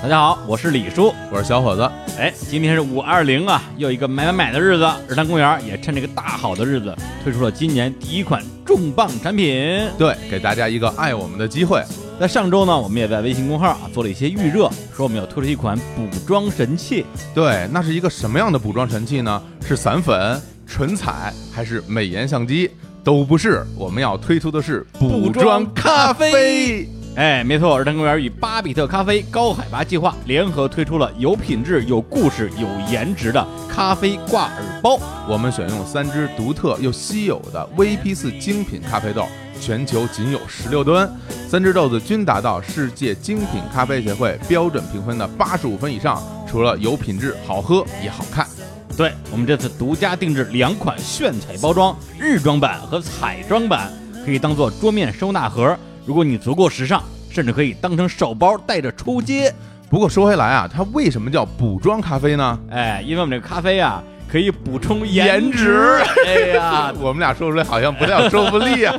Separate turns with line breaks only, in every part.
大家好，我是李叔。
我是小伙子，
哎，今天是五二零啊，又一个买买买的日子。日坛公园也趁这个大好的日子，推出了今年第一款重磅产品。
对，给大家一个爱我们的机会。
在上周呢，我们也在微信公号啊做了一些预热，说我们要推出一款补妆神器。
对，那是一个什么样的补妆神器呢？是散粉、唇彩还是美颜相机？都不是，我们要推出的是
补
补
妆
妆
咖
咖
啡
啡。
哎，没错，日坛公园与巴比特咖啡高海拔计划联合推出了有品质、有故事、有颜值的咖啡挂耳包。
我们选用三只独特又稀有的 VP 四精品咖啡豆，全球仅有十六吨，三只豆子均达到世界精品咖啡协会标准评分的八十五分以上。除了有品质、好喝也好看，
对我们这次独家定制两款炫彩包装，日装版和彩装版，可以当做桌面收纳盒。如果你足够时尚，甚至可以当成手包带着出街。
不过说回来啊，它为什么叫补妆咖啡呢？
哎，因为我们这个咖啡啊，可以补充颜
颜值。
哎呀，
我们俩说出来好像不太有说 服力啊。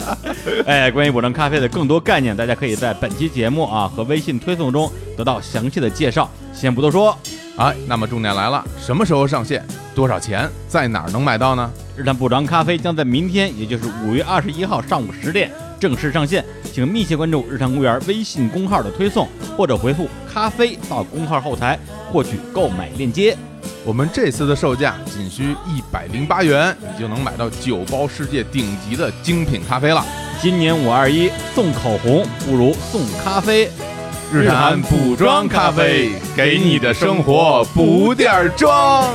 哎，关于补充咖啡的更多概念，大家可以在本期节目啊和微信推送中得到详细的介绍。先不多说，
哎，那么重点来了，什么时候上线？多少钱？在哪儿能买到呢？
日坛补妆咖啡将在明天，也就是五月二十一号上午十点正式上线，请密切关注日坛公园微信公号的推送，或者回复“咖啡”到公号后台获取购买链接。
我们这次的售价仅需一百零八元，你就能买到九包世界顶级的精品咖啡了。
今年五二一送口红不如送咖啡，日坛补妆咖啡给你的生活补
点妆。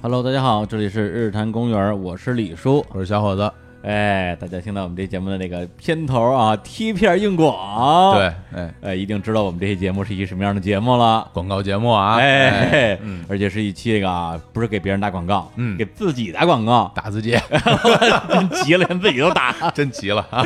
Hello，大家好，这里是日坛公园，我是李叔。
我是小伙子，
哎，大家听到我们这节目的那个片头啊，贴片硬广，
对，，哎，
哎，一定知道我们这期节目是一什么样的节目了。
广告节目啊，
哎，
嗯，
而且是一期这个啊，不是给别人打广告，
嗯
给自己打广 告，
打字节
真 急了，连自己都打。
真急了啊！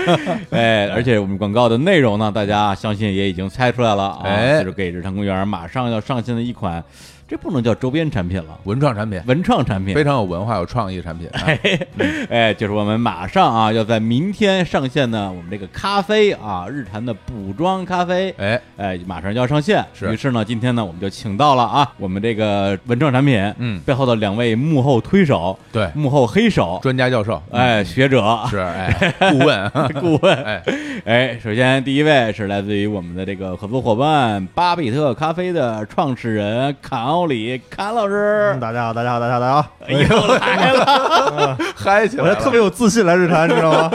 哎，而且我们广告的内容呢，大家相信也已经猜出来了啊，
哎
就是给日常公园马上要上线的一款，这不能叫周边产 品了，
文创产品，
文创产品
非。常有文化、有创意的产品。哎
哎，就是我们马上啊要在明天上线呢，我们这个咖啡啊，日坛的补妆咖啡，
哎，
哎，马上就要上线。
是
于是呢，今天呢，我们就请到了啊，我们这个文创产品，
嗯
背后的两位幕后推手，
对
幕后黑手，
专家教授，
哎，学者。
是哎，顾问，
顾问，
哎，
哎，首先第一位是来自于我们的这个合作伙伴巴比特咖啡的创始人坎奥里坎老师
嗯，大家好，大家好，大家好，大家好！
哎
又来了，
嗨起来
我这
了，
特别有自信来日坛，你知道吗？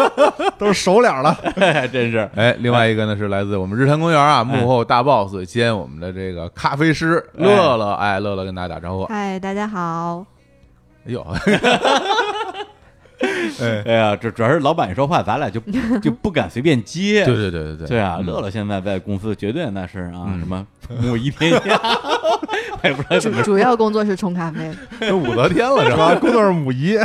都是熟脸了。
真是，
哎，另外一个呢是来自我们日坛公园啊，幕后大 boss 兼我们的这个咖啡师
哎
乐乐，哎，乐乐跟大家打招呼。哎
嗨，大家好，
呦，
哎呀，主主要是老板一说话，咱俩就 就不敢随便接。
对对对对
对啊，
嗯
乐乐现在在公司绝对那是啊，
嗯
什么母仪天 下，也不知哎道怎么
主主要工作是冲咖啡。
都武则天了是
是
吧？
吧？工作是母仪，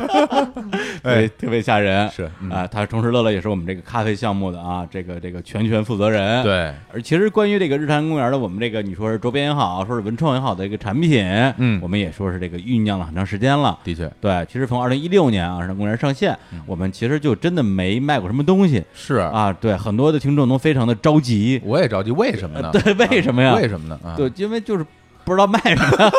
对，特别吓人。
哎是嗯
啊，他同时乐乐也是我们这个咖啡项目的啊，这个这个全权负责人。，
对，
而其实关于这个日坛公园的，我们这个你说是周边也好，说是文创也好的一个产品，
嗯
我们也说是这个酝酿了很长时间了。
的确
对，其实从二零一六年啊，日坛公园上线，我们其实就真的没卖过什么东西
嗯是啊，
啊。对，很多的听众都非常的着急，
我也着急，为什么呢？
对，为什么呀？
啊为什么呢？啊，
对，因为就是不知道卖什么。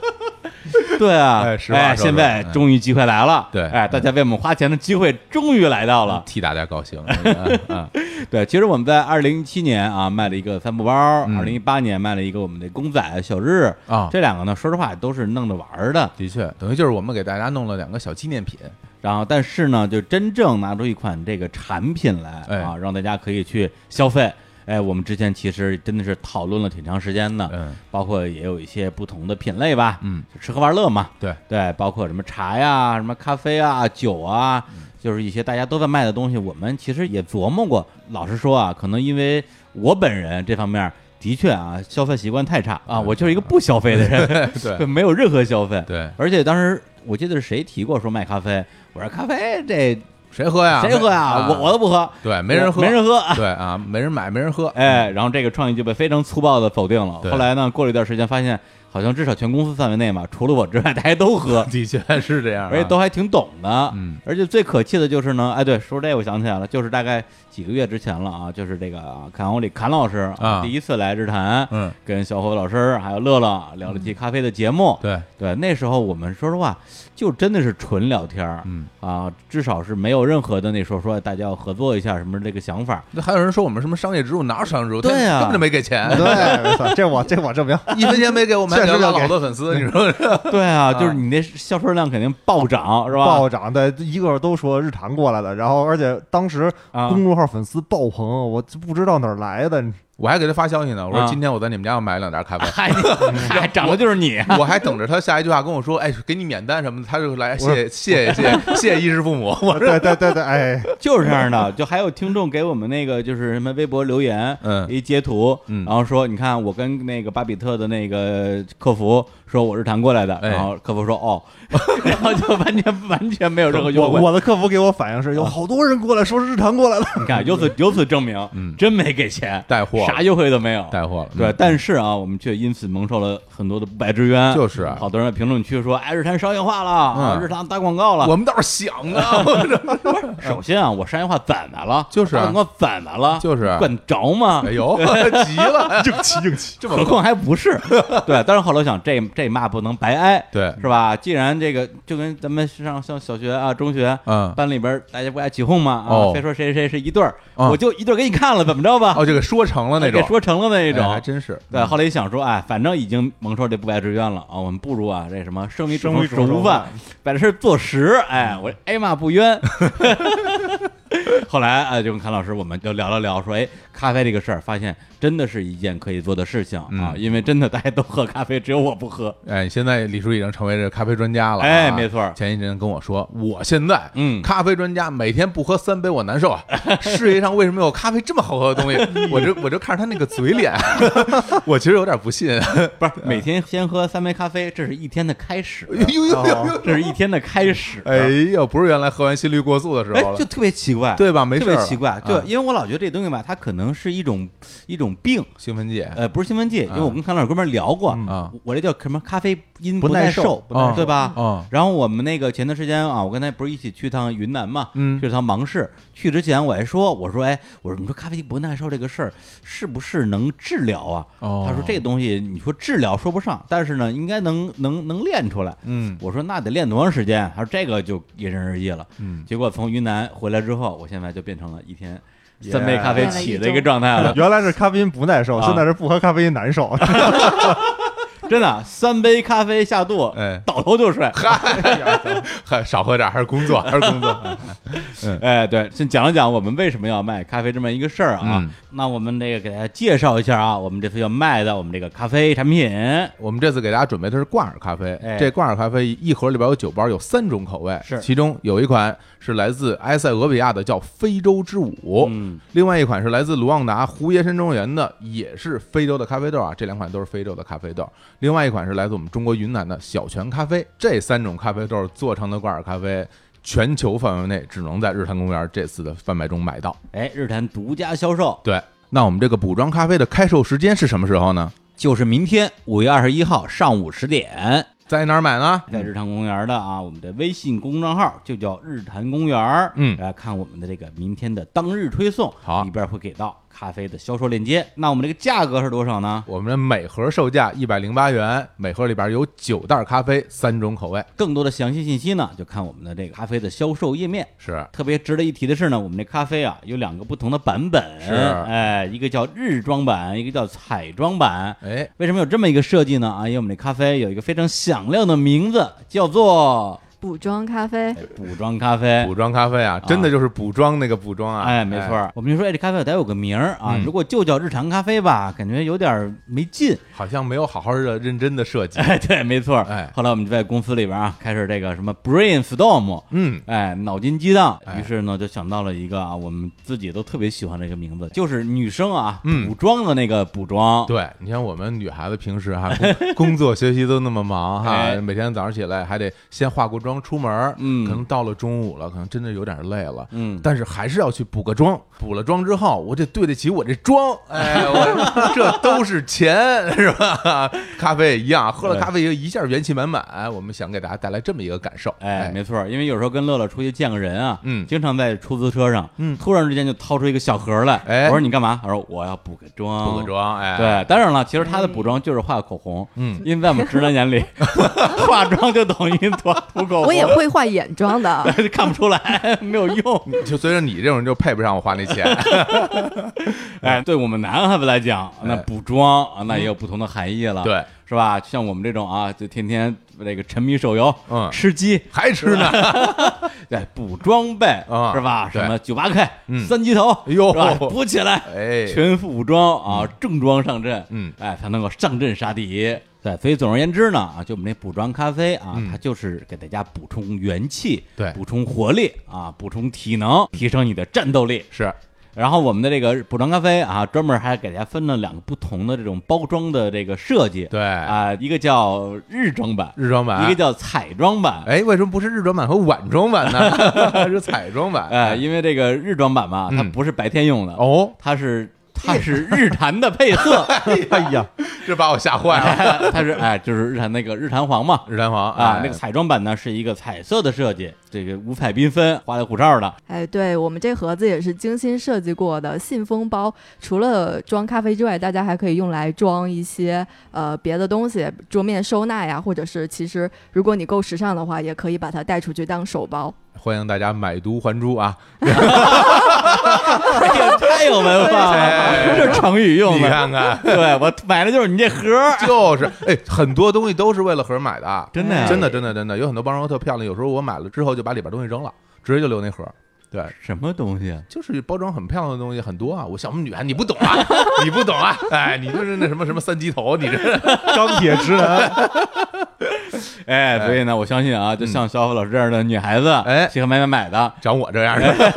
对啊，
哎实话说说
现在
哎
终于机会来了。
对
哎，
嗯
大家为我们花钱的机会终于来到了。
替大家高兴。嗯嗯
对，其实我们在二零一七年啊卖了一个帆布包，
嗯
二零一八年卖了一个我们的公仔小日
啊
这两个呢，说实话都是弄着玩儿的。
的确，等于就是我们给大家弄了两个小纪念品，
然后，但是呢，就真正拿出一款这个产品来
哎
啊，让大家可以去消费。哎，我们之前其实真的是讨论了挺长时间的，
嗯，
包括也有一些不同的品类吧，
嗯，
吃喝玩乐嘛，
对，
对，包括什么茶呀、什么咖啡啊、酒啊，
嗯
就是一些大家都在卖的东西，我们其实也琢磨过。老实说啊，可能因为我本人这方面的确啊，消费习惯太差啊，我就是一个不消费的人，
对
没有任何消费。
对，
而且当时我记得是谁提过说卖咖啡，我说咖啡这
谁喝呀？
谁喝呀？我我都不喝，
对，啊没人喝，
没人喝。
对啊，没人买，没人喝。
哎，然后这个创意就被非常粗暴的否定了。
对，
后来呢，过了一段时间，发现好像至少全公司范围内嘛，除了我之外，大家都喝
的确是这样啊，
而且都还挺懂的。
嗯
而且最可气的就是呢，哎，对，说这我想起来了，就是大概几个月之前了啊，就是这个啊，侃欧里侃老师
啊
第一次来日坛，
嗯，
跟小伙老师还有乐乐聊了期咖啡的节目。
对，
对，那时候我们说实话，就真的是纯聊天儿
嗯，
啊，至少是没有任何的那时候说大家要合作一下什么这个想 法。
那还有人说我们什么商业植入，哪有商业植入？
对
呀，
啊
根本就没给钱，
对，没错，这我这我证明。
一分钱没给我们，还
确实
得
要
了
给
好多粉丝，你说是？
对啊，就是
啊
你那销售量肯定暴涨是吧？
暴涨，对，一个个都说日坛过来的，然后而且当时
啊
嗯
公众号粉丝爆棚，我就不知道哪儿来的，
我还给他发消息呢，我说
啊哎
今天我在你们家要买两袋 咖啡。
嗨，嗨，涨的就是你。
我还等着他下一句话跟我说，哎，给你免单什么的，他就来谢谢谢 谢谢衣食父母，我
对对对对，哎，
就是这样的，就 还有听众给我们那个就是什么微博留言，
嗯
一截图，
嗯
然后说你看我跟那个巴比特的那个客服说我是谈过来的，
哎
然后客服说哦， 然后就完全完全没有任何
我
优惠。
我的客服给我反映是有好多人过来说是日坛过来的，
你 看，由此由此证明，
嗯
真没给钱，
带货了
啥优惠都没有，
带货了。
对
嗯，，
但是啊，我们却因此蒙受了很多的不白之冤。
就是啊
好多人在评论区说：“哎，日坛商业化了，啊
嗯
日坛打广告了。
我们倒是想啊，我这
首先啊，我商业化怎么了？
就是啊
打广告怎么了？
就是啊
管着吗？
哎呦，急了，
硬气硬气。
这
何
么
况还不 是对。但是后来我想，这这骂不能白挨，
对，
是吧？既然这个就跟咱们上上小学啊、中学。
嗯，
班里边大家不爱起哄嘛啊
哦，
非说谁谁谁是一对儿，
嗯
我就一对儿给你看了，怎么着吧？
哦，这个说成了那种
给，说成了那
哎
种
还，真是
对，后来一想说，哎，反正已经蒙受这不白之冤了啊，我们不如啊，这什么生米煮
生米
成
煮
熟
成
无饭，把这事儿做实，哎，我挨骂不冤。 后来啊，就跟阚老师我们就聊了聊，说，哎，咖啡这个事儿，发现真的是一件可以做的事情啊，
嗯
因为真的大家都喝咖啡，只有我不喝。
哎，现在李叔已经成为这咖啡专家了、啊。
哎没错
前一阵跟我说，我现在
嗯
咖啡专家，每天不喝三杯我 难受啊。世界上为什么有咖啡这么好喝的东西？我就我就看着他那个嘴脸， 我其实有点不信。
不是每天先喝三杯咖啡，这是一天的开始，
呦呦呦呦呦！
这是一天的开始。
哦哎呦，不是原来喝完心率过速的时
哎
候了
就，特别奇怪，
对吧没
特
事
别
儿了
奇怪，就
啊
因为我老觉得这东西吧，它可能是一种一种病，
兴奋剂。
呃，不是兴奋剂，因为我跟康老师哥们儿聊过
嗯
啊
我这叫什么咖啡因
不耐
耐
受
不耐受
对吧？
嗯
然后我们那个前段时间啊，我跟他不是一起去趟云南嘛，
嗯
去了趟芒市。去之前我还说，我说哎，我说你说咖啡因不耐受这个事儿是不是能治疗啊？
哦
他说这东西你说治疗说不上，但是呢，应该能能能练出来。
嗯
我说那得练多长时间？他说这个就因人而异了。
嗯，
结果从云南回来之后，我现在就变成了一天三杯咖啡起的一个状态了。
原来是咖啡因不耐受，
啊
现在是不喝咖啡因难受。
真的，三杯咖啡下肚，
哎
倒头就 睡。
还少喝点，还是工作，还是工作。
哎，对，先讲了讲我们为什么要卖咖啡这么一个事儿啊。
嗯
那我们这个给大家介绍一下啊，我们这次要卖的我们这个咖啡产品，
我们这次给大家准备的是挂耳咖啡，
哎
这挂耳咖啡一盒里边有九包，有三种口味，
是
其中有一款是来自埃塞俄比亚的，叫非洲之舞，
嗯，
另外一款是来自卢旺达胡耶山庄园的，也是非洲的咖啡豆啊，这两款都是非洲的咖啡豆，另外一款是来自我们中国云南的小泉咖啡，这三种咖啡豆做成的挂耳咖啡。全球范围内只能在日坛公园这次的贩卖中买到。
哎，日坛独家销售
对，那我们这个补装咖啡的开售时间是什么时候呢？
就是明天五月二十一号上午十点，
在哪儿买呢？
在日坛公园的啊，我们的微信公众号就叫日坛公园，
嗯
来看我们的这个明天的当日推送，
好
里边会给到咖啡的销售链接。那我们这个价格是多少呢？
我们每盒售价一百零八元，每盒里边有九袋咖啡，三种口味。
更多的详细信息呢，就看我们的这个咖啡的销售页面。
是，
特别值得一提的是呢，我们这咖啡啊有两个不同的版本，
是
哎，一个叫日装版，一个叫彩装版。
哎，
为什么有这么一个设计呢？啊，因为我们这咖啡有一个非常响亮的名字，叫做
补妆咖啡，
哎补妆咖啡
补。妆咖啡啊，真的就是补妆那个补妆啊，
哎，没错儿，我们就说，哎，这咖啡得有个名儿啊。
嗯
如果就叫日常咖啡吧，感觉有点儿没劲。
好像没有好好的认真的设 计，
哎，对，没错儿。
哎
后来我们就在公司里边啊，开始这个什么 brainstorm，
嗯，
哎，脑筋激荡。
哎
于是呢，就想到了一个啊，我们自己都特别喜欢的一个名字，就是女生啊，
哎嗯
补妆的那个补妆。
对，你像我们女孩子平时哈，工 工作学习都那么忙哈
哎，
每天早上起来还得先化过妆出门儿，
嗯
可能到了中午了，可能真的有点累了，
嗯，
但是还是要去补 个妆。补了妆之后，我这对得起我这妆，哎， 我这都是钱， 是吧？咖啡也一样，喝了咖啡以后一下元气满满。我们想给大家带来这么一个感受，
哎，
哎，
没错儿，因为有时候跟乐乐出去见个人啊，
嗯
经常在出租车上，
嗯
突然之间就掏出一个小盒儿来，
哎
我说你干嘛？他说我要补个妆，
补个。妆，哎，
对，当然了，其实他的补妆就是画口红，
嗯
因为在我们直男眼里， 化妆就等于 涂涂口红，
我也会画眼妆的。
看不出来，没有用。
就随着你这种人就配不上我花那钱，
哎，对我们男孩子来讲，那
哎
补妆啊，那也有不同的含义了，
对，
是吧？像我们这种啊，就天天这个沉迷手游，
嗯
吃鸡，
还 吃呢。
对，补装备
啊
是吧？
对
什么九八 K、
嗯
三级头，
哎呦
是吧补起来，
哎
全副武装啊，正装上阵，
嗯
哎，才能够上阵杀敌。对，所以总而言之呢，啊，就我们这补妆咖啡啊，
嗯
它就是给大家补充元气，
对
补充活力啊，补充体能，提升你的战斗力。
是，
然后我们的这个补妆咖啡啊，专门还给大家分了两个不同的这种包装的这个设计，
对
啊，一个叫日装版，
日妆版
一个叫彩妆版，
哎，为什么不是日妆版和晚妆 版呢？是彩妆版。
哎，，因为这个日装版嘛，它
嗯
不是白天用的，
哦，
它是它是日坛的配 色，
哎呀，
这把我吓坏了。
哎 它是哎就是日坛那个日坛黄嘛。
日坛黄
啊
哎，
那个彩妆版呢是一个彩色的设计，这个五彩缤纷、花里胡哨的。
哎，对我们这盒子也是精心设计过的信封包，除了装咖啡之外，大家还可以用来装一些呃别的东西，桌面收纳呀，或者是其实如果你够时尚的话，也可以把它带出去当手包。
欢迎大家买椟还珠啊！
哎呀，太有文化了，
哎
这成语用
你
的。
看看，
对我买的就是你这盒儿，
就是哎，很多东西都是为了盒儿买的，啊
真的呀
真的，真的，真的，有很多包装盒特漂亮，有时候我买了之后就把里边东西扔了，直接就留那盒儿。对，
什么东西啊？
就是包装很漂亮的东西很多啊，我像我们女孩你不懂啊， 你不懂啊，哎，你就是那什么什么三级头， 你这
钢铁直男，
哎，所以呢，我相信啊，就像小虎老师这样的女孩子，
嗯哎
喜欢买买买的，
长我这样
哎
的，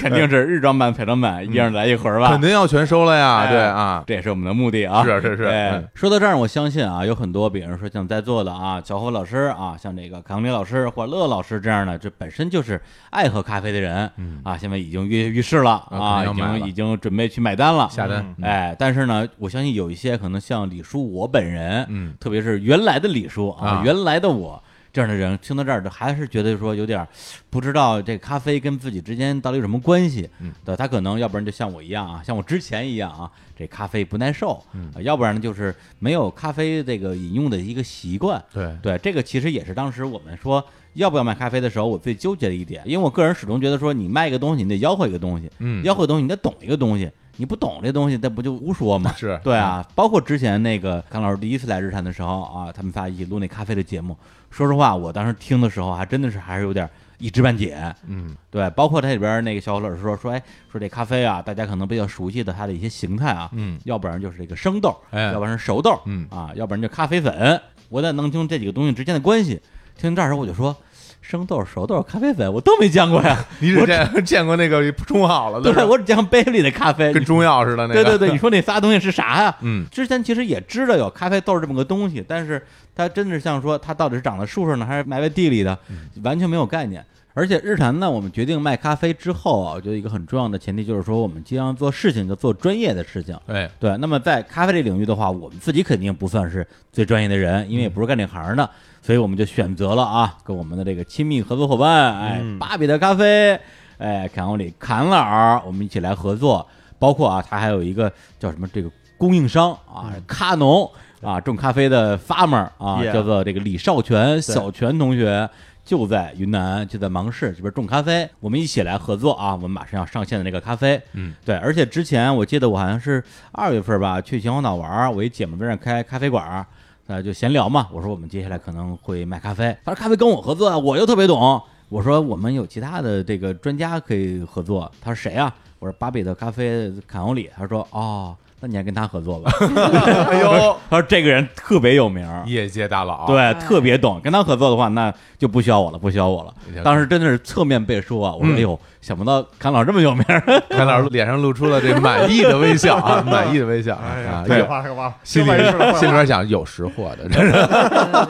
肯定是日装版、彩妆版一样来一盒儿吧？
嗯肯定要全收了呀，
哎
对啊，
这也是我们的目的啊。
是是是
哎
嗯
说到这儿，我相信啊，有很多，比如说像在座的啊，小虎老师啊，像这个康林老师或者乐老师这样的，这本身就是爱喝咖啡的人，
嗯
啊，现在已经跃跃欲试了
啊
啊，
肯
已
定要买了
经已经准备去买单了。
下嗯单，
哎，但是呢，我相信有一些可能像李叔我本人，
嗯，
特别是原来的李叔啊，
啊
原来的我这样的人，听到这儿还是觉得说有点儿不知道这咖啡跟自己之间到底有什么关系。
嗯，
对，他可能要不然就像我一样啊，像我之前一样啊，这咖啡不耐受，
嗯
呃要不然呢就是没有咖啡这个饮用的一个习惯。
对，
对，这个其实也是当时我们说要不要卖咖啡的时候，我最纠结的一点，因为我个人始终觉得说，你卖一个东西，你得吆喝一个东西，
嗯，
吆喝一个东西你得懂一个东西，你不懂这东西，那不就胡说吗？
是
对啊，包括之前那个康老师第一次来日产的时候啊，他们仨一起录那咖啡的节目，说实话，我当时听的时候还真的是还是有点一知半解。
嗯，
对，包括它里边那个小伙老师说说，哎，说这咖啡啊，大家可能比较熟悉的它的一些形态啊，
嗯
要不然就是这个生豆，
哎
要不然是熟豆，
嗯
啊，要不然就咖啡粉。我得弄清这几个东西之间的关系。听到这儿的时候我就说，生豆、熟豆、咖啡粉，我都没见过呀，
你只见 见过那个冲好了的
对
是吧，
我只见过杯里的咖啡。
跟中药似的那个，
对对对，你说那仨东西是啥呀？
嗯，
之前其实也知道有咖啡豆这么个东西，但是它真的像说它到底是长在树上呢，还是埋在地里的，完全没有概念。而且日坛呢，我们决定卖咖啡之后啊，我觉得一个很重要的前提就是说，我们既然做事情，就做专业的事情。
哎，
对，那么在咖啡这领域的话，我们自己肯定不算是最专业的人，因为也不是干这行的，所以我们就选择了啊，跟我们的这个亲密合作伙伴，哎，巴比的咖啡，哎，坎欧里坎老儿，我们一起来合作。包括啊，他还有一个叫什么这个供应商啊，咖农啊，种咖啡的 farmer 啊
Yeah
叫做这个李少全小全同学。就在云南，就在芒市这边种咖啡，我们一起来合作啊！我们马上要上线的那个咖啡，
嗯，
对，而且之前我记得我好像是二月份吧，去秦皇岛玩儿，我一姐们儿在那儿开咖啡馆儿，呃，就闲聊嘛。我说我们接下来可能会卖咖啡，他说咖啡跟我合作啊，我又特别懂。我说我们有其他的这个专家可以合作，他说谁啊？我说巴比的咖啡坎欧里，他说哦，那你还跟他合作吧。
哎呦，
他说这个人特别有名儿，
业界大佬，，
对，特别懂。跟他合作的话，那就不需要我了，不需要我了
也行。
当时真的是侧面背书啊！我说，
嗯
哎呦，想不到侃老师这么有名儿。
潘老师脸上露出了这满意的微 笑啊，满意的微笑啊，
这
有
话这话，
心里
另外一事儿
心里边想有识货的，真是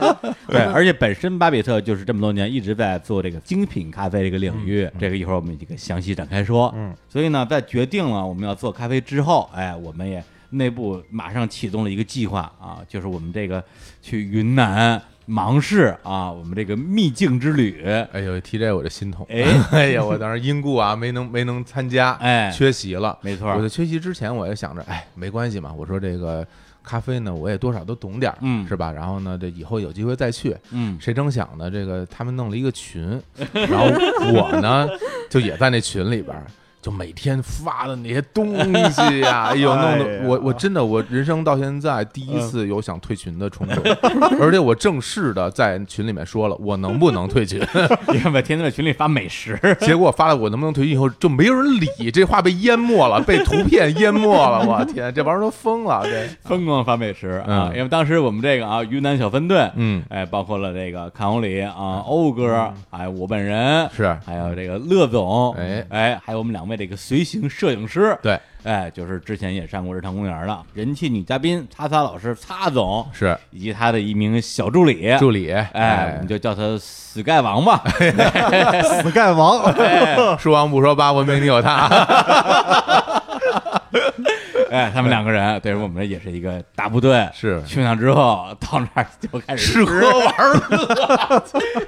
对，而且本身巴比特就是这么多年一直在做这个精品咖啡这个领
嗯
域，这个一会儿我们这个详细展开说。
嗯，
所以呢，在决定了我们要做咖啡之后，哎，我们也内部马上启动了一个计划啊，就是我们这个去云南芒市啊，我们这个秘境之旅。
哎呦，提这我就心痛，
哎
哎呀，我当时因故啊没能没能参加，
哎
缺席了，
没错
我在缺席之前，我也想着，哎，没关系嘛，我说这个咖啡呢，我也多少都懂点儿，
嗯
是吧？然后呢，这以后有机会再去。
嗯，
谁成想呢，这个他们弄了一个群，然后我呢就也在那群里边儿。就每天发的那些东西呀、哎呦，弄
哎呀嗯
得我我真的我人生到现在第一次有想退群的冲动，而且我正式的在群里面说了我能不能退群，
你看吧，天天在群里发美 食。
结果发了我能不能退群以后就没有人理，这话被淹没了，被图片淹没了，我天，这玩意儿都疯了，这
疯狂发美食啊！
嗯
因为当时我们这个啊，云南小分队，
嗯
哎，包括了这个康红里啊，欧哥，哎，我本人
是
还有这个乐总，
哎
哎，还有我们两位这个随行摄影师，
对
哎，就是之前也上过日常公园的人气女嘉宾擦擦老师擦总，
是
以及他的一名小助理，
助理
哎，我们就叫他 Sky 王 吧。
死盖王，
说王不说八，文明你有 他，
哎，他们两个人对我们也是一个大部队，
是
去那之后到那儿就开始
吃喝玩乐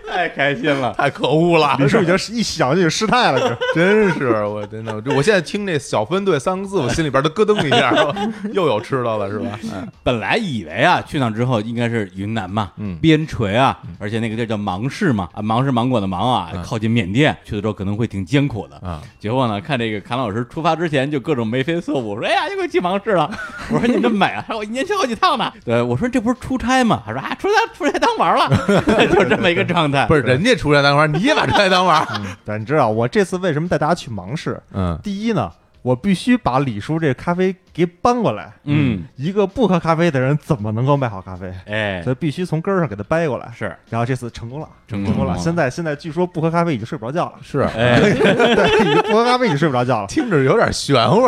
太开心了。
太可恶了，
李叔已经是一想就有失态了，这
真是我真的，我现在听这“小分队”三个字，我心里边都咯噔一下， 我又有吃的了是吧？哎
本来以为啊，去趟之后应该是云南嘛，
嗯
边陲啊，而且那个地儿叫芒市嘛，啊，芒是芒果的芒啊，
嗯
靠近缅甸，去的时候可能会挺艰苦的。
啊，
结果呢，看这个侃老师出发之前就各种眉飞色舞，说：“哎呀，又给我去芒市 了。”我说：“你这美啊！”他说：“我一年去好几趟呢。”对，我说：“这不是出差吗？”他说：“啊，出差出差当玩了， 就这么一个状态。”
不是人家出来当官，你也把出来当官，
但你知道我这次为什么带大家去芒市？
嗯，
第一呢，我必须把李叔这咖啡给搬过来。
嗯，
一个不喝咖啡的人怎么能够卖好咖啡？
哎
所，以必须从根儿上给他掰过来。
是
然后这次成功了，
成功
成功
了
了。现在现在据说不喝咖啡已经睡不着觉了
是，
哎，
对，已经不喝咖啡已经睡不着 觉了。
听着有点玄乎，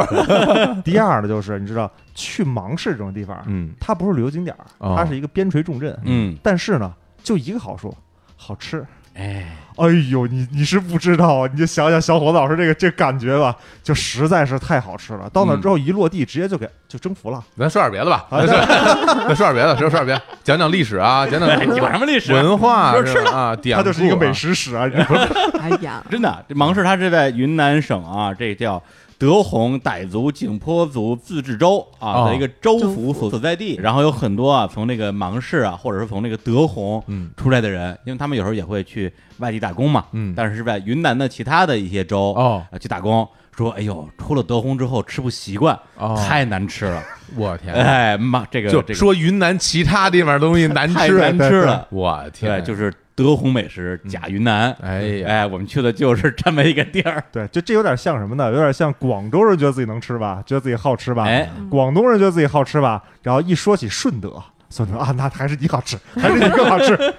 第二呢，就是你知道去芒市这种地方，
嗯
它不是旅游景点儿，
哦
它是一个边陲重镇。
嗯，
但是呢，就一个好处，好吃。
哎，
哎呦，你你是不知道，啊你就想想小伙子老师这个这感觉吧，就实在是太好吃了。到那之
嗯
后一落地，直接就给就征服了。
咱说点别的吧，咱说咱说点别的，说说点别的，讲讲历史啊，讲讲
哎你管什么历史啊？
文化
说吃
是吧啊，典
它就是一个
故啊
美食史啊，你知道吗
哎呀，
真的，这芒市它是在云南省啊，这叫德宏傣族景颇族自治州
哦
啊的一个州府
州
所所在地。然后有很多啊，从那个芒市啊，或者是从那个德宏
嗯
出来的人，因为他们有时候也会去外地打工嘛，
嗯
但是是在云南的其他的一些州
哦
啊去打工。说，哎呦，出了德宏之后吃不习惯，
哦
太难吃了。
我天，
哎妈，这个
就
这个
说云南其他地方东西难
太
吃，啊
难吃了。
我
对，
天，嗯
就是是德宏美食假云南。
哎呀，
哎，我们去的就是这么一个地儿。
对，就这有点像什么呢？有点像广州人觉得自己能吃吧，觉得自己好
啊
吃吧；
哎，
广东人觉得自己好吃吧，然后一说起顺德，顺德啊，那还是你好吃，还是你更好吃，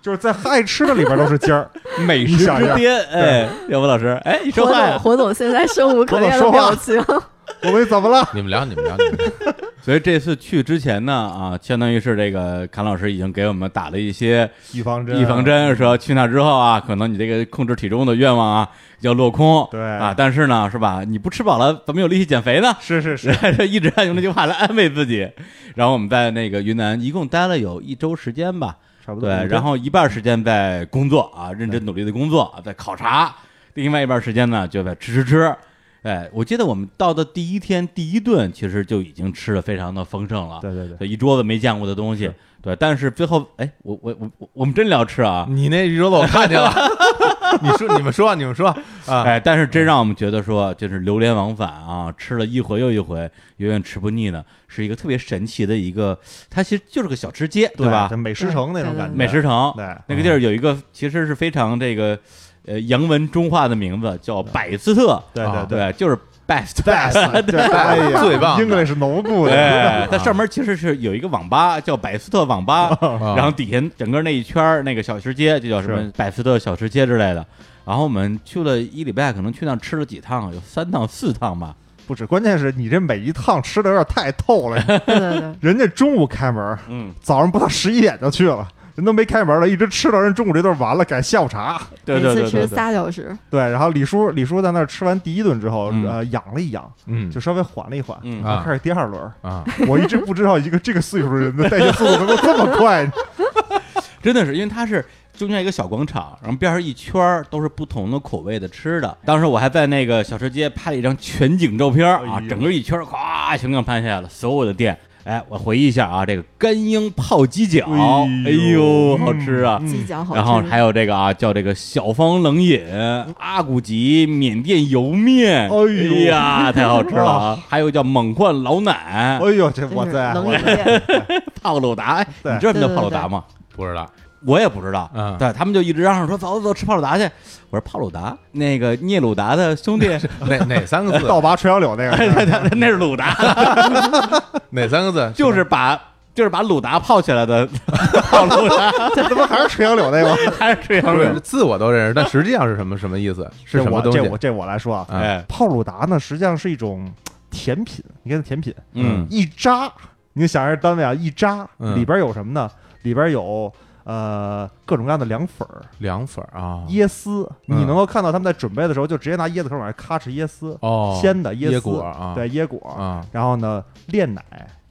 就是在爱吃的里边都是尖儿。
美
食之
巅，哎，耀文老师，哎， 你说
火
话
总
呀？
火总现在生无可恋的表情，
我们怎么了？
你们聊，你们聊，你们聊。
所以这次去之前呢，啊，相当于是这个侃老师已经给我们打了一些
预防针，
预防。针，说去那之后啊，可能你这个控制体重的愿望啊要落空，
对
啊，但是呢，是吧？你不吃饱了，怎么有力气减肥呢？
是是是，
这一直在用这句话来安慰自己。然后我们在那个云南一共待了有一周时间吧，
差不多。
对，然后一半时间在工作啊，认真努力的工作，在考察；另外一半时间呢，就在吃吃吃。哎，我记得我们到的第一天第一顿，其实就已经吃的非常的丰盛了，
对对对，
对，一桌子没见过的东西，对。但是最后，哎，我我我我我们真聊吃啊，
你那一桌子我看见了， 你说，你们说，你们说啊，
哎，但是真让我们觉得说，就是流连忘返啊，吃了一回又一回，永远吃不腻的，是一个特别神奇的一个，它其实就是个小吃街，吧？
就美食城那种感觉，
美食城
对
那个地儿有一个，其实是非常这个，呃，洋文中化的名字叫百斯特，
对
啊
对对
对，就是 best。
，best，对，哎呀，
最棒的
，English 浓度的，
哎，它上面其实是有一个网吧叫百斯特网吧，
啊
然后底下整个那一圈儿那个小吃街就叫什么
是
百斯特小吃街之类的。然后我们去了一礼拜，可能去那儿吃了几趟，有三趟四趟吧。
不止，关键是你这每一趟吃的有点太透 了，
对对对，
人家中午开门，
嗯，
早上不到十一点就去了。人都没开门了，一直吃到人中午这顿完了，改下午茶。
对对
每
对
次吃
对对，
仨小时，
对，然后李叔李叔在那儿吃完第一顿之后，
嗯
呃，养了一养，
嗯
就稍微缓了一缓，
嗯
然后
啊
开始第二轮。
啊，
我一直不知道一个这个岁数的人的代谢速度能够这么快，
真的是因为它是中间一个小广场，然后边上一圈儿都是不同的口味的吃的。当时我还在那个小吃街拍了一张全景照片儿啊
哎，呦
整个一圈儿咵全给我拍下来了，所有的店。哎，我回忆一下啊，这个干鹰泡鸡脚，哎
哎
呦，
呦
好吃啊！
鸡脚好吃。
然后还有这个啊，叫这个小方冷饮、阿古吉缅甸油面，
哎呦
哎呀，太好吃了啊！还有叫猛灌老奶、
哎呦，这
真是
我在
冷
我
饮店，
泡鲁达，哎
对
你知道什么叫
对对
泡鲁达吗？
不知道，
我也不知道，
嗯
对他们就一直嚷嚷说走走走吃泡鲁达去。我说泡鲁达，那个聂鲁达的兄弟，
哪哪三个字？
倒拔垂杨柳那个
哎
是吧，
对对 对那是鲁达，
哪三个字？
就是把就是把鲁达泡起来的 泡鲁 达，
这他妈 还是垂杨柳那个吗？
还是这样
不是
的。嗯
字我都认识，但实际上是什么什么意思？ 是
这
什么
我
东西
这？我这我来说啊，
啊
哎，
泡鲁达呢实际上是一种甜品，你看甜品，
嗯
一扎，你想一下单位啊，一扎
嗯
里边有什么呢？里边有呃各种各样的凉粉儿、
凉粉儿啊，
椰丝，你
嗯
能够看到他们在准备的时候就直接拿椰子壳往上咔哧椰丝，
哦，
鲜的椰
椰
丝
果啊，
对椰果，
啊，
然后呢炼奶，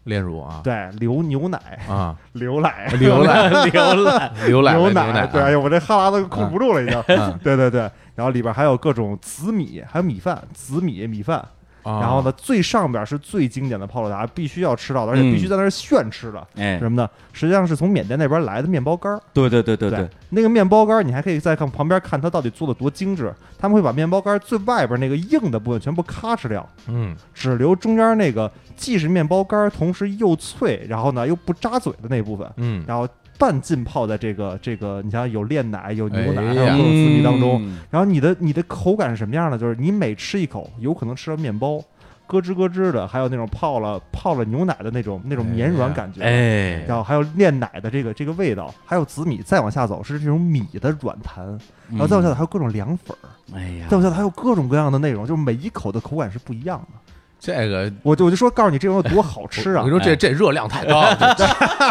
炼乳啊，
对流牛奶、
啊，
流奶、
牛 奶
流了，
牛奶
牛
牛奶啊，
对，哎呦，我这哈喇子控不住了已经。
嗯
对对对，然后里边还有各种紫米，还有米饭，紫米米饭。
哦
啊
然后呢，最上边是最经典的泡鲁达，必须要吃到的，而且
嗯
必须在那儿炫吃的。
哎，
什么呢？实际上是从缅甸那边来的面包干儿。
对对对对嗯对，
那个面包干儿，你还可以再看旁边看它到底做的多精致。他们会把面包干儿最外边那个硬的部分全部咔哧掉，
嗯，
只留中间那个既是面包干儿，同时又脆，然后呢又不扎嘴的那部分，
嗯，
然后半浸泡在这个这个，你想想有炼奶、有牛奶，
哎
还
呀
有各种滋味当中。
嗯
然后你的你的口感是什么样的？就是你每吃一口，有可能吃到面包，咯吱咯吱的，还有那种泡了泡了牛奶的那种那种绵软感觉，
哎，
然后还有炼奶的这个这个味道，还有紫米，再往下走是这种米的软弹，然后
哦
再往
嗯
下走还有各种凉粉儿，
嗯，哎呀
再，往下走还有各种各样的内容，就是每一口的口感是不一样的。
这个
我就我就说告诉你这种有多好吃啊
我跟！你说这
哎
这热量太高，这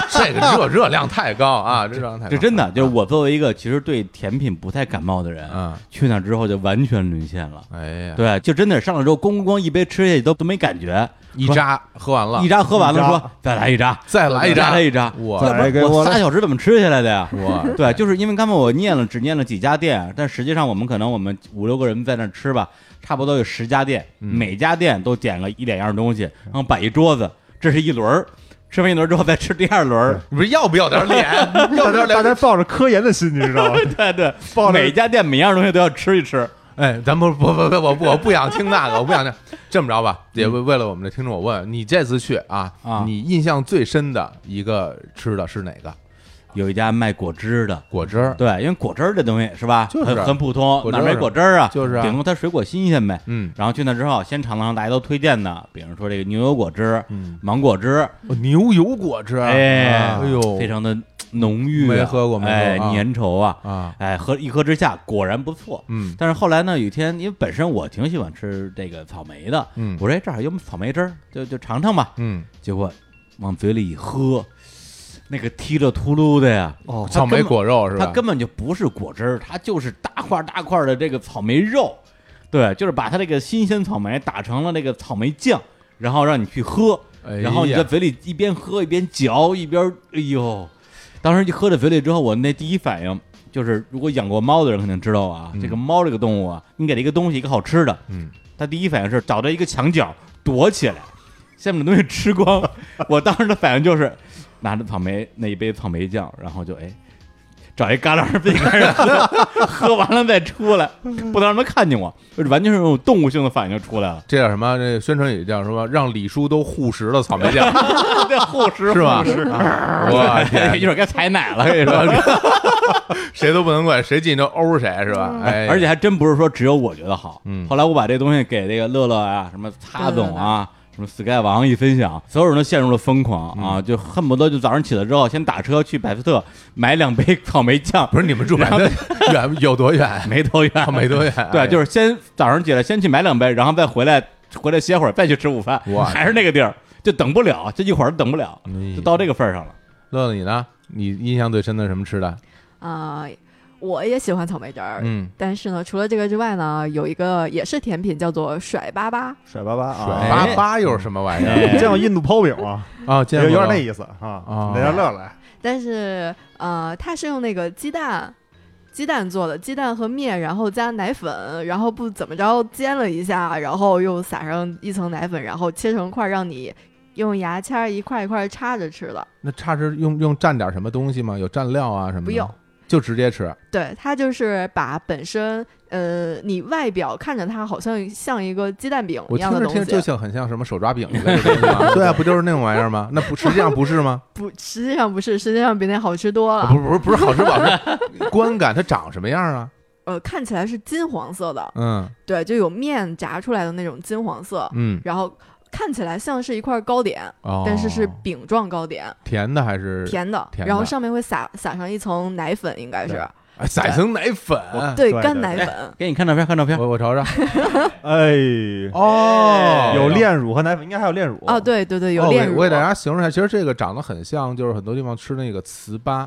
这个热热量太高啊，这热量太高，
这真的就是我作为一个其实对甜品不太感冒的人，
啊，
去那之后就完全沦陷了。
哎呀，
对，就真的上了之后，咣咣咣一杯吃下去都都没感觉，
一扎喝完了
一，扎喝完了
一扎
说再来一扎，
再来一
再
扎，
来一扎，
我
要
再
不
给
然
我
我
来
仨小时怎么吃下来的呀？
我
对，就是因为刚才我念了，只念了几家店，但实际上我们可能我们五六个人在那吃吧，差不多有十家店，
嗯
每家店都点了一两样东西，然后摆一桌子，这是一轮儿，吃完一轮儿之后再吃第二轮儿，
你说要不要点脸？要
大
不
家
要
大
点
家
脸？
抱着科研的心，你知 道吗？
对对，
抱着
每家店每样东西都要吃一吃，
哎，咱不不不不，我不我不想听那个，我不想听。这么着吧，也为为了我们的听众，我问你这次去啊
啊
你印象最深的一个吃的是哪个？
有一家卖果汁的。
果汁儿，
对，因为果汁儿这东西是吧，
就是啊
很很普通，
果汁
哪儿
儿
没
是
果汁儿啊？
就是啊
顶多它水果新鲜呗。
嗯，
然后去那之后，先尝尝大家都推荐的，比如说这个牛油果汁、
嗯，
芒果汁，
哦牛油果汁，
哎，
哎呦，
非常的浓郁啊，
没喝过没喝过
哎，
啊
粘稠啊，
啊，
哎，喝一喝之下果然不错。
嗯
但是后来呢，有一天，因为本身我挺喜欢吃这个草莓的，
嗯
我说哎这儿有草莓汁儿，就就尝尝吧。
嗯，
结果往嘴里一喝，那个踢了秃噜的呀，
哦，
草莓果肉是吧？
它根本就不是果汁儿，它就是大块儿大块儿的这个草莓肉，对，就是把它这个新鲜草莓打成了那个草莓酱，然后让你去喝，
哎呀
然后你在嘴里一边喝一边嚼一边，哎呦，当时就喝到嘴里之后，我那第一反应就是，如果养过猫的人肯定知道啊，
嗯
这个猫这个动物啊，你给它一个东西一个好吃的，
嗯，。
它第一反应是找到一个墙角躲起来，先把东西吃光。我当时的反应就是拿着草莓那一杯草莓酱，然后就哎找一旮旯儿自己开始喝，喝完了再出来，不能让他们看见我，就是完全是那种动物性的反应就出来了
这叫什么？这宣传语叫什么？让李叔都护食了草莓 酱，
这护食
是吧
护食
我 天，
一会儿该采奶了。
跟你说， 谁都不能怪，谁进去都殴谁是吧？哎，
嗯而且还真不是说只有我觉得好。
嗯
后来我把这东西给这个乐乐啊，什么擦总啊，什么 Sky 王一分享，所有人都陷入了疯狂
嗯
啊，就恨不得就早上起来之后先打车去百斯特买两杯草莓酱，
不是你们住百的远有多远？
没多远，
没多远，哎
对，就是是先早上起来先去买两杯，然后再回来回来歇会儿，再去吃午饭
哇，嗯
还是那个地儿，就等不了，这一会儿都等不了，就到这个份儿上了。
乐乐你呢？你印象最深的是什么吃的？
啊、我也喜欢草莓汁儿。
嗯，
但是呢，除了这个之外呢，有一个也是甜品，叫做甩粑粑。
甩粑粑
甩
啊！
粑粑又是什么玩意
哎
儿
你 见过印度泡饼吗？
啊？见
有
过
有点那意思啊
啊，
大家乐来。
但是呃，它是用那个鸡蛋。鸡蛋做的，鸡蛋和面，然后加奶粉，然后不怎么着煎了一下，然后又撒上一层奶粉，然后切成块儿，让你用牙签儿一块一块插着吃的。
那差是用用蘸点什么东西吗？有蘸料啊什么的？
不用，
就直接吃。
对，它就是把本身呃，你外表看着它好像像一个鸡蛋饼一
我听
样的
着
东
听着
西
就，像很像什么手抓饼一 类的东西吗？对啊，不就是那种玩意儿吗？那不实际上不是 吗？
不，实际上不是，实际上比那好吃多了。
哦啊不是不是不是好吃不好 吃，观感它长什么样啊？
呃，看起来是金黄色的，
嗯
对，就有面炸出来的那种金黄色，
嗯，
然后看起来像是一块糕点，
哦，
但是是饼状糕点，
甜的还是
甜的，
甜的
然后上面会撒撒上一层奶粉，应该是
哎撒一层奶粉？
对
对
干
对
奶
对
粉。啊
给你看照片，看照片，
我我 瞅瞅，
哎，
哦，
有炼乳和奶粉，应该还有炼乳
哦，。对对对，有
哦，
炼
我
乳，
我给大家形容一下，其实这个长得很像，就是很多地方吃那个糍粑，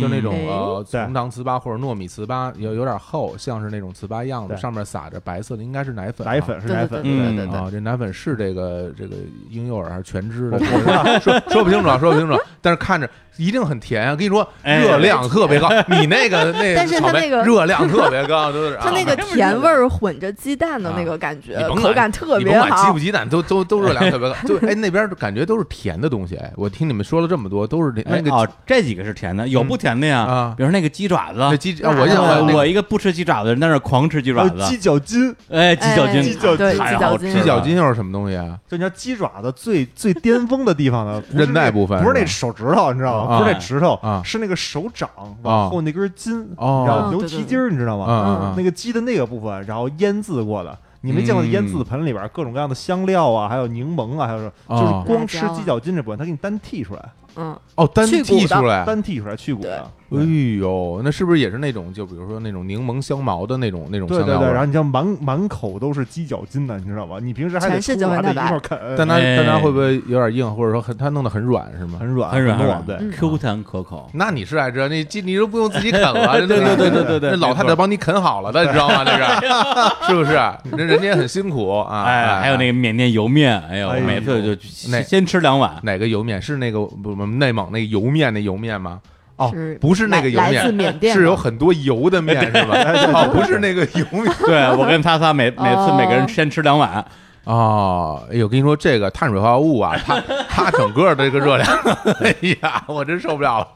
就那种
嗯
呃
对
红糖糍粑或者糯米糍粑，有有点厚，像是那种糍粑样子，
对
上面撒着白色的，应该是奶粉啊，
奶粉是
对
奶
对
粉
对，
嗯
对对对
啊，这奶粉是这个这个婴幼儿还是全脂的？
我不知道
说说不清楚啊，说不清 楚。但是看着一定很甜啊，跟你说
哎
热量特 别高。你那个那
但是
草
它
莓
那个
热量特别高， 就是
它那个
啊
甜味儿混着鸡蛋的
啊
那个感觉
你甭，
口
管
感特
你
别
甭管鸡
好
不。鸡蛋，都都都热量特别高。就哎那边感觉都是甜的东西。哎，我听你们说了这么多，都是那
哎
那个
哦，这几个是甜的，有不甜的呀？
啊，
比如那个鸡爪子，
那鸡啊，我
我
印象
嗯我
我
一个不吃鸡爪子，人在那儿狂吃鸡
还
爪子
有鸡，脚筋，
哎，鸡脚
哎
筋，
鸡脚
对
筋
太
鸡
好
脚
吃
筋
鸡脚筋又是什么东西啊？
就你知道鸡爪的最最巅峰的地方呢，不是
韧带部分
不是那
是
手指头，你知道
啊
吗？不是那指头
啊
是那个手掌往后那根筋，
哦
然后嗯
哦
牛
对对
蹄筋儿，你知道
啊
吗？
啊啊
那！个鸡的那个部分，然后腌制过的。你没见过
嗯
腌制盆里边各种各样的香料啊，还有柠檬啊，还有什么，就
哦
是光吃
辣椒啊
鸡脚筋这部分，它给你单剔出来，
嗯，
哦，单
去骨
剔
的
出来，
单剔出来去骨的。
哎呦，那是不是也是那种就比如说那种柠檬香茅的那种那种
对
香
对
料
对，
味
然
儿？
后你像满满口都是鸡脚筋的，你知道吗？你平时还得
全是胶
还
原
得
蛋
一
白
块儿啃，
但它
哎
但它会不会有点硬，或者说很它弄得很软是吗？
很软
很软很
糯，
软
对，
嗯
Q 弹可口。
那你是爱吃，你鸡你都不用自己啃 了，对
对对对对对对
那老太太帮你啃好了的，你知道吗？这个 是不是？人人家也很辛苦啊。
哎，还有那
个
个缅甸油面，哎呦，
哎呦
每次就
那
先先吃两碗，
哪个油面是那个不不内蒙那个油面那油面吗？哦
是，
不是那个油
来来自
面，
缅甸 的，
是有很多油的
哎
面是吧？哦，不是那个油面
对我跟擦擦每每次每个人先吃两碗，
哦。哎呦，跟你说这个碳水化合物啊，它它整个的这个热量， 哎呀，我真受不了了。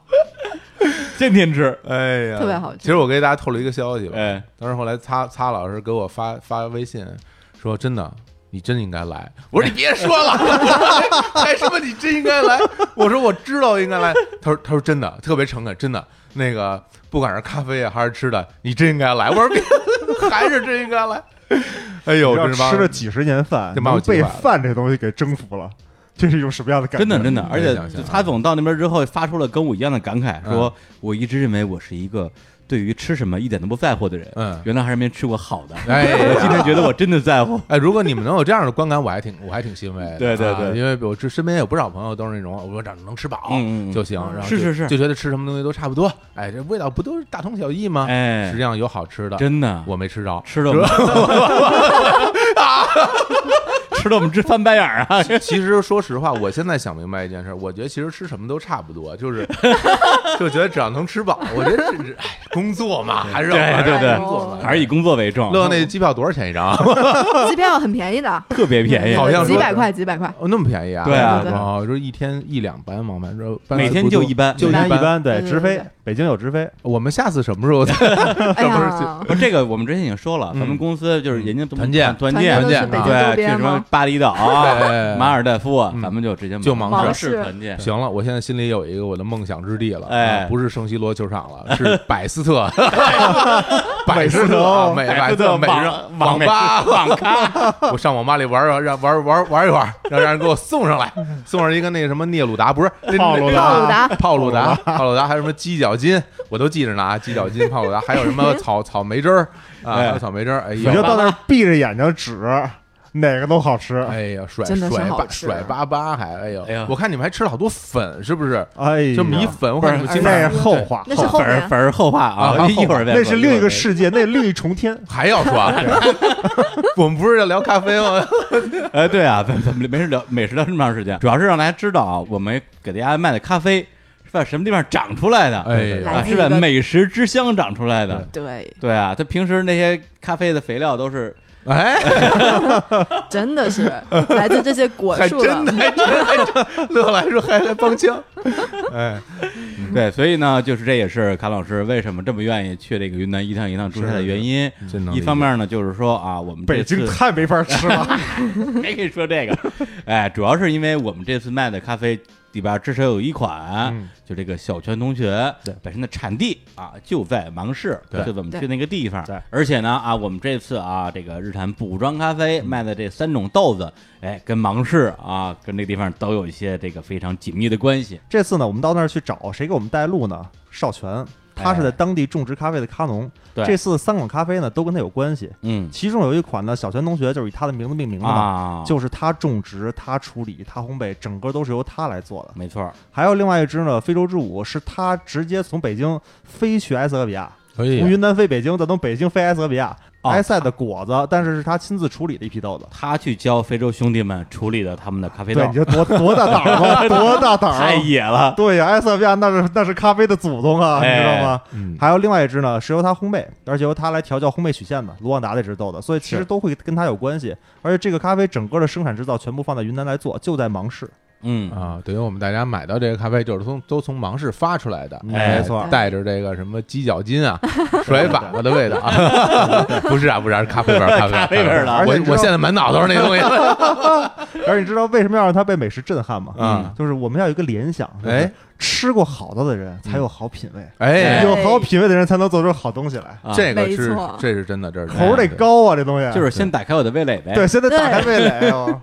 天天吃，
哎呀，
特别好吃
其实我给大家透露一个消息吧，
哎，
当时后来擦擦老师给我发发微信说，真的。你真应该来！我说你别说了， 还什么你真应该来？我说我知道应该来。他说他说真的，特别诚恳，真的。那个不管是咖啡啊还是吃的，你真应该来。我说别， 还是真应该来。哎呦，
要
真是把我
吃了几十年饭，
这把我
能
急坏
被
了
饭这东西给征服了， 这是一种什么样的感觉？
真的真的，而且
想象啊嗯
擦总到那边之后发出了跟我一样的感慨，说我一直认为我是一个对于吃什么一点都不在乎的人，
嗯
原来还是没吃过好的，
哎呀，
我今天觉得我真的在乎，
哎，如果你们能有这样的观感，我还挺我还挺欣慰的。
对对
啊
对
因为我这身边有不少朋友都是那种，我说长能吃饱
嗯嗯嗯
就行，然后
是
就是
是
就觉得吃什么东西都差不多，哎，这味道不都是大同小异吗？
哎
实际上有好吃的，
真的，
我没 吃着。
吃的 我们吃的我们直翻白眼儿啊，
其实说实话，我现在想明白一件事，我觉得其实吃什么都差不多，就是 就觉得只要能吃饱，我觉得是哎工作嘛，还是要
对
还是要
对对
工作嘛。
还是以工作为重，
乐那机票多少钱一 张？
机票很便宜的，
特别便宜，
好像
几
说
百块，几百块。
哦，那么便宜啊？
对啊
对
哦，说一天一两班往返，说班
每天就一班
就
一
一
般
班
一般，对，
对
直
对对
飞北京有直飞，
我们下次什么时候再
哎
不是
呀，
不是这个，我们之前已经说了，
嗯
咱们公司就是人家都
团建
团
团
建，啊
都是
团建
北京周
对，去
边
什么
吗？
巴厘岛啊、
哎
马尔代夫啊，
嗯
咱们就直接
就忙
忙
事
事团建。
行了，我现在心里有一个我的梦想之地了，
哎
啊不是圣西罗球场了，是百斯特，百斯特
城
啊美
百
百
斯
斯
特
特美
网
上
网
网吧，
网咖，
我上网吧里玩玩让玩玩玩一玩，让让人给我送上来，送上一个那个什么聂鲁达，不是那
泡鲁达
泡鲁 达
泡鲁达，泡鲁达，还有什么鸡脚筋，我都记着呢啊，鸡脚筋、泡鲁达，还有什么草草莓汁儿啊，
哎
还有草莓汁儿，哎
你
呦
就。到那儿闭着眼睛指，哪个都好吃。
哎呀，甩
真的是
甩
好
巴
吃
甩巴巴还，哎呦
哎呀！
我看你们还吃了好多粉，是不是？啊
哎呀，
就米粉，我
不是
看你们
哎
经
那
常
是后话，
那是后
粉儿
面
粉儿后话啊，
啊
一会儿再说
那是另一个。世界，那另一重天。
还要说啊，我们不是要聊咖啡吗？
哎，对啊，咱咱们没事聊美食聊这么长时间，主要是让大家知道啊，我们给大家卖的咖啡是在什么地方长出来的，
哎
啊
来自
是在
一个
美食之乡长出来的。
对，
对啊，他平时那些咖啡的肥料都是
哎，
真 的是来自这些果
哎还
树
真的，
的。
还真的，还真乐来说还还帮腔，哎，
对，所以呢，就是这也是卡老师为什么这么愿意去这个云南一趟一趟出差的原因。
真能
一
理
方
解
面呢，就是说啊，我们这
北京
次
太没法吃了，
没跟你说这个，哎，主要是因为我们这次卖的咖啡里边至少有一款，
嗯
就这个小泉同学
对
本身的产地啊就在芒市，
对
就我们
对
去那个地方
对。
而且呢啊，我们这次啊这个日产补装咖啡卖的这三种豆子，哎，跟芒市啊跟这个地方都有一些这个非常紧密的关系。
这次呢，我们到那儿去找谁给我们带路呢？少泉，他是在当地种植咖啡的咖农。
哎对
这次三款咖啡呢都跟他有关系，
嗯
其中有一款呢，小泉同学就是以他的名字命名的嘛，
啊，
就是他种植、他处理、他烘焙，整个都是由他来做的。
没错儿，
还有另外一支呢，非洲之舞是他直接从北京飞去埃塞俄比亚，
可
从云南飞北京，再从北京飞埃塞俄比亚。
哦
埃塞的果子，但是是他亲自处理的一批豆子。
他去教非洲兄弟们处理的他们的咖啡
对，
豆
你，这多多大胆儿吗？多大胆 儿
太
啊！
野了，
对呀，埃塞俄比亚那是那是咖啡的祖宗啊，你知道吗？
嗯，
还有另外一支呢，是由他烘焙，而且由他来调教烘焙曲线的卢旺达那支豆的，所以其
是
实都会跟他有关系。而且这个咖啡整个的生产制造全部放在云南来做，就在芒市。
嗯
啊，等于我们大家买到这个咖啡，就是从都从芒市发出来的，
哎
没错
对，
带着这个什么鸡脚筋啊、甩粑粑的味道啊， 不是啊，不是啊，是咖啡味儿，咖啡味
咖
儿，
啡味儿的
咖
而且
我
你知道
我现在满脑都是那东西了，
而且你知道为什么要让他被美食震撼吗？
嗯
就是我们要有一个联想，就是
哎
吃过好的的人才有好品味，
哎
对
有好品味的人才能做出好东西来，
啊
这个
没
是
错
这是真的，这是真的
口儿得高啊，这东西
就是先打开我的味蕾呗，
对，现在打开味蕾，哎呦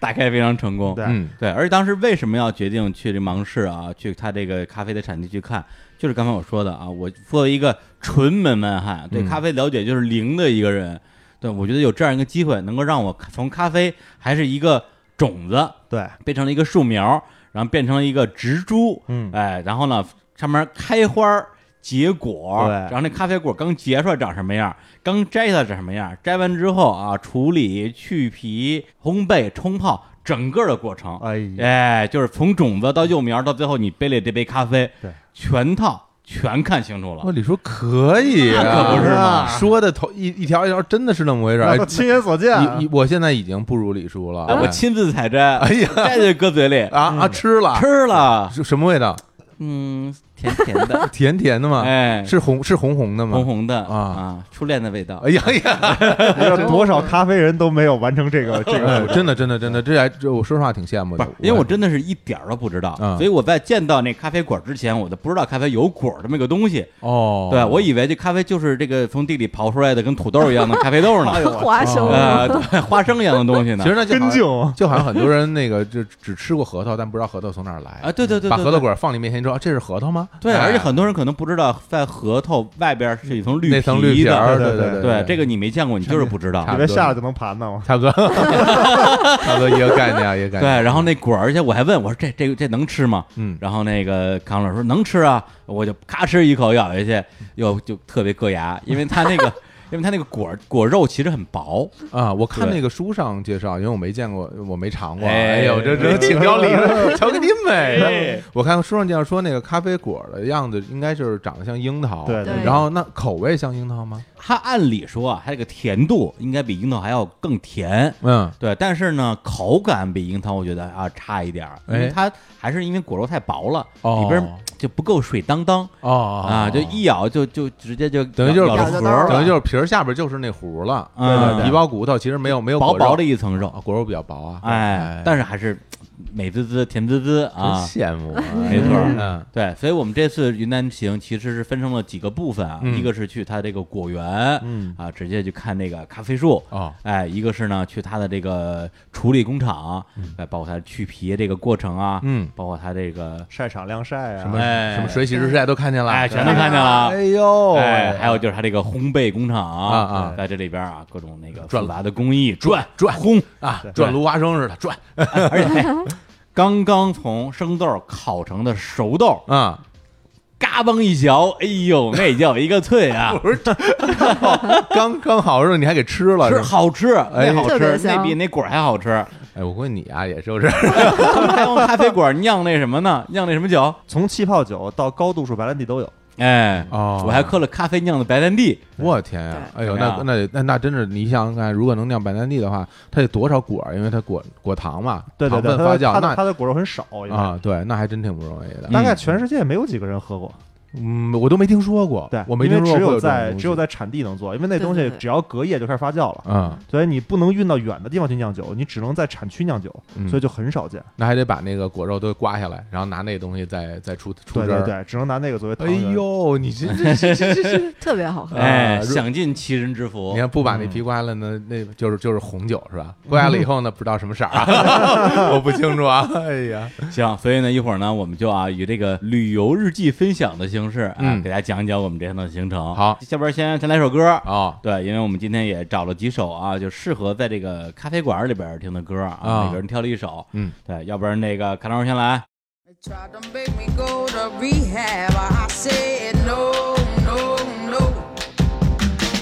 打开非常成功。
对
嗯，
对，而且当时为什么要决定去这芒市啊，去他这个咖啡的产地去看，就是刚才我说的啊，我作为一个纯门外汉，对
嗯
咖啡了解就是零的一个人，对我觉得有这样一个机会，能够让我从咖啡还是一个种子
对，
变成了一个树苗，然后变成了一个植株，
嗯，
哎，然后呢，上面开花儿结果，
对
然后那咖啡果刚结出来长什么样，刚摘下来长什么样，摘完之后啊，处理、去皮、烘焙、冲泡，整个的过程，
哎
嗯
呀，
哎，就是从种子到幼苗，到最后你杯里这杯咖啡，
对，
全套全看清楚
我
了。
李叔可以啊，
那可不是嘛
说的头一一条一条，真的是那么回事儿。
让
哎
我 亲眼所见，啊
你你我现在已经不如李叔了，
哎我亲自采摘，
哎呀
摘就搁嘴里
啊啊吃了，
吃了，
是什么味道？，
嗯，甜甜的
甜甜的吗？
哎，
是红是红红的吗？
红。红的
啊
啊，初恋的味道
哎。呀哎呀，
你知道多少咖啡人都没有完成这个这
哎
个
呦，真的真的真的，这还这我说实话挺羡慕
不
的
是，，因为我真的是一点儿都不知道，
嗯
所以我在见到那咖啡果之前，我都不知道咖啡有果这么一个东西。
哦，
对我以为这咖啡就是这个从地里刨出来的，跟土豆一样的咖啡豆呢，
花 生
哎
啊
呃，对花生一样的东西呢
其。实那就
根
好像
茎，
就好像很多人那个就只吃过核桃，但不知道核桃从哪儿
啊，
来。
对对对，
把
对
核桃果放你面前之后，啊这是核桃吗？
对，
哎
而且很多人可能不知道，在核桃外边是一层绿
那层绿嗯
皮
皮儿，
对对
对
对，这个你没见过，你就是不知道
差。不
以
多
为下来就能盘呢，我
差不多，差不多一个概念，一个
对，
概念。
然后那果儿，而且我还问我说这这这能吃吗？
嗯，
然后那个康老师说能吃啊，我就咔吃一口咬下去，又就特别硌牙，因为他那个因为它那个果果肉其实很薄，
啊，我看
对
那个书上介绍，因为我没见过，我没尝过。
哎
哎呦，这这挺要理的， 瞧给你美。啊我看书上介绍说，那个咖啡果的样子应该就是长得像樱桃，
对对
对
然后那口味像樱桃吗？
它按理说啊，它这个甜度应该比樱桃还要更甜，
嗯，
对，但是呢，口感比樱桃我觉得啊差一点儿，因为
哎
它还是因为果肉太薄了，
哦
里边儿就不够水当当
哦
啊，就一咬就就直接就
等于就是
咬
咬
着
着
核
刀
儿
了
等于就是皮儿下边就是那核了，
嗯对对对
皮包骨头其实没有没有
薄
果肉
薄的一层肉，
啊，果肉比较薄啊，
哎，但是还是美滋滋、甜滋滋
真
啊。
羡慕啊，
没错
嗯
对，所以我们这次云南行其实是分成了几个部分啊，
嗯
一个是去它这个果园，
嗯
啊，直接去看那个咖啡树，
哦，
哎，一个是呢去它的这个处理工厂，哎，包括它去皮这个过程啊，
嗯
包括它这个
晒场晾晒啊，
什么
哎
什么水洗日晒都看见了，
哎，全都看见了。
哎
哦
呦，
哎，还有就是它这个烘焙工厂啊
啊啊
在这里边啊，各种那个
转
复杂的工艺转
转
烘，
啊，转芦花生似的转
而且嘿刚刚从生豆烤成的熟豆，
啊。
嘎嘣一嚼，哎呦，那叫一个脆啊！
不是，刚刚好时候你还给吃了，
是
吧
好吃，那好吃
特别，
那
香
比那果儿还好吃。
哎，我估计你啊也就是，
他们还用咖啡馆酿那什么呢？酿那什么酒？
从气泡酒到高度数白兰地都有。
哎，
哦
我还喝了咖啡酿的白兰地，
我天呀，哎呦，
怎么样
那那
啊
得那那真是，你想想看，如果能酿白兰地的话，它得多少果儿？因为它果果糖嘛，
对对对，
糖分发
它的它
酵，
的
那
它的果肉很少，应该
啊，对，那还真挺不容易的
嗯。
大概全世界也没有几个人喝过。
嗯，我都没听说过，
对，
我没
因
听说
为
过
只
有这
有
种
在
东西
只有在产地能做，因为那
对
东西
对对
只要隔夜就开始发酵了，
嗯，
所以你不能运到远的地方去酿酒，你只能在产区酿酒，
嗯
所以就很少见。
那还得把那个果肉都刮下来，然后拿那东西再再出出
对
汁
对
儿。
对，只能拿那个作为汤
哎
圆。
呦，你这这这这这这，
特别好喝。
哎，
啊如
享尽其人之福
你。看不把那皮刮了呢，那就是就是红酒是吧？刮了以后呢，不知道什么色儿啊， 我不清楚啊。嗯哎呀，
行，所以呢，一会儿呢，我们就啊以这个旅游日记分享的形式啊
嗯，
给大家讲一讲我们这趟的行程。
好
下边先先来首歌。
哦，
对，因为我们今天也找了几首啊，就适合在这个咖啡馆里边听的歌啊，
啊
每个人挑了一首。
嗯，
对，要不然那个卡老师先来。
They tried to make me go to rehab. I said no, no, no.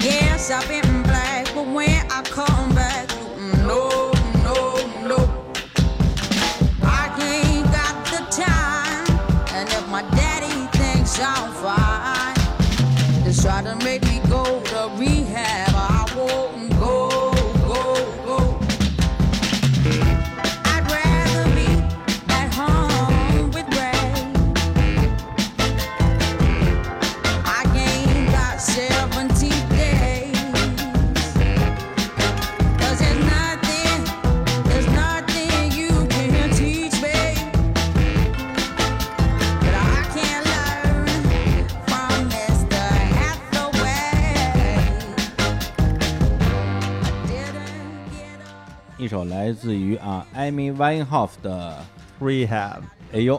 Yes, I've been black, but when I come back, no, no, no. I ain't got the time, and if my daddy thinks I'm fine, they try to make me go to rehab. I won't go, go, go. I'd rather be at home with Ray. I gained about 17 days. 'Cause there's nothing, there's nothing you can teach me. But I can learn from Mr. Hathaway. I didn't get on.
一首来自于啊 Amy Winehouse 的
Rehab，
《哎呦》，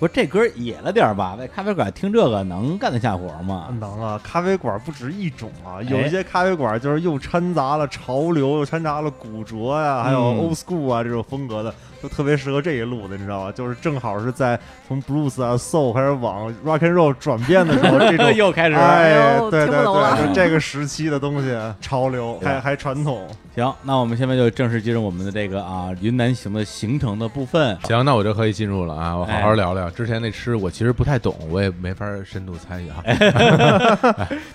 不是这歌野了点儿吧？在咖啡馆听这个能干得下活吗？
能啊！咖啡馆不止一种啊，有一些咖啡馆就是又掺杂了潮流，又掺杂了古着呀、还有
嗯
old school 啊这种风格的，都特别适合这一路的，你知道吧？就是正好是在从 blues 啊 soul 开始往 rock and roll 转变的时候，这 种
嗯又开始了
哎
哎，呦
对
听
对
不懂
对，
了
就这个时期的东 西，潮流还还传统，
行，那我们现在就正式进入我们的这个啊云南行的行程的部分。
行，那我就可以进入了啊！我好
哎
好聊聊、之前那吃，我其实不太懂，我也没法深度参与啊。
哎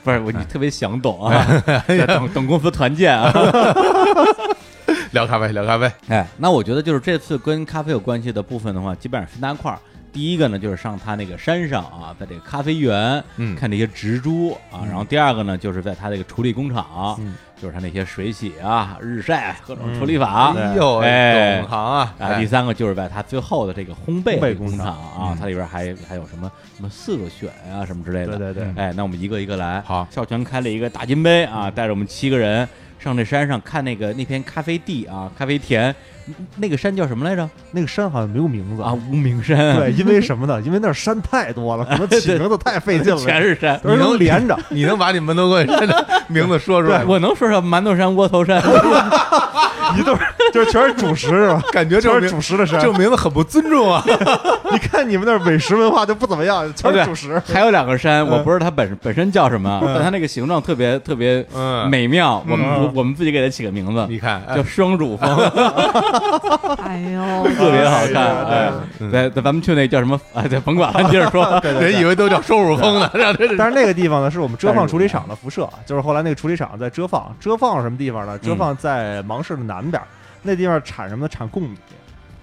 不是我，你特别想懂啊， 等等公司团建啊。
聊咖啡，聊咖啡，
哎，那我觉得就是这次跟咖啡有关系的部分的话，基本上分三块儿。第一个呢，就是上它那个山上啊，在这个咖啡园，
嗯
看这些植株啊。然后第二个呢，就是在它这个处理工厂，
嗯
就是它那些水洗啊、日晒各种处理法。
嗯
哎呦，
哎
懂行啊！
啊，
哎
第三个就是在它最后的这个烘焙
烘焙
工
工
厂
厂
啊，
嗯
它里边还还有什么什么色选啊什么之类的。
对对对
哎，那我们一个一个来。
好
孝全开了一个大金杯啊，带着我们七个人上这山上看那个那片咖啡地啊，咖啡田那个山叫什么来着？
那个山好像没有名字
啊，，无名山，
对，因为什么呢？因为那儿山太多了，可 能起名字太费劲
啊全
了，
是山。
而且都连 着。
你能把你门头沟山 的名字说出来吗？
我能说上馒头山、窝头山，
一对儿就是全是主食是吧？
感觉这
全
个
是
名
主食的山
这。个名字很不尊重啊！
你看你们那儿美食文化就不怎么样，全是主食。
还有两个山，我不知道它本本身叫什么，但它那个形状特别特别
嗯
美妙。我们
嗯
我我们自己给它起个名字
你，看，哎
叫双主峰，
哎呦，
特别好
啊哎呀
看。哎
对，
咱咱们去那叫什么？哎，对，甭管 了，接着说。
嗯人以为都叫收乳峰呢，让这
但是那个地方呢，是我们遮放处理厂的辐射，啊就是后来那个处理厂在遮放，遮放是什么地方呢？遮放在芒市的南边儿，那地方产什么呢？产贡米，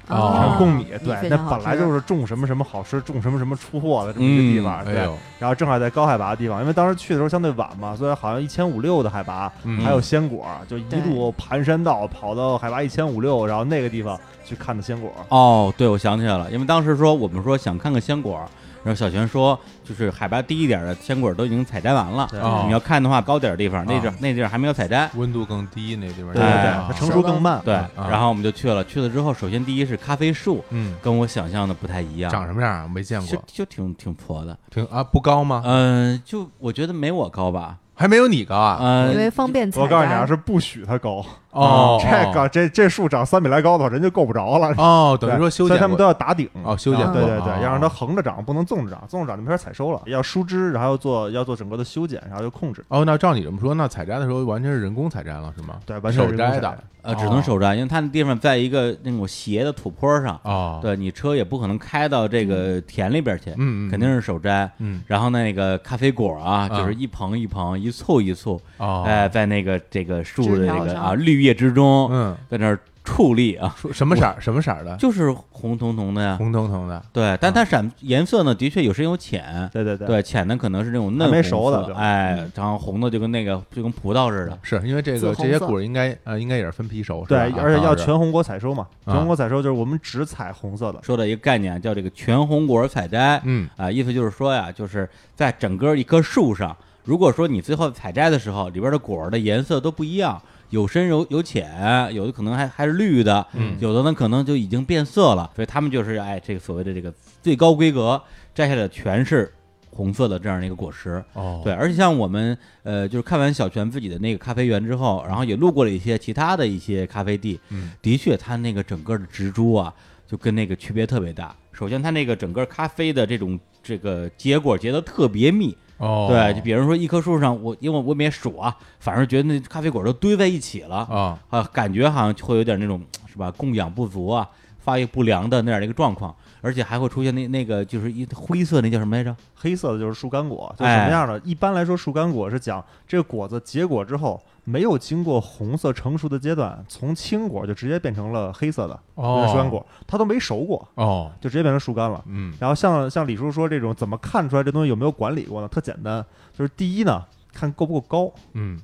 哦
产
啊
贡米。
米
对，
非
那
常好
本来
吃
就是种什么什么好吃，种什么什么出货的这么一个地方。
哎
对，
呦，
然后正好在高海拔的地方，因为当时去的时候相对晚嘛，所以好像一千五六的海拔，
嗯
还有鲜果，就一
对
路盘山道跑到海拔一千五六，然后那个地方去看的鲜果。
哦，对，我想起来了，因为当时说我们说想看看鲜果，然后小泉说就是海拔低一点的鲜果都已经采摘完了，
对
哦
你要看的话高点的地方，那地儿
啊
那地儿还没有采摘。
温度更低那地方，
对对
哎
对，
啊
它成熟更慢。
对，然后我们就去了，去了之后，首先第一是咖啡树，
嗯，
跟我想象的不太一样，
长什么样啊？没见
就
过，
就挺挺矬的，
挺啊，不高吗？
嗯、就我觉得没我高吧，
还没有你高啊？
嗯、
因为方便采摘。
我告诉你啊，是不许它高。啊
哦，
这个这这树长三米来高的话，人就够不着了。
哦，
对
等于说修
所以
剪
他们都
过
要打顶。
哦，修剪
啊
过，
对对
哦
对，要让它横着长，不能纵着长，纵着长就没法采收了。要疏枝，然后要做要做整个的修剪，然后就控制。
哦，那照你这么说，那采摘的时候完全是人工采摘了，是吗？
对，完全
手
是
摘
摘
的。
呃，只能手摘，因为它那地方在一个那种斜的土坡上，
哦，，
对你车也不可能开到这个田里边去，
嗯嗯
肯定是手摘。
嗯，
然后呢，那个咖啡果啊，
啊
就是一捧一捧，一簇一簇，
哦，
哎，在那个这个树的
枝
这
条
个
上
啊绿叶之中，
嗯，
在那儿矗立啊，
说什么色儿？什么色儿的？
就是啊红彤彤的呀。
红彤彤的，
对，但它闪颜色呢，的确有深有浅。
对嗯对对
对，浅的可能是那种嫩
还
红
没
色，
熟的就是嗯
哎，然后红的就跟那个就跟葡萄似的。
是因为这
紫
个这
红
些
色
果儿应该呃应该也是分批熟，是
对
吧，
而且
啊
要。全红果采收嘛，
啊
全红果采收就是我们只采红色的。
说的一个概念啊叫这个全红果采摘，
嗯
啊、意思就是说呀，就是在整个一棵树上，如果说你最后采摘的时候，里边的果儿的颜色都不一样，有深有有浅，有的可能还还是绿的，
嗯
有的呢可能就已经变色了，所以他们就是哎，这个所谓的这个最高规格摘下来的全是红色的这样的一个果实。
哦，
对，而且像我们呃，就是看完小泉自己的那个咖啡园之后，然后也路过了一些其他的一些咖啡地，
嗯，
的确，它那个整个的植株啊，就跟那个区别特别大。首先，它那个整个咖啡的这种这个结果结的特别密，
哦，
对，就比如说一棵树上，我因为我也没数啊，反正觉得那咖啡果都堆在一起了，
啊，
啊，感觉好像会有点那种是吧，供氧不足啊，发育不良的那样的一个状况，而且还会出现那那个就是一灰色那叫什么来
嗯
着？
黑色的就是树干
哎
果，就是什么样的？一般来说，树干果是讲这个果子结果之后，没有经过红色成熟的阶段，从青果就直接变成了黑色的，
哦
就是树干果，它都没熟过，
哦，
就直接变成树干了。
嗯，
然后像像李叔说这种，怎么看出来这东西有没有管理过呢？特简单，就是第一呢，看够不够高。
嗯，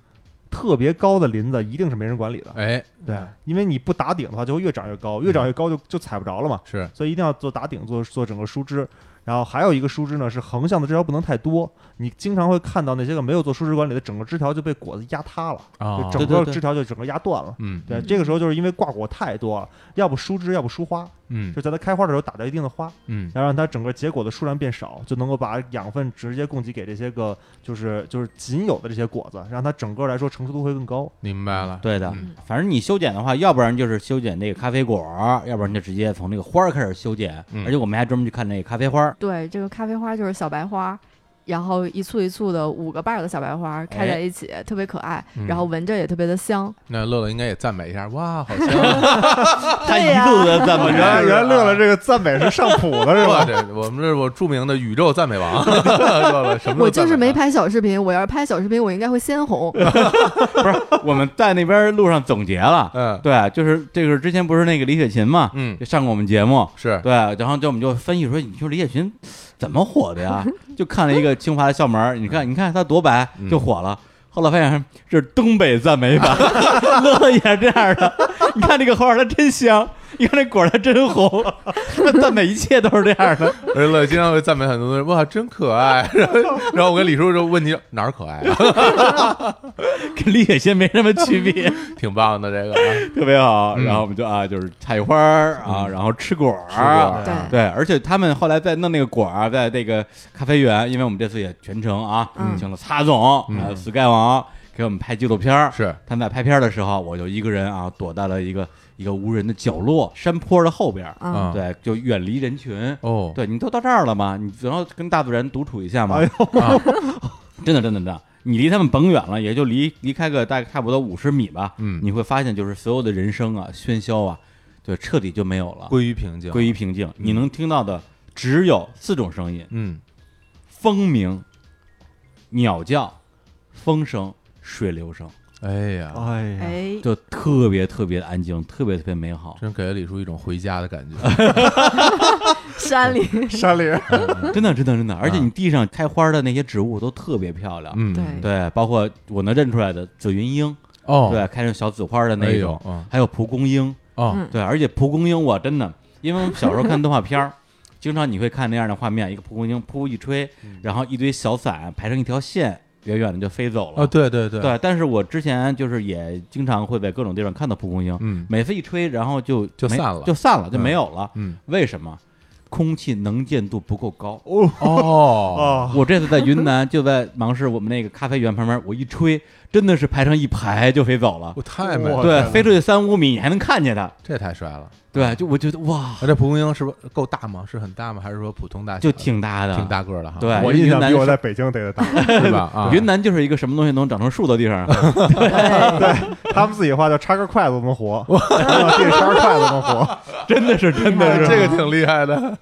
特别高的林子一定是没人管理的，
哎，
对，因为你不打顶的话，就会越长越高，越长越高就就踩不着了嘛。
是，
所以一定要做打顶，做做整个树枝。然后还有一个树枝呢，是横向的枝条不能太多。你经常会看到那些个没有做树枝管理的，整个枝条就被果子压塌了，
哦
就，整
对对
个
对
枝条就整个压断了。
嗯
对
嗯
这个时候就是因为挂果太多了，要不疏枝，要不疏花，
嗯
就在它开花的时候打掉一定的花，
嗯，
然后让它整个结果的数量变少，就能够把养分直接供给给这些个就是就是仅有的这些果子，让它整个来说成熟度会更高。
明白了，
对的，
嗯
反正你修剪的话，要不然就是修剪那个咖啡果儿，要不然就直接从那个花儿开始修剪。
嗯
而且我们还专门去看那个咖啡花儿，
对，这个咖啡花就是小白花，然后一簇一簇的五个瓣儿的小白花开在一起，
哎
特别可爱，
嗯
然后闻着也特别的香。
那乐乐应该也赞美一下，哇，好香！啊
他
对呀
一肚子赞美
哦原
人
是啊
来原来乐乐这个赞美是上谱的是
哇
吧？
对，我们这是我著名的宇宙赞美王， 乐乐什么都
我就是
赞美
没
他，
拍小视频，我要是拍小视频，我应该会 先红。
不是我们在那边路上总结 了，
嗯
对，啊就是这个之前不是那个李雪琴嘛，
嗯
就上过我们节目，
是，
对，然后就我们就分析说，你说李雪琴怎么火的呀？就看了一个清华的校门儿，你看你看她多白
嗯
就火了。后来发现 这是东北赞美法，乐乐也是这样的。你看这个花儿，它真香。你看这果儿它真红，它赞美一切都是这样的。
而乐经常会赞美很多人，哇，真可爱。 然后，然后我跟李叔就问你哪儿可爱、啊，
跟李雪仙没什么区别，
挺棒的这个、啊。
特别好。
嗯
然后我们就啊，就是采花儿啊，然后吃果
吃果
儿啊
儿。
哎
对
对，而且他们后来在弄那个果儿啊，在那个咖啡园，因为我们这次也全程啊，
嗯
请了擦总、
嗯
还有 Sky 王给我们拍纪录片儿。
啊是
他们在拍片儿的时候，我就一个人啊，躲在了一个一个无人的角落，山坡的后边儿。
嗯
啊，
对，就远离人群。
哦，
对，你都到这儿了嘛，你总要跟大自然独处一下嘛。
哎呦，
啊，
真的，真的，真的，你离他们甭远了，也就离离开个大概差不多五十米吧。
嗯
你会发现，就是所有的人声啊、喧嚣啊，对，彻底就没有了，
归于平静。
归于平静。你能听到的只有四种声音：
嗯，
风鸣、鸟叫、风声、水流声，
哎呀，
哎呀，
哎，
就特别特别的安静，特别特别美好。
真给了李叔一种回家的感觉。
山里，
山里
啊
真的，真的，真的，而且你地上开花的那些植物都特别漂亮。
嗯，
对
对，包括我能认出来的紫云英，
哦，
对，开成小紫花的
哎
那
呦
种，
嗯
还有蒲公英，
哦，
嗯
对，而且蒲公英我真的，因为我们小时候看动画片儿，经常你会看那样的画面，一个蒲公英噗一吹，
嗯
然后一堆小伞排成一条线，远远的就飞走了。
哦，对对对，
对但是我之前就是也经常会在各种地方看到蒲公英，
嗯
每次一吹，然后就
就
没
散了
就散了，就没
嗯
有了。
嗯，
为什么？空气能见度不够高。
哦，
啊，
我这次在云南，就在芒市我们那个咖啡园旁边，我一吹，真的是排成一排就飞走了
我。太美了，
哇
对，飞出去三五米，你还能看见它。
这太帅了。
对，就我觉得哇，
啊，这蒲公英是不是够大吗？是很大吗？还是说普通大小？
就挺大的，
挺。大个儿的哈。
对
我印象比
云南
我
是
在北京逮的大，
是吧？啊，
云南就是一个什么东西能长成树的地方，
他们自己话叫插根筷子都能 活，啊地上插根筷子能活，
真的是真
哎
的是。
这个挺厉害的。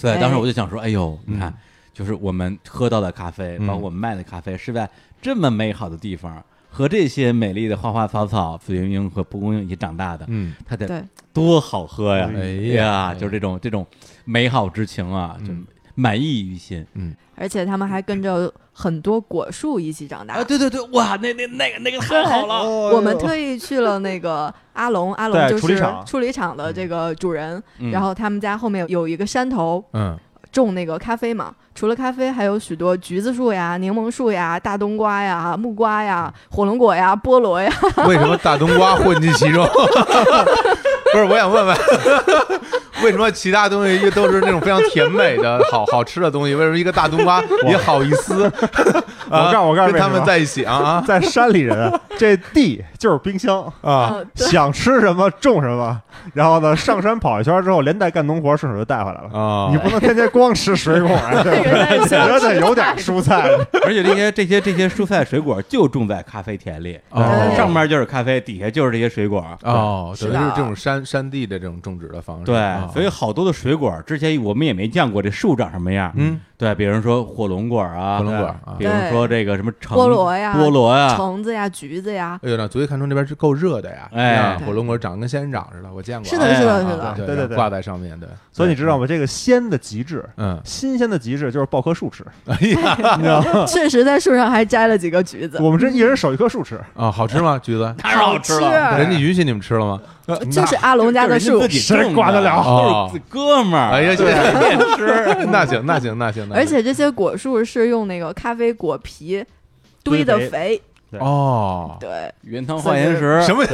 对，
哎
当时我就想说，哎呦，你看，就是我们喝到的咖啡，
嗯
包括我们卖的咖啡，是在这么美好的地方，和这些美丽的花花草草、紫云英和蒲公英一起长大的，
嗯，
它得
对
多好喝呀！
哎呀
呀，就是这种这种美好之情啊，就
嗯
满溢于心。
而且他们还跟着很多果树一起长
啊
大。
啊对对对，哇，那那那个那个太好了，
哦
我们特意去了那个阿龙，阿龙
哎对
就是
处理厂
处理厂的这个主人，
嗯
然后他们家后面有一个山头
嗯，
种那个咖啡嘛，除了咖啡，还有许多橘子树呀、柠檬树呀、大冬瓜呀、木瓜呀、火龙果呀、菠萝呀，
为什么大冬瓜混进其中？ 不是，我想问问，为什么其他东西又都是那种非常甜美的好好吃的东西？为什么一个大冬瓜也好意思？啊
我告诉我告诉
跟他们
为什么
在一起啊啊
在山里人，这地就是冰箱，
啊！
哦对
想吃什么种什么，然后呢上山跑一圈之后，连带干农活顺手就带回来了。
啊
你不能天天光吃水果啊，对不对？觉
人家想
得
吃
有点蔬菜，
而且这些这些这些蔬菜水果就种在咖啡田里，
哦
上面就是咖啡，底下就是这些水果。
哦，
是
等于
的
是这种山山地的这种种植的方式。
对
啊，
所以好多的水果之前我们也没见过这树长什么样。
嗯，
对，比如说火龙果啊，
火龙果
对
啊
比如说这个什么橙
菠萝呀
菠萝呀，
橙子呀、橘子呀，
哎呦，那足以看出那边是够热的呀！
哎
啊火龙果长得跟仙人掌似的，我见过啊。
是的，是
哎
的，
啊
是的，
对
对
对
挂在上面对。
所以你知道吗？这个鲜的极致，
嗯，
新鲜的极致就是抱棵树吃，
哎呀
你知道吗？
确实在树上还摘了几个橘子，
我们这一人手一棵树吃，
啊，好吃吗？橘子？
太好吃了，
好吃啊
人家允许你们吃了吗？
就是阿龙家
这
的
是人
树
家自。己种的
谁管得了
都是哥们儿，
哎呀，
对，
随便吃。 那行，那行，那行，那行
而且这些果树是用那个咖啡果皮堆的
堆肥
肥，
哦，
对，
原汤化岩石
什么 呀？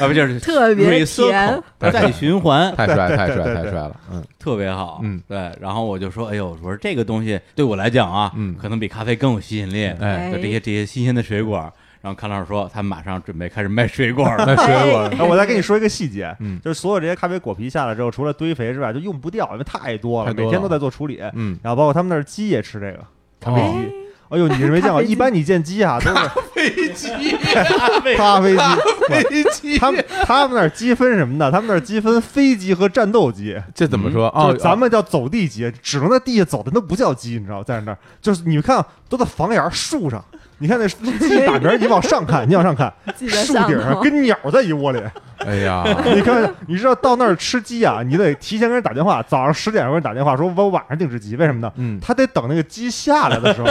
啊，不就是
特别甜
recycle，。再循环，
太帅，太帅，
对对
太帅了！嗯，
特别好，
嗯
对。然后我就说，哎呦，我说这个东西对我来讲啊，
嗯
可能比咖啡更有吸引力。
哎，
就这些这些新鲜的水果。然后康老师说，他们马上准备开始卖水果了。
那 水果
哎
哎，我再跟你说一个细节，
嗯
就是所有这些咖啡果皮下来之后，除了堆肥之外，就用不掉，因为太多
太多
了，
了
每天都在做处理。
嗯，
然后包括他们那儿鸡也吃这个咖啡
哦
鸡。哎呦，你是没见
咖
过，
啡鸡
一般你见鸡啊都是
飞机，
咖啡鸡。
飞机，
他们他们那儿鸡分什么呢？他们那儿鸡分飞鸡和战斗鸡，
这怎么说？
就
哦，
是咱们叫走地鸡，只能在地下走的，那不叫鸡，你知道吗？在那儿就是你们看都在房檐儿树上，你看那鸡打嗝，你往上看，你往上看，
记得
树
上
顶上
头。
跟鸟在一窝 里。
哎呀，
你看，你知道到那儿吃鸡啊，你得提前跟人打电话，早上十点跟人打电话说，我晚上订只鸡，为什么呢？
嗯，
他得等那个鸡下来的时候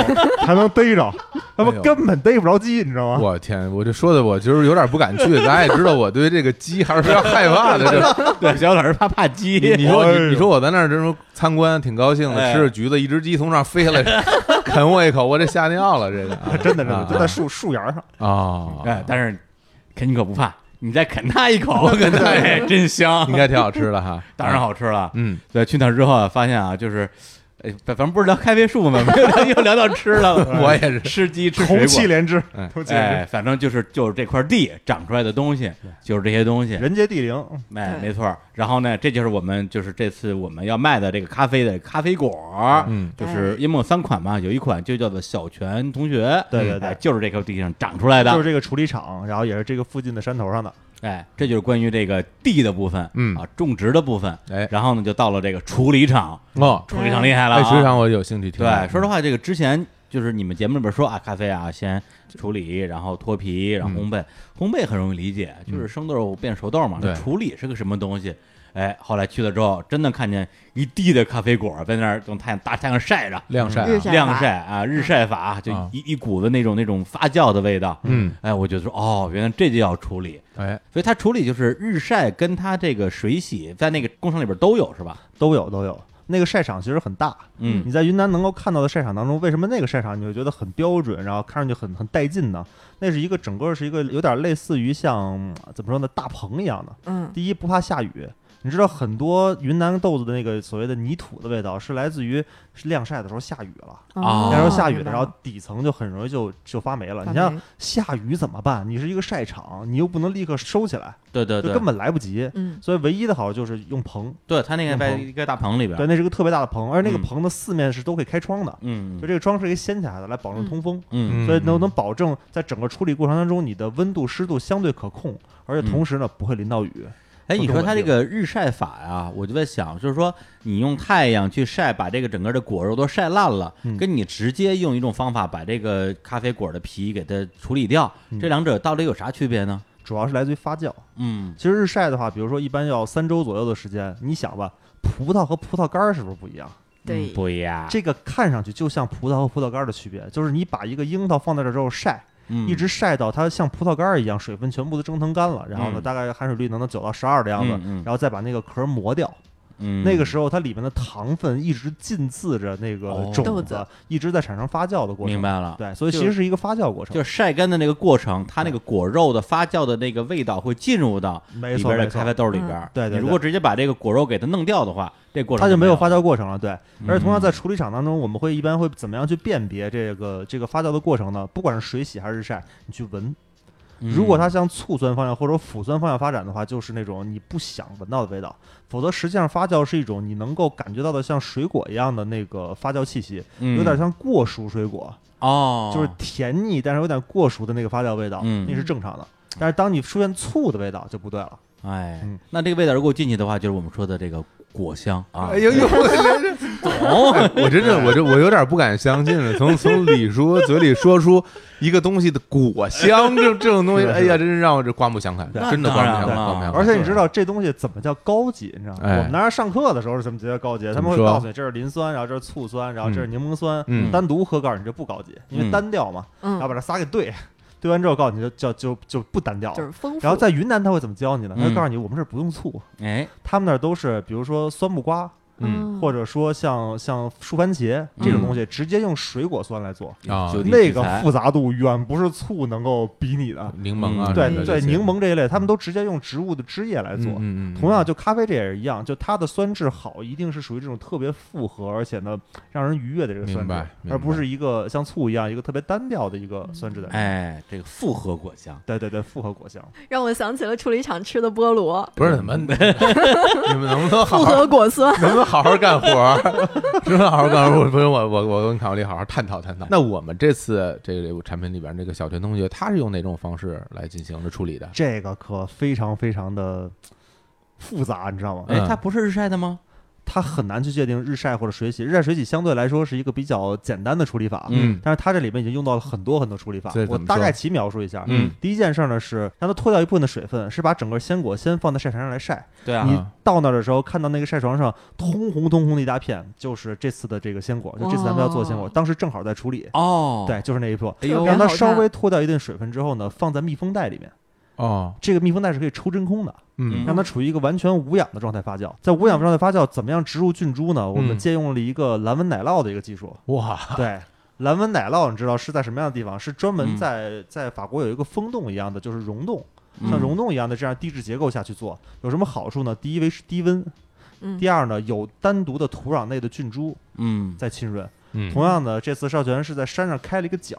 才能逮着，他
哎
们
呦
根本逮不着鸡，你知道吗？
我天，我这说的我就是有点不敢去，咱也知道我对这个鸡还是有点害怕的。这
对，小老师怕怕鸡，
你说
哎
你
呦
你说我在那儿这么参观，挺高兴的，
哎
吃着橘子，一只鸡从上飞下来啃我一口，我这吓尿了，这个啊
真的真的
啊
就在树树芽上，
啊，
哎，但是啃你可不怕，你再啃它一 口，我跟它哎真香
啊应，该挺好吃的哈，
当然，好吃了。
嗯，
对，去那儿之后啊，发现啊，就是，哎，反正不是聊咖啡 树嘛，又聊到吃的了，
我也是，
吃鸡吃
红
水
气
果。
连枝
哎，
红气连
哎，反正就是就是这块地长出来的东西，就是这些东西
枝，，人杰地灵，嗯
哎，
对
没错儿。然后呢，这就是我们就是这次我们要卖的这个咖啡的咖啡果儿，
嗯
就是一共有三款嘛，有一款就叫做小泉同学，
对对
哎
对，
就是这块地上长出来
就是
的。
这个处理厂，然后也是这个附近的山头上的，
哎，这就是关于这个地的部分，
嗯
啊，种植的部分。
哎
然后呢，就到了这个处理厂，
哦，
处理厂厉害了、
哎，
啊，
实际上我有兴趣听，啊
对，说实话，这个之前就是你们节目里边说啊，咖啡啊，先处理，然后脱皮，然后烘焙。烘焙很容易理解，就是生豆变熟豆嘛。
对
处理是个什么东西？哎，后来去了之后，真的看见一地的咖啡果在那儿用太阳大太阳晒着，
晾晒啊，
日晒法
晾晒啊，日晒法，就
嗯
啊
一一股子那种那种发酵的味道。
嗯，
哎，我觉得说哦，原来这就要处理。
哎，
所以它处理就是日晒跟它这个水洗，在那个工厂里边都有是吧？
都有都有。那个晒场其实很大，
嗯
你在云南能够看到的晒场当中，为什么那个晒场你会觉得很标准，然后看上去很很带劲呢？那是一个整个是一个有点类似于像嗯怎么说呢大棚一样的。
嗯，
第一不怕下雨，你知道很多云南豆子的那个所谓的泥土的味道是来自于是晾晒的时候下雨了，
啊
那时候下雨了，然
哦明白
后底层就很容易就就发霉了。
发
你
霉
像下雨怎么办？你是一个晒场，你又不能立刻收起来，
对对
就
对，
根本来不及。
嗯，
所以唯一的好就是用棚，
对它那个
用
在
棚
一个大棚里边
嗯对，，那是个特别大的棚，而那个
啊嗯
棚的四面是都可以开窗的，
嗯
就这个窗是一个掀起来的，来保证通风，
嗯
嗯
所以能能保证在整个处理过程当中，你的温度、湿度相对可控，而
嗯
且同时呢不会淋到雨。
哎，
不
你
是
说
稳
它这
定
个日晒法呀、我就在想，就是说你用太阳去晒，把这个整个的果肉都晒烂了，
嗯
跟你直接用一种方法把这个咖啡果的皮给它处理掉，
嗯
这两者到底有啥区别呢？
主要是来自于发酵。
嗯，
其实日晒的话，比如说一般要三周左右的时间，你想吧，葡萄和葡萄干儿是不是不一样？
对，
嗯不一样，
这个看上去就像葡萄和葡萄干儿的区别，就是你把一个樱桃放在这儿之后晒，
嗯
一直晒到它像葡萄干儿一样，水分全部都蒸腾干了，然后呢，
嗯
大概含水率能到九到十二的样子，
嗯嗯
然后再把那个壳儿磨掉。
嗯
那个时候它里面的糖分一直浸渍着那个
哦
豆
种
子
子，一直在产生发酵的过程。
明白了，
对，所以
就
其实是一个发酵过程。
就是晒干的那个过程，它那个果肉的发酵的那个味道会进入到
没
里
错
边的
没
咖
错嗯
啡，豆里边。
对对
你
对
如果直接把这个果肉给它弄掉的话，这过程
它就
没
没有发
了。
酵过程了。对，而且同样
嗯
在处理厂当中，我们会一般会怎么样去辨别这个这个发酵的过程呢？不管是水洗还是日晒，你去闻。
嗯
如果它向醋酸方向或者腐酸方向发展的话，就是那种你不想闻到的味道。否则，实际上发酵是一种你能够感觉到的像水果一样的那个发酵气息，
嗯
有点像过熟水果。
哦，
就是甜腻，但是有点过熟的那个发酵味道，
嗯
那是正常的。但是当你出现醋的味道就不对了，
哎
嗯，
那这个味道如果进去的话，就是我们说的这个果香啊。
哎呦呦，我
懂，
我真的我这我有点不敢相信了，从从李叔嘴里说出一个东西的果香，这这种东西，
是的
哎呀，真是让我这刮目相看，
对
真的刮目相
那当
看，
然了
刮目相看。
而且你知道这东西怎么叫高级？你知道吗？
哎
我们那儿上课的时候是怎么觉得高级？他
怎么
们会
说
告诉你这是磷酸，然后这是醋酸，然后这是柠檬酸。
嗯
单独喝告诉你这不高级，
嗯
因为单调嘛。
嗯
然后把这仨给兑，兑完之后告诉你就叫就就不单调
就
了。
是丰富。
然后在云南他会怎么教你呢？
嗯
他会告诉你我们这儿不用醋，
哎，
他们那儿都是比如说酸木瓜，
嗯
或者说像像树番茄这种东西，直接用水果酸来做。
啊
就地
那
取
个
材
复杂度远不是醋能够比拟的。
柠檬
嗯
啊，什
对
么的
对，
这些
柠檬这一类，他们都直接用植物的汁液来做。
嗯嗯嗯，
同样，就咖啡这也是一样，就它的酸质好，一定是属于这种特别复合，而且呢让人愉悦的这个酸
明白明
质，而不
白
是一个像醋一样一个特别单调的一个酸质的。
哎，这个复合果香，
对对对，复合果香，
让我想起了处理厂吃的菠萝，
不是你们，你 们能不能好
复
好
合果酸。
能不能好好干活儿？ 能不能好好干活儿？不是我，我我跟卡罗丽好好探讨探讨。那我们这次这个产品里边，这个小泉同学他是用哪种方式来进行的处理的？
这个可非常非常的复杂，你知道吗？
哎
嗯，
它不是日晒的吗？
它很难去界定日晒或者水洗。日晒水洗相对来说是一个比较简单的处理法，
嗯
但是它这里面已经用到了很多很多处理法
这。怎
我
么
大
说
概其描述一下，
嗯
第一件事儿呢是让它脱掉一部分的水分，是把整个鲜果先放在晒台上来晒。
对啊，
你到那儿的时候，看到那个晒床上通红通红的一大片，就是这次的这个鲜果，就这
哦
次咱们要做的鲜果，
哇
当时正好在处理，
哦，
对，就是那一步。
哎呦
特别
让它
好看
稍微脱掉一定水分之后呢，放在密封袋里面。
哦，
这个密封袋是可以抽真空的，
嗯
让它处于一个完全无氧的状态发酵。在无氧状态发酵，怎么样植入菌株呢？我们
嗯
借用了一个蓝纹奶酪的一个技术。
哇，
对，蓝纹奶酪你知道是在什么样的地方？是专
嗯
门在在法国有一个风洞一样的，就是溶洞，
嗯
像溶洞一样的这样地质结构下去做，有什么好处呢？第一为是低温，
嗯
第二呢有单独的土壤内的菌株
嗯
在浸润。
嗯
同样的，这次少泉是在山上开了一个角。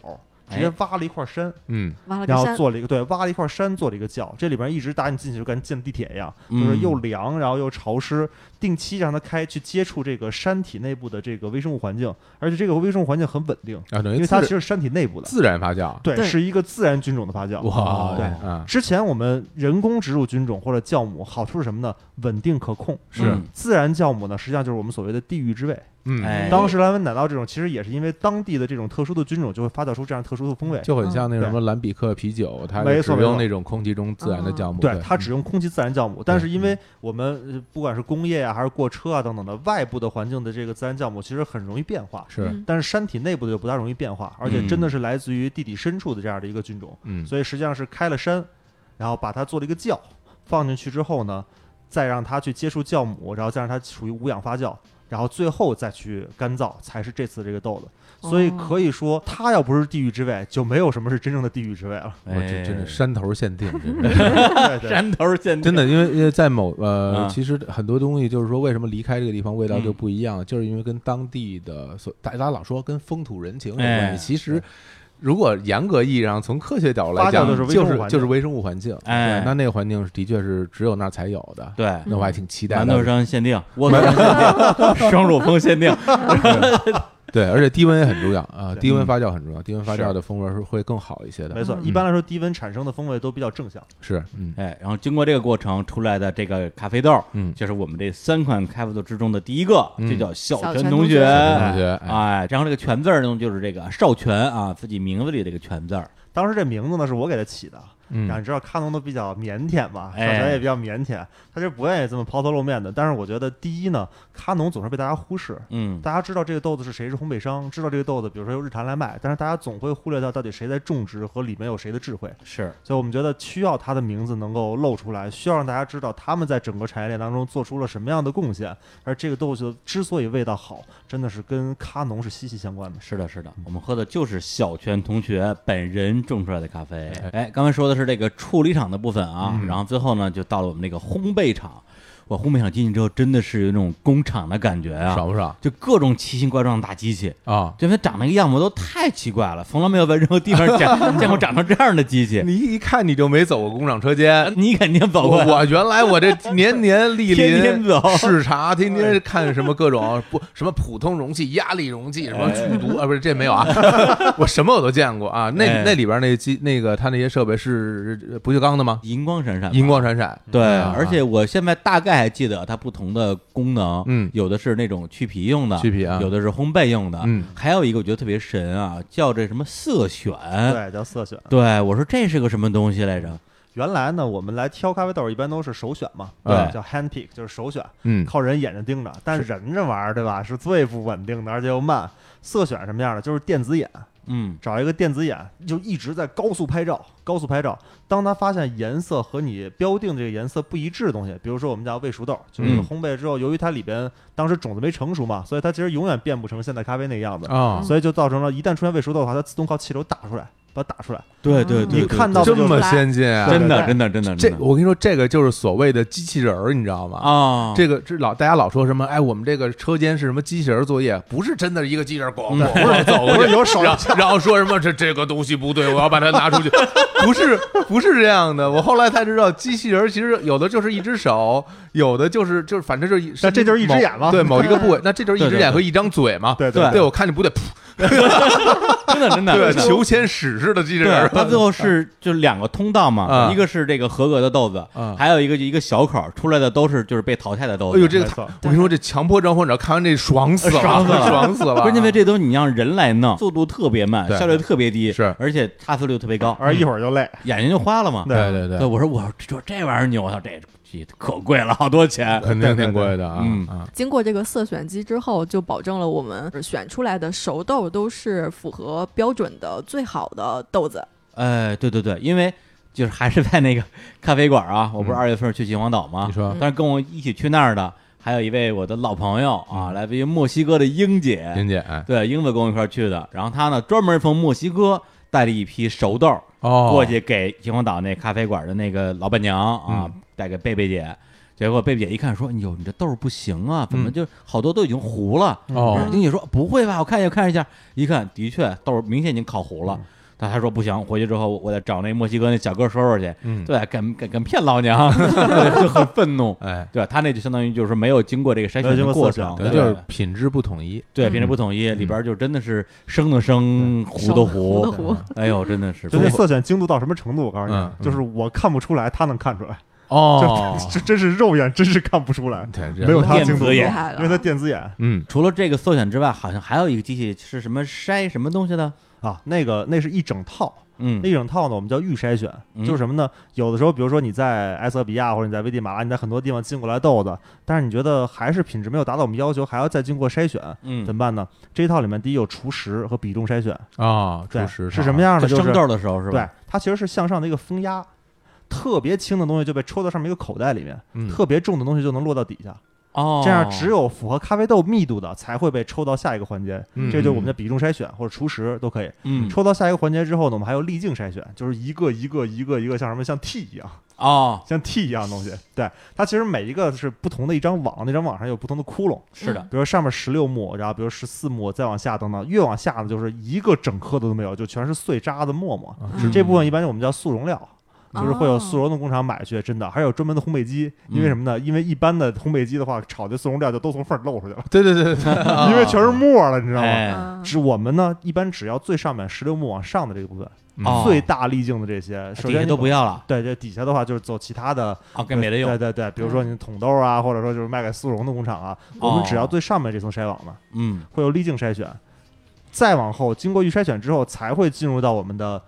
直接
哎
挖了一块山，
嗯
挖了个
然后
啊山，
做了一个对，挖了一块山做了一个窖，这里边一直打你进去就跟进地铁一样，就是
嗯
又凉，然后又潮湿，定期让它开去接触这个山体内部的这个微生物环境，而且这个微生物环境很稳定，
啊，等
因
于
为它
自
其实是山体内部的，
自然发酵，
对，
对
是一个自然菌种的发
哦
酵。
哇，
对。
啊，
之前我们人工植入菌种或者酵母，好处是什么呢？稳定可控。
是
嗯
自然酵母呢，实际上就是我们所谓的地域之味。
嗯，
哎，
当时蓝纹奶酪这种，其实也是因为当地的这种特殊的菌种，就会发酵出这样特殊的风味。
就很像那什么蓝比克啤酒，它
没
是
错
只
没
用
错
那种空气中自然的酵母，嗯
对，它只用空气自然酵母，但
对嗯
是因为我们呃不管是工业啊，还是过车啊等等的外部的环境的这个自然酵母，其实很容易变化。
是，
嗯
但是山体内部的就不大容易变化，而且真的是来自于地底深处的这样的一个菌种，
嗯，
所以实际上是开了山，然后把它做了一个窖，放进去之后呢，再让它去接触酵母，然后再让它处于无氧发酵，然后最后再去干燥，才是这次这个豆子。所以
哦
可以说，它要不是地狱之味，就没有什么是真正的地狱之味 了。
嗯我这真的
哎
山头限定，真是。
对 对。
山头见底
真的，因为因为在某呃，
啊
其实很多东西就是说，为什么离开这个地方味道就不一样，就是因为跟当地的所大家老说跟风土人情有关
哎
系。其实，如果严格意义上从科学角度来讲，
发酵就是微
就
生物
是
环境
就是微生物环境。
哎
对那那个环境是的确是只有那儿才有的。
对。
那我还挺期待
馒头
的。
山限定， 窝头山限定，双乳峰限定，
对，而且低温也很重要啊，
对
低温发酵很重要，低温发酵
是
的风味是会更好一些
没
的。
错，
嗯
一般来说低温产生的风味都比较正向。
是，嗯
哎，然后经过这个过程出来的这个咖啡豆，
嗯，
就是我们这三款咖啡豆之中的第一个，
嗯
就叫小
小
泉
泉
同
同
学。
学
小泉同学
哎，然后这个泉字儿呢，就是这个少泉啊，自己名字里这个泉字儿。
当时这名字呢是我给他起的，
嗯
然后你知道卡农都比较腼腆嘛，
哎
小泉也比较腼腆，他就不愿意这么抛头露面的。但是我觉得第一呢，卡农总是被大家忽视。
嗯，
大家知道这个豆子是谁是烘焙商，知道这个豆子，比如说由日坛来卖，但是大家总会忽略到到底谁在种植和里面有谁的智慧，
是，
所以我们觉得需要他的名字能够露出来，需要让大家知道他们在整个产业链当中做出了什么样的贡献。而这个豆子之所以味道好，真的是跟卡农是息息相关的。
是的，是
嗯
的，我们喝的就是小泉同学本人种出来的咖啡
哎。嗯
哎，刚才说的是这个处理厂的部分啊，然后最后呢，就到了我们这个烘焙厂。哇，烘焙厂进去之后，真的是有一种工厂的感觉啊，
爽不爽
就各种奇形怪状的大机器。
啊？
对，它长那个样子都太奇怪了，从来没有在任何地方 见见过长成这样的机器。
你一看你就没走过工厂车间，
你肯定 走过
我
呀，
我原来我这年年莅
天天
临
走
视察，天天看什么各种 不什么普通容器、压力容器、什么
哎
剧毒啊，不是这没 有啊， 我什么我都见过啊。那
哎
那里边那机那个它那些设备是呃不锈钢的吗？
银光闪闪吧。
银光闪闪，
对，
啊
而且我现在大概还记得它不同的功能，
嗯
有的是那种去皮用的，
去皮啊
嗯有的是烘焙用的，
嗯
还有一个我觉得特别神啊，叫这什么色选，
对，叫色选。
对我说这是个什么东西来着？
原来呢，我们来挑咖啡豆儿一般都是手选嘛，啊
对
叫 hand pick，就是手选，
嗯
靠人眼睛盯着。但是人这玩意儿，对吧，是最不稳定的，而且又慢。色选什么样的？就是电子眼，
嗯，
找一个电子眼，就一直在高速拍照，高速拍照。当他发现颜色和你标定这个颜色不一致的东西，比如说我们叫未熟豆，就是
嗯
烘焙之后，由于它里边当时种子没成熟嘛，所以它其实永远变不成现在咖啡那个样
嗯
子，
啊，
所以就造成了一旦出现未熟豆的话，它自动靠气流打出来，把它打出来。
对对对，对
你看到
这
的就是
么先进啊！
真的
对
真的真的
这
真的
我跟你说，这个就是所谓的机器人儿，你知道吗？
啊，
这个这老大家老说什么？哎，我们这个车间是什么机器人作业？不是真的一个机器人咣咣咣走过去，有手，嗯 然后说什么这这个东西不对，我要把它拿出去，不是 不是这样的。我后来才知道，机器人其实有的就是一只手，有的就是就是反正就是一，
那这就是一只眼
某
了
对，某一个部位，那这就是一只
对对
眼
对
和一张嘴嘛。
对
对
对，我看着不对，噗，
真的真的。
对，
真的
求签史似的机器人
对
儿，
它最后是就两个通道嘛，
嗯
一个是这个合格的豆子，
嗯
还有一个就一个小口儿出来的都是就是被淘汰的豆子。
哎呦，这个
没错
太 我跟你说，这强迫症患者看完这 爽死了，
爽死了
爽死了！
不是因为这东西你让人来弄，速度特别慢，
对
效率特别低，
是
而且擦色率特别高，
而一会儿就累。
眼睛就花了嘛。
对
对对
对，，我说我说这这玩意儿牛，我操，这这可贵了，好多钱。
肯定挺贵的啊
嗯
啊！
经过这个色选机之后，就保证了我们选出来的熟豆都是符合标准的最好的豆子。
哎，对对对，因为就是还是在那个咖啡馆啊，我不是
嗯
二月份去秦皇岛吗？
你说
但是跟我一起去那儿的还有一位我的老朋友啊，来自于墨西哥的英姐，
林嗯姐哎
对，英子跟我一块儿去的。然后她呢，专门从墨西哥带了一批熟豆儿
哦，
过去给秦皇岛那咖啡馆的那个老板娘啊
嗯，
带给贝贝姐。结果贝贝姐一看说：“哎呦，你这豆儿不行啊，怎么
嗯
就好多都已经糊了？”
哦
英姐说不会吧，我看一下看一下，一看的确豆儿明显已经烤糊了。
嗯
但他说不行，回去之后我我得找那墨西哥那小哥说说去。
嗯
对，敢敢敢骗老 娘，对就很愤怒。
哎，
对他那就相当于就是没有经过这个筛
没
选
有经
的
过
过
色
程，
选
那
对
就是品质不统一，
对品质
嗯
不统一，里边就真的是生的生，糊的
糊的
糊，
糊，
哎呦真 的是
就那色选精度到什么程度？我告诉
嗯嗯
你，就是我看不出来，他能看出来。
哦
这这真是肉眼真是看不出来，
对，
没有他
电
精
子
度高，
眼
厉害了
因为他电子眼
嗯
除了这个色选之外，好像还有一个机器是什么筛什么东西的，
啊，那个那是一整套，
嗯
那一整套呢，我们叫预筛选，
嗯
就是什么呢？有的时候，比如说你在埃塞比亚或者你在危地马拉，你在很多地方进过来豆子，但是你觉得还是品质没有达到我们要求，还要再经过筛选，怎
嗯，
么办呢？这一套里面第一有除食和比重筛选，
啊，
对，
厨师
是什么？样的？
就是生豆的时候是
对
吧？，
它其实是向上的一个风压，特别轻的东西就被抽到上面一个口袋里面，
嗯
特别重的东西就能落到底下。
哦，
这样只有符合咖啡豆密度的才会被抽到下一个环节，
嗯
这就是我们的比重筛选或者除食都可以。
嗯
抽到下一个环节之后呢，我们还有粒径筛选，就是一个一个一个一个像什么像 T 一样，
哦，
像 T 一样的东 西。对，它其实每一个是不同的一张网，那张网上有不同的窟窿，
是的，
比如上面十六目，然后比如十四目，再往下等等，越往下呢就是一个整颗的都没有，就全是碎渣子沫沫。
啊
嗯
是
这部分一般我们叫速溶料。
哦
就是会有速溶的工厂买去，真的，还有专门的烘焙机，因
嗯
为什么呢？因为一般的烘焙机的话，炒的速溶料就都从缝儿漏出去了，
对对对对，啊
因为全是沫儿了，你知道吗？
哦哎，
嗯
只我们呢，一般只要最上面十六目往上的这个部分，
嗯
哦
最大粒径的这些，首
这些
先
都不
要。
要了，
对，这底下的话就是走其他的，
哦，给没得用嗯
对。对对，比如说你桶豆啊，或者说就是卖给速溶的工厂啊，我
哦
们只要最上面这层筛网呢，
嗯，
会有粒径筛选，再往后经过预筛选之后，才会进入到我们的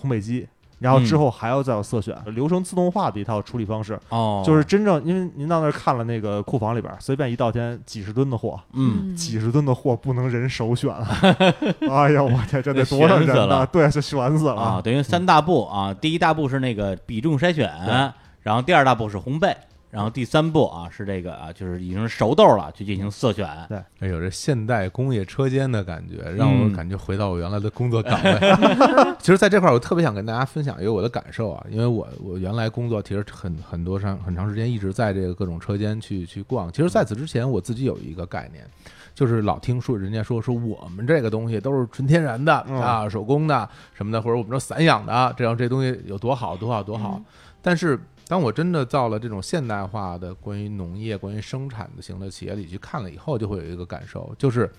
烘焙机，然后之后还要再有色选，流程自动化的一套处理方式，
哦，
就是真正因为您到那儿看了那个库房里边儿，随便一道天几十吨的货，
嗯，
几十吨的货不能人首选啊！ 哎呀，我天，这得多少人
悬死了
呐！对，这悬死了
啊，！等于三大步啊，第一大步是那个比重筛选，然后第二大步是烘焙，然后第三步啊是这个啊，就是已经是熟豆了，去进行色选。
哎呦，这现代工业车间的感觉，让我
嗯
感觉回到我原来的工作岗位。 其实，在这块儿，我特别想跟大家分享一个我的感受啊，因为我我原来工作其实很很多长很长时间一直在这个各种车间去去逛。其实，在此之前，我自己有一个概念，就是老听说人家说说我们这个东西都是纯天然的
嗯
啊，手工的什么的，或者我们说散养的，这样这东西有多好多好多好
嗯。
但是当我真的到了这种现代化的关于农业、关于生产的型的企业里去看了以后，就会有一个感受，就是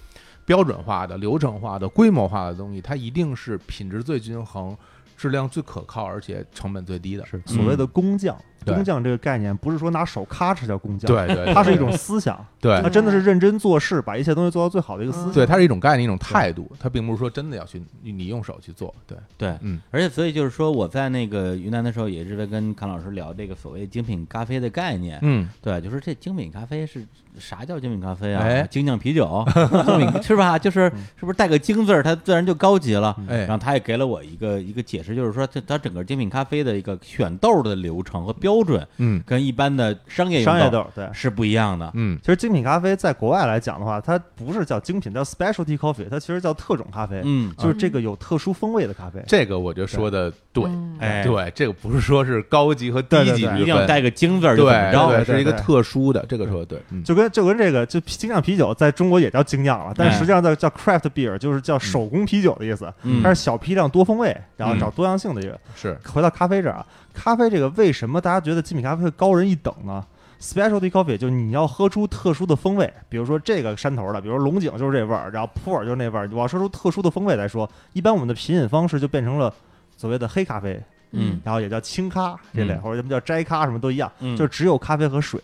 标准化的、流程化的、规模化的东西，它一定是品质最均衡、质量最可靠，而且成本最低的。
是所谓的工匠，
对
工匠这个概念不是说拿手咔哧叫工匠，，
对 对，
它是一
对
种思想，
对嗯
它真的是认真做事，把一切东西做到最好的一个思想。
对，它是一种概念、一种态度，它并不是说真的要去你你用手去做。对，
对，
嗯
而且所以就是说，我在那个云南的时候，也是在跟康老师聊这个所谓精品咖啡的概念。
嗯，
对，就是这精品咖啡是啥叫精品咖啡啊？
哎
精酿啤酒， 精品是吧？就是
嗯
是不是带个“精”字儿，它自然就高级了。
哎
然后他也给了我一个一个解释，就是说这它整个精品咖啡的一个选豆的流程和标准，
嗯
跟一般的商业
商
用
业豆，对。
是不一样的。
嗯
其实精品咖啡在国外来讲的话，它不是叫精品，叫 specialty coffee，它其实叫特种咖啡，
嗯，
就是这个有特殊风味的咖啡。
这个我就说的对，
嗯
哎，
对，这个不是说是高级和低
对对
级
对
之分，
一定嗯要带个“精”字儿，就
对
怎么着？
对，是一个
对对
特殊的，这个说的对，嗯
就跟就跟这个，就精酿啤酒在中国也叫精酿了，但
哎
实际上叫叫 craft beer，就是叫手工啤酒的意思。
嗯
它是小批量多风味，然后
嗯
找多样性的一个。
是
回到咖啡这儿啊，咖啡这个为什么大家觉得精品咖啡会高人一等呢？ specialty coffee 就是你要喝出特殊的风味，比如说这个山头的，比如说龙井就是这味儿，然后普洱就是那味儿，我要说出特殊的风味来说，一般我们的品饮方式就变成了所谓的黑咖啡，
嗯
然后也叫轻咖这类，
嗯
或者什么叫摘咖，什么都一样，
嗯
就只有咖啡和水。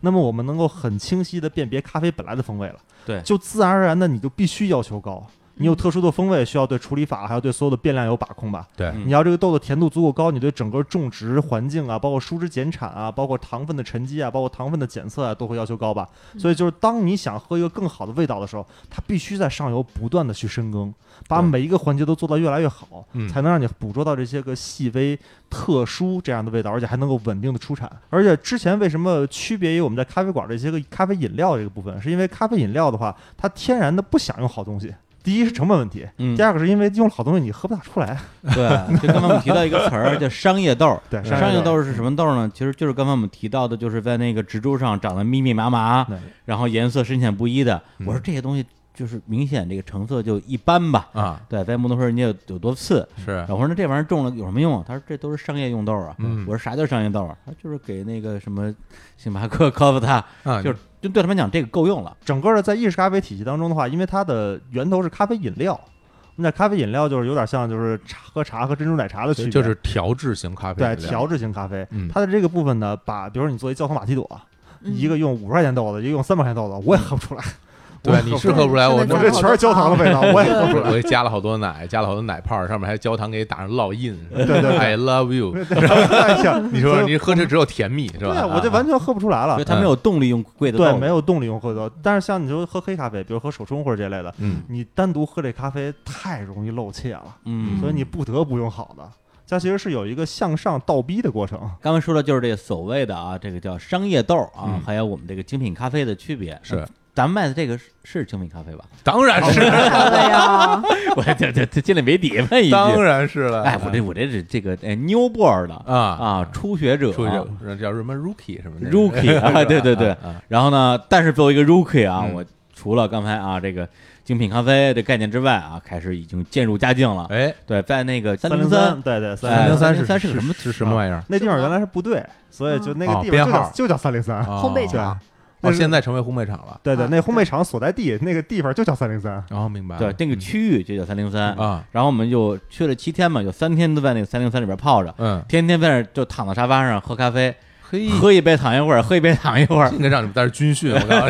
那么我们能够很清晰的辨别咖啡本来的风味了，
对
就自然而然的你就必须要求高，你有特殊的风味，需要对处理法还有对所有的变量有把控吧。
对
嗯
你要这个豆的甜度足够高，你对整个种植环境啊，包括疏枝减产啊，包括糖分的沉积啊，包括糖分的检测啊，都会要求高吧。
嗯
所以就是当你想喝一个更好的味道的时候，它必须在上游不断的去深耕，把
对
每一个环节都做到越来越好，
嗯
才能让你捕捉到这些个细微、特殊这样的味道，而且还能够稳定的出产。而且之前为什么区别于我们在咖啡馆这些个咖啡饮料这个部分，是因为咖啡饮料的话，它天然的不想用好东西。第一是成本问题，
嗯
第，二个是因为用了好东西你喝不大出来。
对，就刚才我们提到一个词儿叫商业豆儿，
对商业豆
商业豆儿是什么豆儿呢？其实就是刚才我们提到的，就是在那个植株上长得密密麻麻，
对
然后颜色深浅不一的。
嗯
我说这些东西就是明显这个成色就一般吧。
啊，
对，在摩托车人家有有多次，
是
我说那这玩意儿种了有什么用啊？他说这都是商业用豆啊。
哎嗯
我说啥叫商业豆啊？他说就是给那个什么星巴克、科夫塔，
啊，
就是就对他们讲这个够用了。
整个的在意式咖啡体系当中的话，因为它的源头是咖啡饮料，那咖啡饮料就是有点像就是茶喝茶和珍珠奶茶的区
就就
别，
是调制型咖啡饮
对
料，
调制型咖啡。
嗯
它的这个部分呢，把比如说你做一焦糖玛奇朵，
嗯
一个用五十块钱豆子，一个用三百块钱豆子，我也喝不出来，
对，你是喝不出来，我
我
那
这
我这全是焦糖的味道，我也喝 不出来。
我也加了好多奶，加了好多奶泡，上面还焦糖给打上烙印
对对对
，I love you。
哎呀
你说你喝这只有甜蜜是
对
吧？
啊，我这
啊
完全喝不出来了
所以。他没有动力用贵的豆
对，
子，
没有动力用喝豆，但是像你说喝黑咖啡，比如喝手冲或者这类的，
嗯
你单独喝这咖啡太容易漏气了，
嗯，
所以你不得不用好的。它其实是有一个向上倒逼的过程。
啊
刚才说的就是这个所谓的啊，这个叫商业豆啊，
嗯
还有我们这个精品咖啡的区别。呃
是，
咱们卖的这个是是精品咖啡吧？
当然
哦
是，
好 的
啊
呀，
我这这这心里没底，问一句。
当然是了。
哎，我这我这是这个哎 newborn 的
啊
啊，初学者，
出去叫叫什么 rookie 什么的
rookie 啊，对对对
啊啊。
然后呢，但是作为一个 rookie 啊，
嗯
我除了刚才啊这个精品咖啡这概念之外啊，开始已经渐入佳境了。
哎，
对，在那个三
零
三，
对对，
哎
三零
零
呃三。
三
303是
是
个什么
是什么玩意儿？
那地方原来是部队，所以就那个
哦
地
编
方就
号
叫就叫三零三。
哦
烘焙
对
厂，
哦，
那是
现在成为烘焙厂了。
对对，
啊
那烘焙厂所在地那个地方就叫三 零三。
然后哦明白
对
了，
那个区域就叫三零三。
啊，
然后我们就去了七天嘛，有三天都在那个三零三里边泡着，
嗯，
天天在那儿就躺到沙发上喝咖啡，
嘿，
喝一杯躺一会儿，喝一杯躺一会儿，
应该让你们在这军训，我告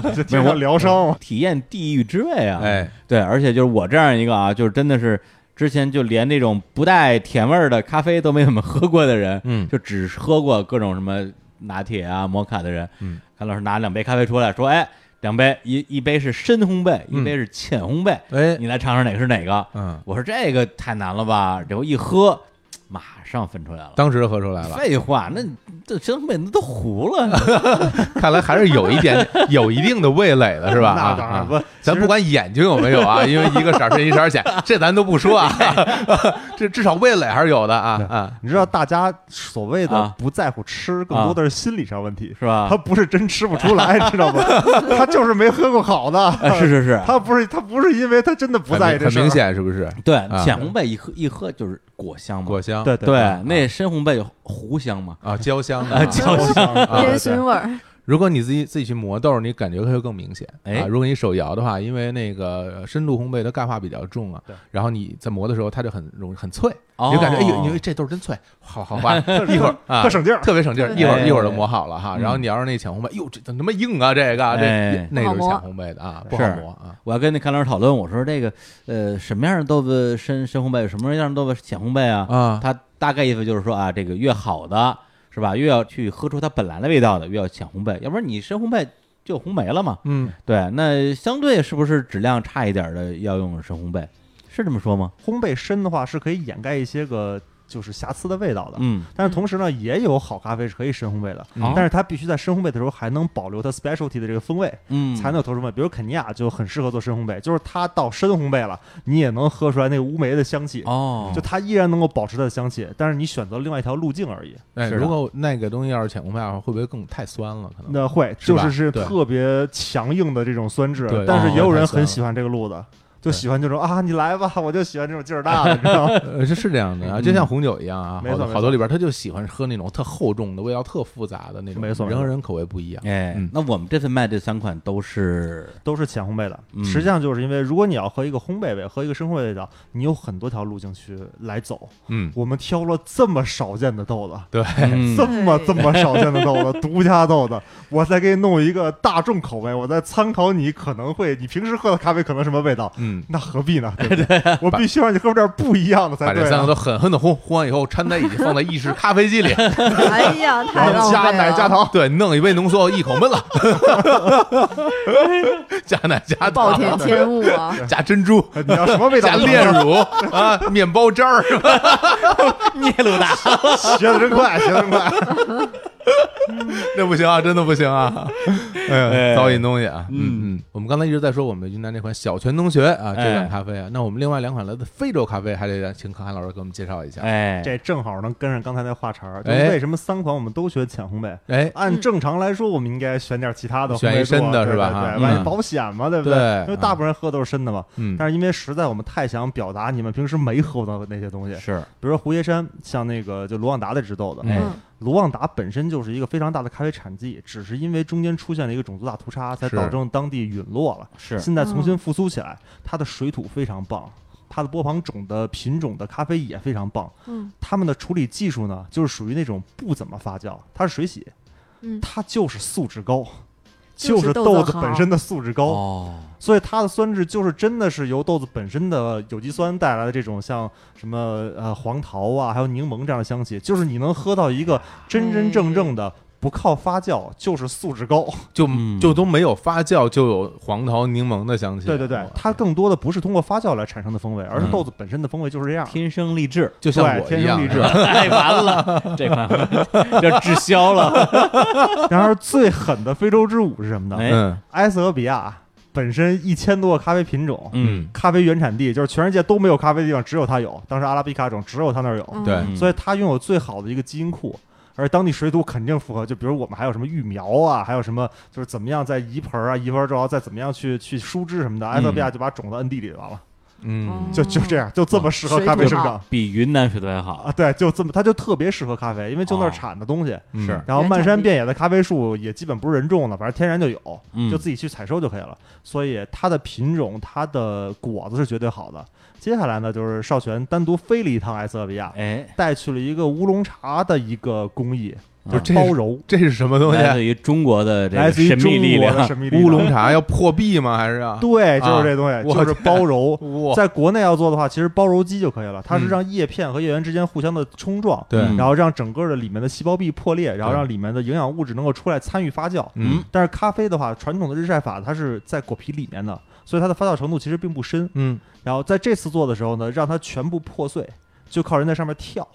诉你，
就经常疗
嗯
伤。
体验地狱之味啊！
哎，
对，而且就是我这样一个啊，就是真的是之前就连这种不带甜味儿的咖啡都没怎么喝过的人，
嗯
就只喝过各种什么拿铁啊、摩卡的人，
嗯，
韩老师拿两杯咖啡出来说，哎，两杯，一一杯是深烘焙，
嗯
一杯是浅烘焙，
哎，
你来尝尝哪个是哪个？
嗯，
我说这个太难了吧，然后一喝，马上分出来了。
当时就喝出来了，
废话，那这深烘焙那都糊 了，
看来还是有一点有一定的味蕾的，是吧？
那
啊
当
啊
然不，
咱不管眼睛有没有啊，因为一个色儿深一色儿浅，这咱都不说啊，这至少味蕾还是有的啊啊。
你知道大家所谓的
啊
不在乎吃，更多的是心理上问题。
是吧
啊
他？不是真吃不出来，知道吗？ 他就是没喝过好的。
哎，是是是，
他不是他不是因为他真的不在意这
啊很
事儿
明。显，是不是
对
啊，
浅烘焙一喝一喝就是果香嘛，
果香
对
嗯对， 那深烘焙有糊香嘛，
啊，焦香
啊
啊，
焦
我想
啊
烟 熏 味儿，
如果你自己自己去磨豆儿，你感觉会更明显。
哎
啊，如果你手摇的话，因为那个呃深度烘焙的钙化比较重啊
对，
然后你在磨的时候，它就很容易很脆，
哦
你就感觉哎呦，你说这豆儿真脆，好好 滑，一会儿啊
特。省劲儿。
特别省劲儿，
对
一会儿
哎
一会儿就磨好了哈。
嗯
然后你要是那浅烘焙，哟，这怎么那么硬啊？这个这
哎
那就是
不
浅
好
烘焙的啊，不
是
好磨啊。
我还跟那看老师讨论，我说这个呃，什么样的豆子深深烘焙，什么样的豆子浅烘焙啊？
啊
他大概意思就是说啊，这个越好的是吧，越要去喝出它本来的味道的，越要浅烘焙，要不然你深烘焙就红没了嘛。
嗯，
对，那相对是不是质量差一点的要用深烘焙？是这么说吗？
烘焙深的话是可以掩盖一些个就是瑕疵的味道的。
嗯，
但是同时呢，也有好咖啡是可以深烘焙的，
嗯
但是它必须在深烘焙的时候还能保留它 specialty 的这个风味，
嗯
才能有特殊风味。比如肯尼亚就很适合做深烘焙，就是它到深烘焙了，你也能喝出来那个乌梅的香气，
哦，
就它依然能够保持它的香气，但是你选择另外一条路径而已。
哎，
是的
如果那个东西要是浅烘焙的话，会不会更太酸了？可能
那会
嗯是
就
吧
是是
对
特别强硬的这种酸质
对，
但是也有
哦太
人
酸
很
了
喜欢这个路子。就喜欢这种啊，你来吧，我就喜欢这种劲儿 大的，你知道吗？
呃，是是这样的啊，就像红酒一样啊，
嗯没
好
错
多
没
好
错
多里边他就喜欢喝那种特厚重的味道、特复杂的那种，
没错没
人和
错
人口味不一样。
哎
嗯，
那我们这次卖这三款都是
都是浅烘焙的。
嗯
实际上就是因为，如果你要喝一个烘焙味，喝一个深烘焙味道，你有很多条路径去来走。
嗯，
我们挑了这么少见的豆子。
对，
嗯
这么这么少见的豆子，独家豆子，我再给你弄一个大众口味，我再参考你可能会，你平时喝的咖啡可能什么味道，
嗯，
那何必呢？对不对？我必须让你喝点不一样的才
把这
对
三
啊、
个都狠狠的轰，轰完以后掺在一起，放在意式咖啡机 里，
哎呀，太
然
浪
后
费了。
加奶加糖，
对，弄一杯浓缩，一口闷了， 加奶加
暴
糖，
殄天物 啊！
加珍珠，
你要什么味 道
加
都能
炼乳啊，面包渣儿，
聂鲁达，
学的真快，学的真快。
这不行啊，真的不行啊！哎
哎
呀，糟践东西啊！
嗯
嗯嗯，我们刚才一直在说我们云南这款小泉同学啊，这
哎
款咖啡啊，那我们另外两款来自非洲咖啡，还得请可汗老师给我们介绍一下。
哎，
这正好能跟上刚才那话茬儿，就是
哎
为什么三款我们都学浅烘焙？
哎，
按正常来说，我们应该选点其他的烘焙度啊，
选一深的是吧
对对
嗯
对，万一保险嘛，对不
对
因为大部分人喝都是深的嘛。
嗯，
但是因为实在我们太想表达你们平时没喝到的那些东西，
是
比如说胡爷山，像那个就卢旺达的直豆的，
哎
嗯，
卢旺达本身就是一个非常大的咖啡产地，只是因为中间出现了一个种族大屠杀，才
是
导致当地陨落了。
是，
现在重新复苏起来，它的水土非常棒，它的波旁种的品种的咖啡也非常棒。
嗯
他们的处理技术呢，就是属于那种不怎么发酵，它是水洗，
嗯
它就是素质高，
就是是豆子
豆子
好嗯
本身的素质高。
哦，
所以它的酸质就是真的是由豆子本身的有机酸带来的这种像什么呃黄桃啊，还有柠檬这样的香气，就是你能喝到一
啊
个真真正正的不靠发酵，就是素质高。
就
嗯
就都没有发酵，就有黄桃、柠檬的香气。
对对对，它更多的不是通过发酵来产生的风味，而是豆子本身的风味就是这样。
天生丽质，
嗯就像
对，
我
天
一
生
样啊
丽。质。
哎，啊 完 了，这款要滞销了，
然而最狠的非洲之舞是什么呢？
哎
嗯
埃塞俄比亚本身一千多个咖啡品种，
嗯，
咖啡原产地就是全世界都没有咖啡的地方，只有它有。当时阿拉比卡种只有它那儿有。
嗯
对
嗯
所以它拥有最好的一个基因库，而当地水土肯定符合。就比如我们还有什么育苗啊，还有什么就是怎么样在移盆啊，移盆之后再怎么样去去疏枝什么的，埃塞俄比亚
嗯
就把种子摁地里完了，
嗯，
就就这样，就这么适合
哦水
咖啡
土
生
好
长
比云南水土还好，
啊。对，就这么，它就特别适合咖啡，因为就那儿
哦
产的东西。
嗯
是
然后
原
漫
产
山
地
遍野的咖啡树也基本不是人种的，反正天然就有，
嗯
就自己去采收就可以了。所以它的品种、它的果子是绝对好的。接下来呢，就是少泉单独飞了一趟埃塞俄比亚，
哎，
带去了一个乌龙茶的一个工艺，就
啊
是包揉，
这是什么东
哎
来自
西？啊
于中国的这
来
个
自于
神
中
秘力
国的
量，
神秘力量
乌龙，茶要破壁吗？还是要？
对，就是这东
啊
西，
我
就是 包揉。
哇，
在国内要做的话，其实包揉机就可以了，它是
嗯
让叶片和叶缘之间互相的冲撞，
对
然后让整个的里面的细胞壁破裂，然后
嗯对
让里面的营养物质能够出来参与发酵。
嗯
但是咖啡的话，传统的日晒法它是在果皮里面的，所以它的发酵程度其实并不深。
嗯，
然后在这次做的时候呢，让它全部破碎，就靠人在上面跳，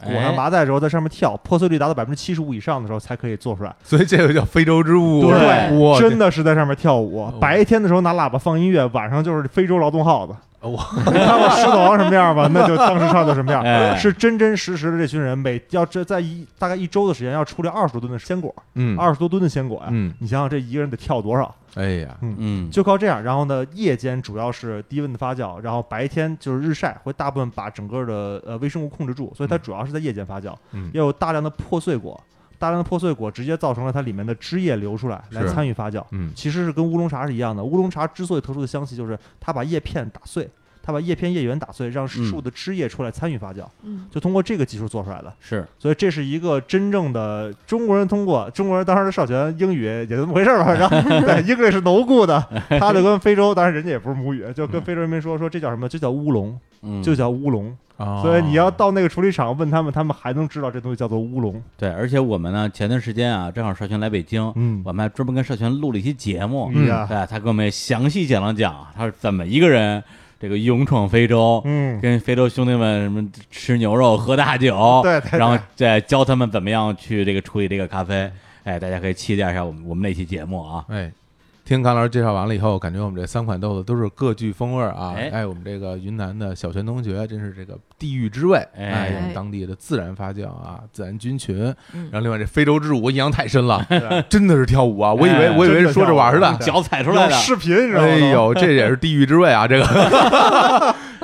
裹上
哎
麻袋之后在上面跳，破碎率达到百分之七十五以上的时候才可以做出来。
所以这个叫非洲之物。啊
对
哇，哦
真的是在上面跳舞，白天的时候拿喇叭放音乐，晚上就是非洲劳动号子。
哦哇
你看过《狮子王》什么样吧？那就当时唱就什 么样，
哎
是真真实实的。这群人每要这在一大概一周的时间，要处理二十多吨的鲜果，
嗯，
二十多吨的鲜果呀！
嗯，
你想想，这一个人得跳多少？
哎呀，
嗯，
就靠这样，然后呢，夜间主要是低温的发酵，然后白天就是日晒，会大部分把整个的呃微生物控制住，所以它
嗯
主要是在夜间发酵，
嗯
要有大量的破碎果，大量的破碎果直接造成了它里面的汁液流出来，来
是
参与发酵。
嗯
其实是跟乌龙茶是一样的，乌龙茶之所以特殊的香气，就是它把叶片打碎，它把叶片叶缘打碎，让
嗯
树的枝叶出来参与发酵，
嗯，
就通过这个技术做出来的。
是
所以这是一个真正的中国人通过中国人当时的少权英语也就这么回事儿吧，然后对英语是牢固的，他就跟非洲，当然人家也不是母语，就跟非洲人民说说这叫什么，就叫乌龙，
嗯
就叫乌龙。
啊，
所以你要到那个处理厂问他们，他们还能知道这东西叫做乌龙。
对，而且我们呢，前段时间啊，正好社群来北京，
嗯
我们还专门跟社群录了一期节目，
哎呀
对，他给我们详细讲了讲他是怎么一个人这个勇闯非洲，
嗯，
跟非洲兄弟们什么吃牛肉、喝大酒，
对对对
然后再教他们怎么样去这个处理这个咖啡。哎，大家可以期待一下我们我们那期节目啊。
哎，听康老师介绍完了以后，感觉我们这三款豆子都是各具风味儿啊！
哎
哎，我们这个云南的小泉同学真是这个地域之味，
哎
哎，用当地的自然发酵啊，自然菌群。
嗯
然后另外这非洲之舞，我印象太深了，
对
真的是跳舞啊！我以为
哎
我以为是说着玩儿的
真的，
脚踩出来
有
的
视频，你知道吗？
哎呦，这也是地狱之味啊！ 这个，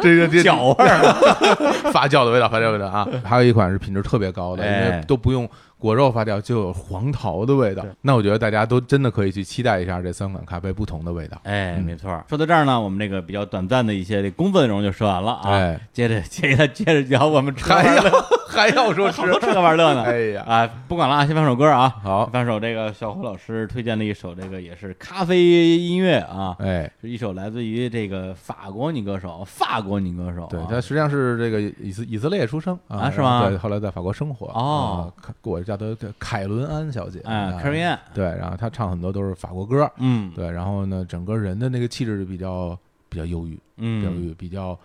这个这
脚味儿，
发酵的味道，发酵的味道啊！还有一款是品质特别高的，
哎
因为都不用果肉发酵，就有黄桃的味道
对。
那我觉得大家都真的可以去期待一下这三款咖啡不同的味道。
哎，
嗯
没错儿。说到这儿呢，我们这个比较短暂的一些这工作内容就说完了啊。
哎
接着接着接着聊我们吃喝
还
玩
要
乐，
还要 说吃
好， 多吃喝玩乐呢。
哎呀，
啊，不管了啊，先放首歌啊。
好，
放首这个小虎老师推荐了一首这个也是咖啡音乐啊，
哎，
是一首来自于这个法国女歌手，法国女歌手啊、
对，他实际上是这个以色以色列出生
啊是
然后
吗
对，后来在法国生活。
哦
啊，凯我叫她凯伦安小姐，啊
哎凯伦安
对，然后她唱很多都是法国歌，
嗯，
对，然后呢，整个人的那个气质就比较比较忧郁，比较忧
嗯
郁，比较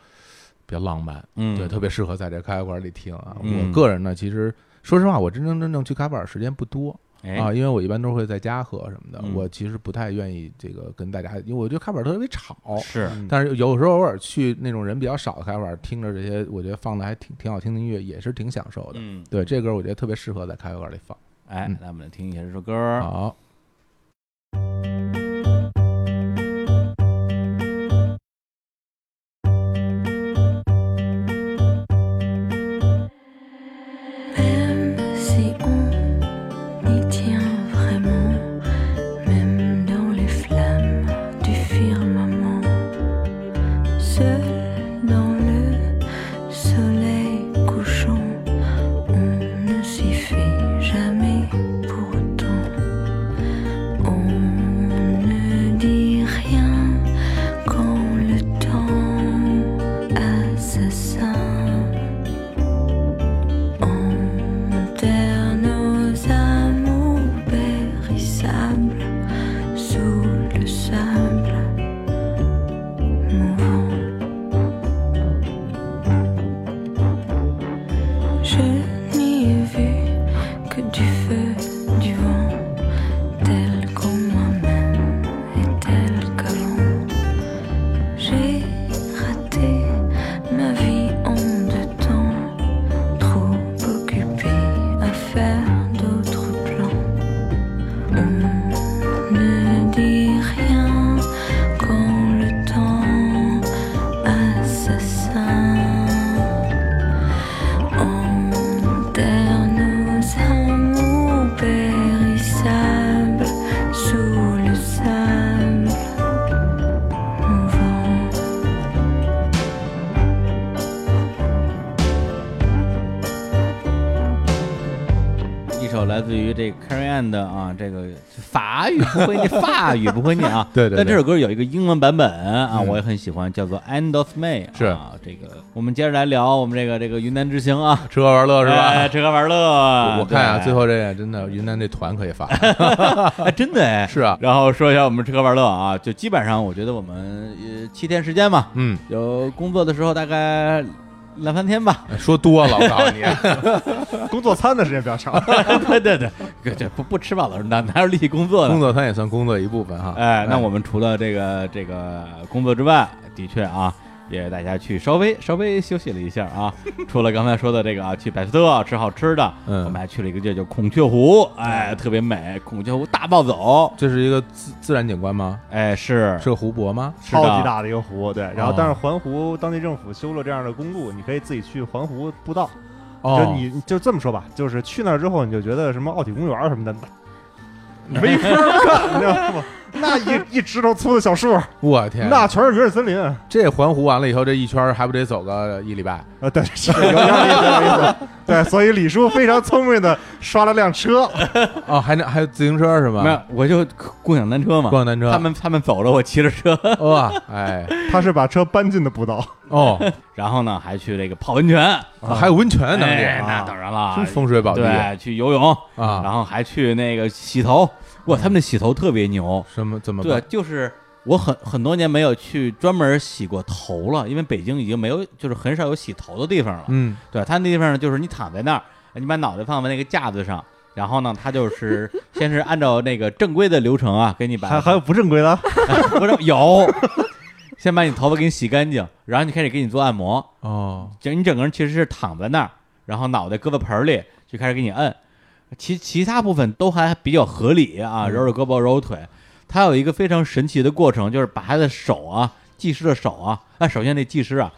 比较浪漫，
嗯，
对，特别适合在这咖啡馆里听啊。
嗯
我个人呢，其实说实话，我真真正正去咖啡馆时间不多
哎
啊，因为我一般都会在家喝什么的
嗯，
我其实不太愿意这个跟大家，因为我觉得咖啡馆特别吵。
是
嗯
但是有时候偶尔去那种人比较少的咖啡馆，听着这些我觉得放的还挺挺好听的音乐，也是挺享受的。
嗯，
对，这歌我觉得特别适合在咖啡馆里放。
哎
嗯，
那我们来听一下这首歌。
好，
Même si on y tient vraiment, même dans les flammes du firmament, seul dans le soleil couchant, on ne s'y fait jamais pourtant. On ne dit rien quand le temps assassin. Enterre nos amours périssables sous le sable mouvant. Je n'y ai vu que du feu, du vent, tel qu'on moi-même et tel qu'avant. J'ai raté ma vie en deux temps. Trop occupé à faire d'autres plans. On ne dit rien quand le temps assassin enterre nos amours périssables sous le sable mouvant.
一首来自于这 c a r r i Anne 的啊，这个法语不会 念，法语不会念啊。
对对对嗯
但这首歌有一个英文版本啊，我也很喜欢，叫做《End of May》。
是
啊，这个我们接着来聊我们这个这个云南之行啊，
吃喝玩乐是
哎
吧？
吃喝玩乐，
我看啊，
对
最后这真的云南这团可以发，
哎，真的哎，
是啊
然后说一下我们吃喝玩乐啊，就基本上我觉得我们呃七天时间嘛，
嗯，
有工作的时候大概两三天吧，
哎说多了，我告 诉你，
工作餐的时间比较长，
对对对，这不不吃饱了哪哪有力气工作呢
工？作餐也算工作一部分哈。
哎，那我们除了这个这个工作之外，的确啊，也带大家去稍微稍微休息了一下 啊。除了刚才说的这个啊，去百斯特吃好吃的，
嗯
我们还去了一个地儿叫孔雀湖，哎，特别美，孔雀湖大暴走，
这是一个自自然景观吗？
哎，是
是个湖泊吗？
是的
超级大的一个湖，对。然后
哦，
但是环湖当地政府修了这样的公路，你可以自己去环湖步道。就
哦，
你就这么说吧，就是去那儿之后，你就觉得什么奥体公园什么 的，那没法儿干，你知道 吗？那一一指头粗的小树，
我天，
那全是原始森林。
这环湖完了以后，这一圈儿还不得走个一礼拜？
呃，对， 是有点意思，有意思。对，所以李叔非常聪明的刷了辆车，
哦，还能还有自行车是吗？
没有，我就共享单车嘛，
共享单车
他们他们走着，我骑着车，
哇，哎，
他是把车搬进的步道。
哦，
然后呢还去这个泡温泉，
啊还有温泉呢，
哎，
这
那当然了
啊真，风水宝地
对，去游泳，然
啊！
后还去那个洗头，哇，他们的洗头特别牛，
什么怎么
对啊
办，
就是我很很多年没有去专门洗过头了，因为北京已经没有，就是很少有洗头的地方了。
嗯，
对，他那地方呢，就是你躺在那儿，你把脑袋放在那个架子上，然后呢，他就是先是按照那个正规的流程啊，给你把
还还有不正规的，
不是有，先把你头发给你洗干净，然后就开始给你做按摩，
哦，
就你整个人其实是躺在那儿，然后脑袋搁在盆儿里，就开始给你摁。其其他部分都还比较合理啊，
嗯
揉揉胳膊，揉揉腿。它有一个非常神奇的过程，就是把他的手啊，技师的手啊，哎，首先那技师啊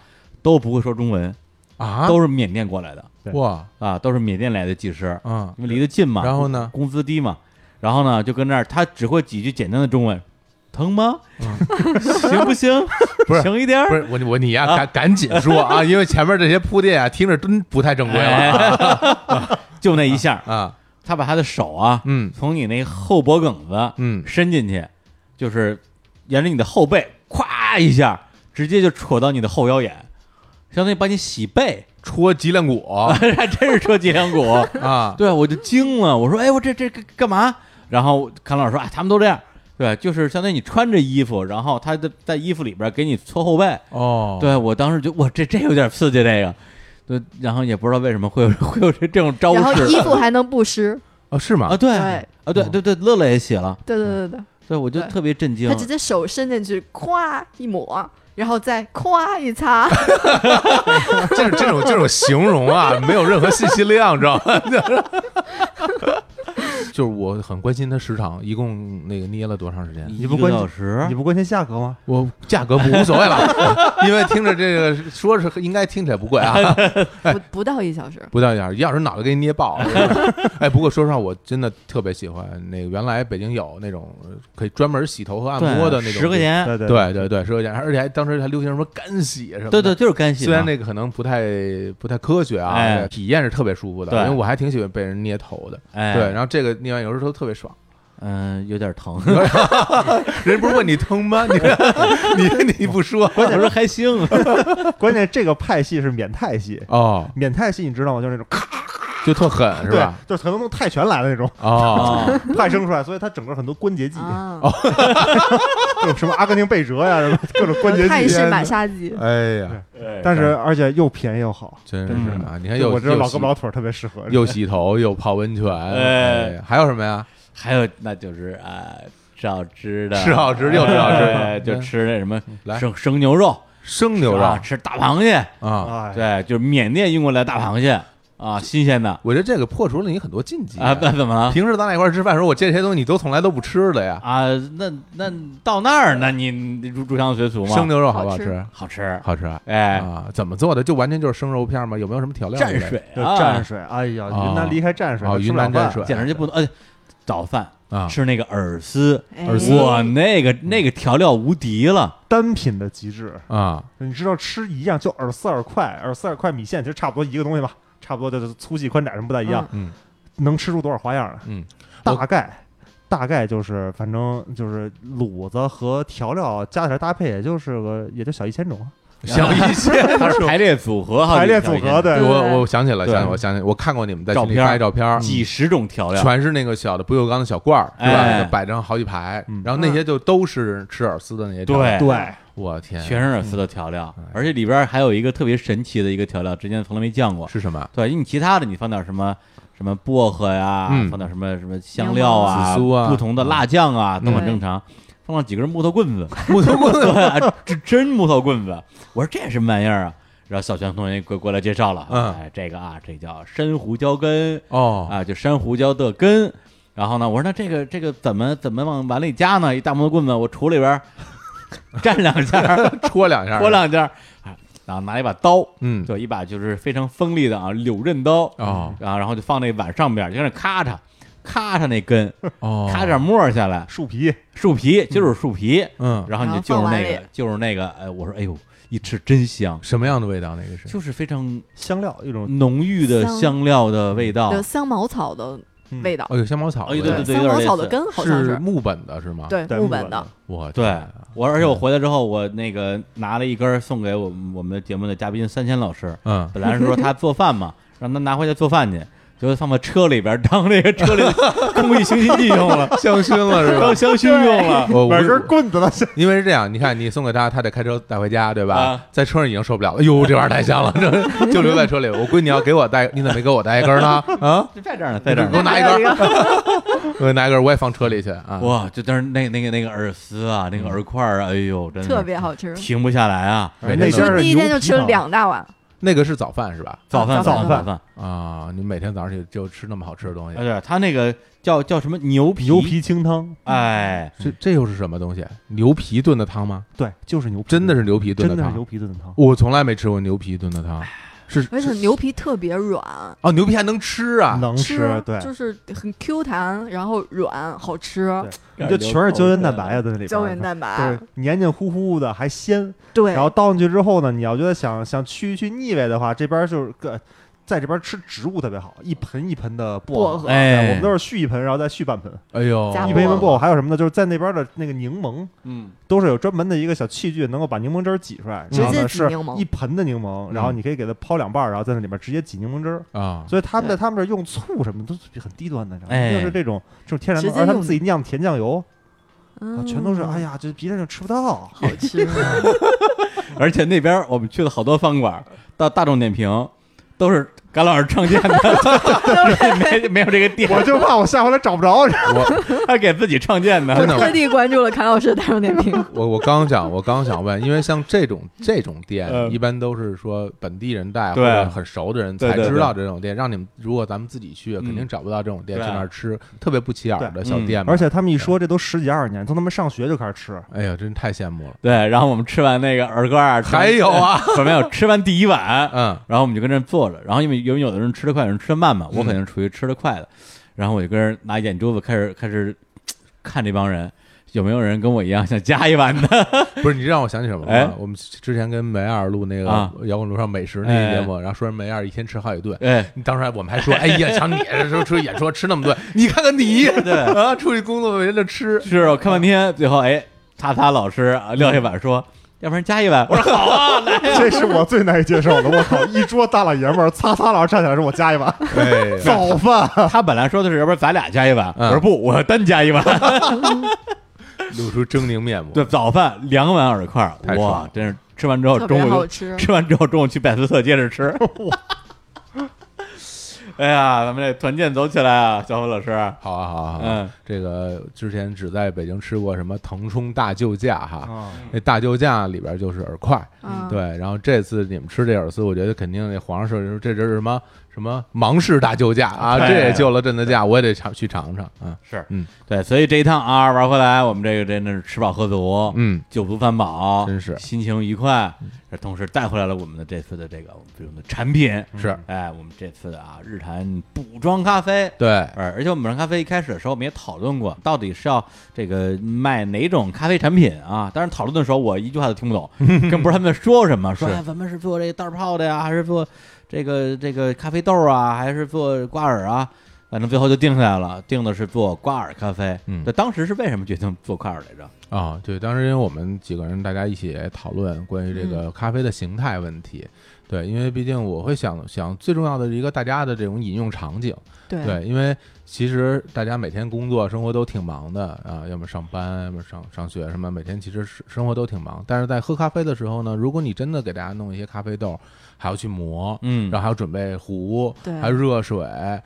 都不会说中文，
啊，
都是缅甸过来的
哇，
啊，都是缅甸来的技师，
嗯，
因为离得近嘛。
然后呢？
工资低嘛，然后呢就跟那儿，他只会几句简单的中文，疼吗？ 行不行？
嗯不是
行一点
不
儿。
是我我你呀、赶赶紧说啊，因为前面这些铺垫啊，听着真不太正规了
哎 就那一下，
啊，
他把他的手啊，
嗯
从你那后脖梗子
嗯，
伸进去，就是沿着你的后背，咵一下，直接就戳到你的后腰眼，相当于把你洗背，
戳脊梁 骨
还真是戳脊梁骨。
啊，
哦 对，我就惊了，我说，哎，我这这干干嘛？然后康老师说，啊，他们都这样，对，就是相当于你穿着衣服，然后他在在衣服里边给你搓后背，
哦，
对我当时就，哇，这这有点刺激，这个，对，然后也不知道为什么会有 会有这这种
哎
招
然后
式
衣服还能不湿，
哦，是吗？
啊，对，
对
啊，对对对，乐乐也写了，
对对对对，
对，我就
对
特别震惊
他，直接手伸进去，咵一抹，然后再咵一
啊
擦，
这这种这种形容啊，没有任何信息量，知道吗？ 就是我很关心它时长，一共那个捏了多长时间？
一
不
个
关
小时
你，不关心价格吗？
我价格不无所谓了， 因为听着这个说是应该听起来不贵 啊，
不不到一小时。
不到一小时，一小时脑袋给你捏爆了。哎，不过说实话，我真的特别喜欢那个原来北京有那种呃可以专门洗头和按摩的那种，
十块。钱，
对对
对对对，十块钱，而且还当时还流行什么干洗什么的，
对对，就是干洗
虽然
嘛，
那个可能不太不太科学啊，
哎
体验是特别舒服的，
对
因为我还挺喜欢被人捏头的。
哎，
对，然，后这个捏完有时候特别爽，
嗯，有点 疼，
人不是问你疼吗？你你 你不说
我说还 啊行，
关键这个派系是缅泰系，
哦，
缅泰系你知道吗？就是那种咔，
就特狠是
对
吧？，
就是可能从泰拳来的那种
哦，
啊，
派生出来，所以它整个很多关节技，
啊，
有什么阿根廷贝折呀，什么各种关节
泰
技。
式马杀鸡，
哎呀，
但是而且又便宜又好，
真是
嗯
啊！你看
就
又
我知道
又
老胳
洗
膊老腿儿特别适合。
又洗头又泡温泉，
哎
哎，还有什么呀？
还有那就是啊，吃好吃的，
吃好吃又吃好吃
啊
嗯
哎就吃那什么
来
生生牛肉，
生牛肉
啊，吃大螃蟹，
啊！
哎，
对，就是缅甸运过来大螃蟹啊，新鲜的
我觉得这个破除了你很多禁忌
啊，那怎么了？
平时咱俩一块儿吃饭的时候，我这些东西你都从来都不吃的呀。
啊，那那到那儿，那你你入入乡随俗嘛，
生牛肉好不
好吃
吃？
啊好吃，
好吃啊！
哎，
啊，怎么做的？就完全就是生肉片吗？有没有什么调料之类
蘸
的？
水
就
啊，
蘸水，哎呀，
啊
云南离开蘸水
哦，
吃
云
不了
南蘸
饭
水
简直就不能，呃，早饭
啊！
吃那个饵丝，
哎
耳丝
哇，那个那个调料无敌 了，
单品的极致。
啊，
你知道吃一样就饵丝饵块，饵丝饵块米线其实差不多一个东西吧，差不多就是粗细宽窄什么不太一样，
嗯
能吃出多少花样来？
嗯，我
大概大概就是反正就是卤子和调料加起来搭配，也就是个也就小一千种啊，
小一些。
它是排列组合，
啊
好几
排列
条
组
已经
合对。
哎我我想起来，
对
想起来我想起来，我看过你们在群里
照片儿
发一照片儿，嗯
几十种调料，
全是那个小的不锈钢的小罐儿，是
哎
吧？摆成好几排
嗯，
然后那些就都是吃饵丝的那些。
对，
对，
我天，
全是饵丝的调料
嗯哎，
而且里边还有一个特别神奇的一个调料，之前从来没见过。
是什么？
对，因为你其他的你放点什么什么薄荷呀，
嗯
放点什么什么香料啊，
紫苏啊
不同的辣酱啊，
嗯
都很正常。放了几根木头棍子，
木头棍子，
对，这真木头棍子。我说这什么玩意儿啊？然后小泉同学过过来介绍了，
嗯
哎，这个啊，这叫山胡椒根
哦，
啊，就山胡椒的根。然后呢，我说那这个这个怎么怎么往碗里加呢？一大木头棍子，我杵里边儿 蘸两下儿，
戳两下，
拨，两下儿， 啊然后拿一把刀，
嗯，
对，一把就是非常锋利的啊柳刃刀
哦
啊，然后就放那碗上边儿，就跟那咔嚓咔嚓那根，
哦，
咔嚓沫儿下来，
树皮
树皮就是树皮，
嗯，
然后你就就
然后
是
放
那
碗
个就是那个，哎，我说哎呦，一吃真香，
什么样的味道？那个是
就是非常
香料一
嗯
种
浓郁的
香
香料的味道
有，香茅草的味道，
哦，有香茅草
哎
味
对对
道，
对有
香
点
茅草
类似
的根好像
是
是，
木本的是吗？，
对
对
木
本
本的，
我
对
天啊
我，而且我回来之后，我那个拿了一根儿送给我们我们的节目的嘉宾三千老师，
嗯，
本来是说他做饭嘛，让他拿回去做饭去，就放到车里边当那个车里的工艺行进剂用了，
香薰了是
当
吧？
香薰用了。
我我
买根棍子了，现在
因为是这样，你看你送给他，他得开车带回家，对吧？
啊
在车上已经受不了了，哎呦，这玩意儿太香了， 这就留在车里。我闺女要给我带，你怎么没给我带一根呢？啊，
就在这儿呢，在这儿
给
呢。
我拿一根，给 我拿一根，我也放车里去啊。
哇，就当时那那个那个耳丝啊，那个耳块儿啊，哎呦，真的
特别好吃。
停不下来啊！
每
那
天
家
都
是
第一天
牛
就
皮
吃了
糖
两大碗，
那个是早饭是吧？
早饭
早
饭早
饭
饭，
啊，你每天早上起就吃那么好吃的东西
哎，，对，他那个叫叫什么牛皮
牛，皮清汤，
哎，
这这又是什么东西？牛皮炖的汤吗？
对，就是牛皮，
真的是牛皮炖
真的是
汤
牛，皮炖的汤，
我从来没吃过牛皮炖的汤，是
而且
是
牛皮特别软，
哦，牛皮还能吃啊？
能吃，对，
就是很 Q 弹，然后软，好吃，
你就全是胶原蛋白啊，在那里边儿，
胶原蛋白，
对，黏黏糊糊的，还鲜。
对，
然后倒进去之后呢，你要觉得想想去一去腻味的话，这边就是个在这边吃植物特别好，一盆一盆的薄
薄
荷
荷
哎，
我们都是续一盆，然后再续半盆，
哎呦，
加
一
薄
盆一
荷
盆薄荷。还有什么呢？就是在那边的那个柠檬，
嗯，
都是有专门的一个小器具，能够把柠檬汁儿挤出来，
直
然后
接
呢
挤
是
柠檬
一盆的柠檬，然后
嗯
你可以给它抛两半儿，然后在那里边直接挤柠檬汁儿。
啊，
所以他们在
对
他们这儿用醋什么的都很低端的，你知道吗
哎
就是这种这种天然
直
的，
接
而他们
用
自己酿甜酱油，啊
嗯
全都是哎，呀，这别人就吃不到。
好吃，
而且那边我们去了好多饭馆，到大众点评都是甘老师创 建的，没没有这个店，
我就怕我下回来找不着，
我
他给自己创建的，
真的
特地关注了侃老师的大众点评，
我我刚想我刚想问，因为像这种这种店，
嗯
一般都是说本地人带或
对
者很熟的人才
对对对嗯
知道这种店。让你们如果咱们自己去，肯定找不到这种店，去
对嗯
那儿吃特别不起眼儿的小店嘛。
而且他们一说这都十几二十年，从他们上学就开始吃，
哎呀，真太羡慕了。
对，然后我们吃完那个耳瓜儿，
还有 啊，
我没有吃完第一碗，
嗯，
然后我们就跟那儿坐着，然后因为因为有的人吃得快，有人吃得慢嘛，我
嗯
肯定是属于吃得快的，然后我就跟人拿眼珠子开始开始嘖看这帮人。有没有人跟我一样想加一碗 的？
不是你让我想起什么了？
哎
我们之前跟梅二录那个
啊
摇滚路上美食那个节目，然后说梅二一天吃好 几顿。
哎，
当时还我们还说，哎呀，像你这时候出去演说吃那么顿，你看看 你，对啊，出去工作围着吃，
是我看半天，最后哎，擦擦老师啊撂下碗
嗯
说，要不然加一碗。我说好啊，来呀。
这是我最难以接受的。我靠，一桌大老爷们儿，擦擦老师站起来说：“我加一碗
哎，
早饭。
他本来说的 是，要不然咱俩加一碗。
嗯
我说 不，我单加一碗。
露出狰狞面目。
对，早饭两碗饵块
太
儿，
爽
哇
了，
真是吃完之后
特别
中午
好
就
吃。
吃完之后中午去百思特接着 吃。哎呀，咱们这团建走起来啊，小虎老师。
好啊，好啊，好啊
嗯
这个之前只在北京吃过什么腾冲大救驾
嗯
哈，
啊
那大救驾里边就是饵块，
嗯
对，然后这次你们吃这饵丝，我觉得肯定那皇上说说这这是什么什么芒市大救驾啊，
哎对哦
这也救了朕的驾，我也得尝去尝尝啊，
是
嗯
对，所以这一趟啊玩回来，我们这个真的是吃饱喝足，
嗯，
酒足饭饱，
真是
心情愉快。这同时带回来了我们的这次的这个我们这种的产品，
是
哎，我们这次啊日坛补妆咖啡。
对，
而而且我们补妆咖啡一开始的时候，我们也讨论过，到底是要这个卖哪种咖啡产品啊？当然讨论的时候，我一句话都听 不懂，更不知道他们在说什么。说
是
哎，咱们是做这个袋儿泡的呀，还是做这个这个咖啡豆啊，还是做瓜耳啊？反正最后就定下来了，定的是做瓜耳咖啡。
嗯
对，当时是为什么决定做瓜耳来着？
啊、对，当时因为我们几个人大家一起讨论关于这个
嗯
咖啡的形态问题，对，因为毕竟我会想想最重要的是一个大家的这种饮用场景，
对
对，因为其实大家每天工作生活都挺忙的啊，要么上班，要么上上学什么，每天其实是生活都挺忙，但是在喝咖啡的时候呢，如果你真的给大家弄一些咖啡豆，还要去磨，
嗯
然后还要准备壶，
对
还有热水，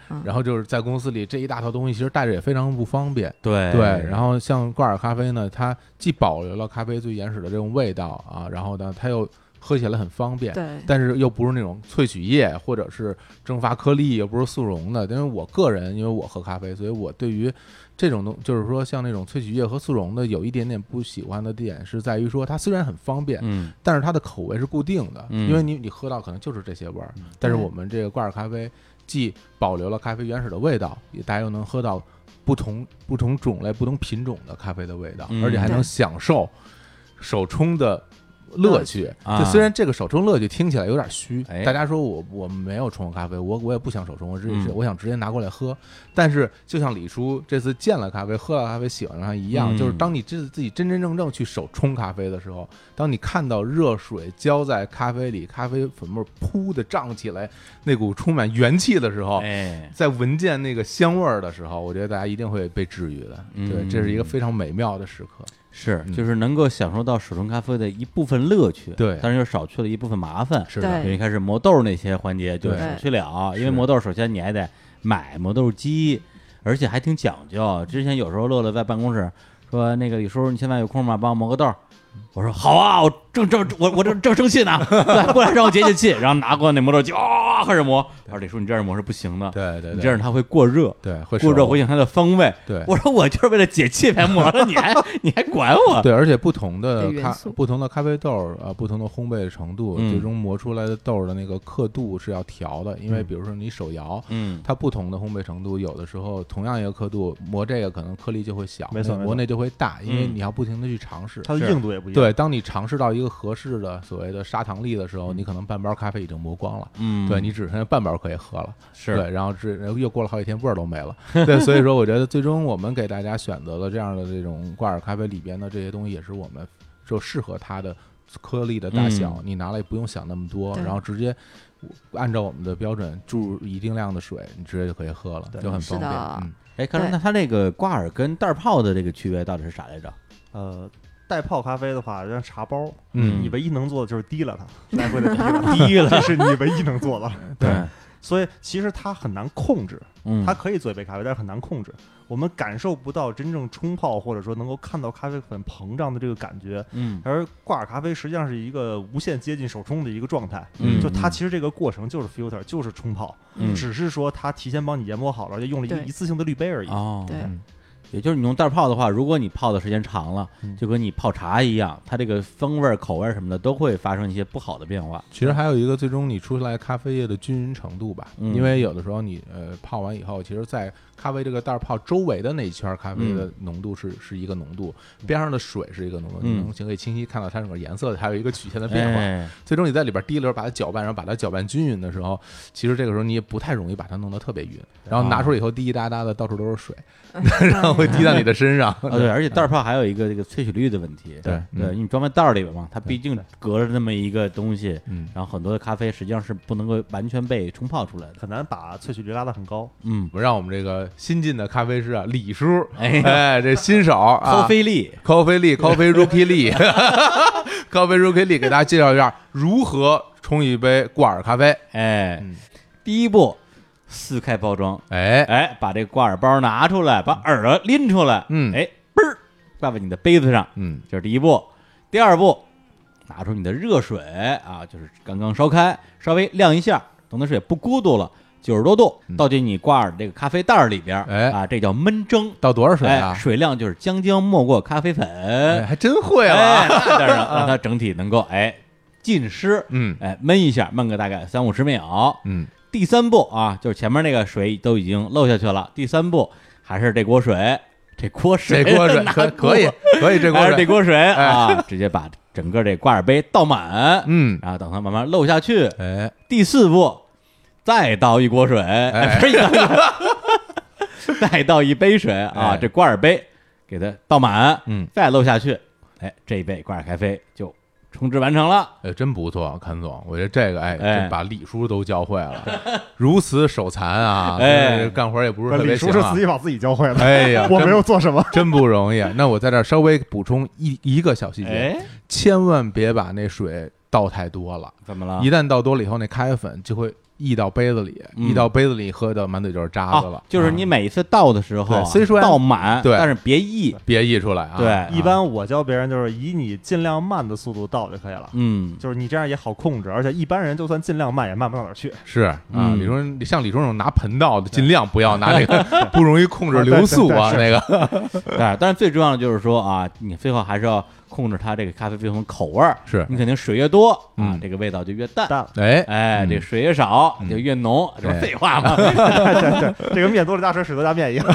嗯
然后就是在公司里这一大套东西，其实带着也非常不方便。
哎
对
对，然后像挂耳咖啡呢，它既保留了咖啡最原始的这种味道啊，然后呢，它又喝起来很方便，
对
但是又不是那种萃取液或者是蒸发颗粒，又不是速溶的。因为我个人，因为我喝咖啡，所以我对于这种东，就是说像那种萃取液和速溶的，有一点点不喜欢的点是在于说，它虽然很方便，
嗯
但是它的口味是固定的，
嗯
因为你你喝到可能就是这些味儿。但是我们这个挂耳咖啡既保留了咖啡原始的味道，也大家又能喝到不同不同种类、不同品种的咖啡的味道，
嗯
而且还能
对
享受手冲的乐趣。
啊
就虽然这个手冲乐趣听起来有点虚，
哎
大家说我我没有冲过咖啡，我我也不想手冲，我直接、
嗯
我想直接拿过来喝。但是就像李叔这次见了咖啡，喝了咖啡，喜欢上它一样，
嗯
就是当你自自己真真正正去手冲咖啡的时候，当你看到热水浇在咖啡里，咖啡粉末噗的胀起来，那股充满元气的时候，
哎，
在闻见那个香味儿的时候，我觉得大家一定会被治愈的。
嗯
对，这是一个非常美妙的时刻。
是，
嗯
就是能够享受到手冲咖啡的一部分乐趣，
对
但是又少去了一部分麻烦。
是
对
的，
等于开始磨豆那些环节就
对
省去了，因为
是
磨豆首先你还得买磨豆机，而且还挺讲究。之前有时候乐乐在办公室说：“那个李叔，你现在有空吗？帮我磨个豆。”我说：“好啊，我正正我我正正生气 呢，来过来让我解解气。”然后拿过那磨豆机啊、开始磨。我说：“李叔，你这样磨是不行的，
对对
你
对，
这样它会过热。”
对会
过热
熟
会影响它的风味。
对
我说我就是为了解气才磨的，你还你还管我？
对，而且不同的
得元
咖
素
不同的咖啡豆儿呃，不同的烘焙程度，
嗯
最终磨出来的豆儿的那个刻度是要调的，因为
嗯
比如说你手摇。
嗯，
它不同的烘焙程度，有的时候同样一个刻度，磨这个可能颗粒就会小，
没错
那
没
磨
错
那就会大，因为
嗯
你要不停的去尝试。
它的
是
硬度也不一样。
对，当你尝试到一个合适的所谓的砂糖粒的时
嗯
候，你可能半包咖啡已经磨光了，
嗯，
对你只剩下半包可以喝了。
是
对，然后这又过了好几天，味儿都没了。 对，所以说我觉得最终我们给大家选择了这样的这种挂耳咖啡里边的这些东西，也是我们就适合它的颗粒的大小，你拿来不用想那么多，
对
然后直接按照我们的标准注入一定量的水，你直接就可以喝了，
对
就很方便
是的。
嗯
哎，看来
对
那它这个挂耳跟袋儿泡的这个区别到底是啥来着？
呃，带泡咖啡的话，像茶包，
嗯
你唯一能做的就是滴了 它，来回的滴了它，
低了，
这是你唯一能做的。
对，
所以其实它很难控制，
嗯，
它可以做一杯咖啡，但是很难控制。我们感受不到真正冲泡，或者说能够看到咖啡粉膨胀的这个感觉。
嗯
而挂耳咖啡实际上是一个无限接近手冲的一个状态，
嗯
就它其实这个过程就是 filter，就是冲泡，
嗯
只是说它提前帮你研磨好了，而且用了一个
对
一次性的滤杯而已。
哦，
对
嗯
也就是你用袋儿泡的话，如果你泡的时间长了，
嗯
就跟你泡茶一样，它这个风味儿、口味儿什么的都会发生一些不好的变化。
其实还有一个最终你出来咖啡液的均匀程度吧，
嗯
因为有的时候你呃泡完以后，其实，在咖啡这个袋儿泡周围的那一圈儿咖啡的浓度是、是一个浓度，边上的水是一个浓度，
嗯
你能可以清晰看到它整个颜色还有一个曲线的变化。
哎，
最终你在里边滴溜儿把它搅拌，然后把它搅拌均匀的时候，其实这个时候你也不太容易把它弄得特别匀，
啊
然后拿出来以后滴滴答答的到处都 是水，然后会滴到你的身上。
啊对，而且袋儿泡还有一个这个萃取率的问题。
嗯对
对，
嗯
你装在袋儿里边嘛，它毕竟隔着那么一个东西，
嗯，
然后很多的咖啡实际上是不能够完全被冲泡出来的。
很难把萃取率拉得很高，
嗯，
我们让我们这个新进的咖啡师啊，李叔，
哎
哎，这新手啊
咖，啡力，
Coffee Lee Coffee Rookie Lee Coffee Rookie Lee 给大家介绍一下如何冲一杯挂耳咖啡。
哎，
嗯
第一步撕开包装，
哎，
哎，把这挂耳包拿出来，把耳朵拎出来，
嗯
哎，嘣儿挂在你的杯子上，
嗯，
这是第一步。第二步，拿出你的热水啊，就是刚刚烧开，稍微晾一下，等那水不咕嘟了，九十多度，倒进你挂耳这个咖啡袋儿里边儿，
嗯哎
啊，这叫焖蒸。
倒多少水
哎，
啊？
水量就是将将没过咖啡粉，
哎，还真会
哎，
啊！
那当然让它整体能够哎浸湿，
嗯
哎焖一下，焖个大概三五十秒。
嗯，
第三步啊，就是前面那个水都已经漏下去了，第三步还是这锅水，这锅
这
水，
锅 水
拿
可
锅
可以，可以，这锅
还是这
水，哎
锅水啊，直接把整个这挂耳杯倒满，
嗯，
然后等它慢慢漏下去。
哎，
第四步，再倒一锅水，哎， 不是一倒一锅水再倒一杯水啊，
哎
这挂耳杯给它倒满，
嗯，
再漏下去，哎，这一杯挂耳咖啡就冲制完成了。
哎，真不错，阚总，我觉得这个哎，
哎
真把李叔都教会了，如此手残啊！
哎
真是干活也不是特
李
别
叔
行
是
啊
自。己把自己教会的，
哎呀，
我
真
没有做什么。
真不容易。啊那我在这儿稍微补充一一个小细节，
哎，
千万别把那水倒太多了，
怎么了
一？旦倒多了以后，那咖啡粉就会溢到杯子里，
嗯
溢到杯子里喝的满嘴就是渣子了
啊，，就是你每一次倒的时候啊，
对虽说
倒满，
对
但是别溢，
别溢出来啊。
对，
一般我教别人就是以你尽量慢的速度倒就可以了，
嗯，
就是你这样也好控制，而且一般人就算尽量慢也慢不到哪 儿去。
是啊，
嗯
李叔像李叔那种拿盆倒的，尽量不要拿这 个不容易控制流速啊，那个
对，哎但是最重要的就是说啊，你最后还是要控制它这个咖啡杯的口味儿，
是
你肯定水越多啊
嗯，
这个味道就越淡。
淡
哎
哎，
嗯
这水越少就越浓，这不
哎
废话吗？
这个面多了加水，水多加面一样。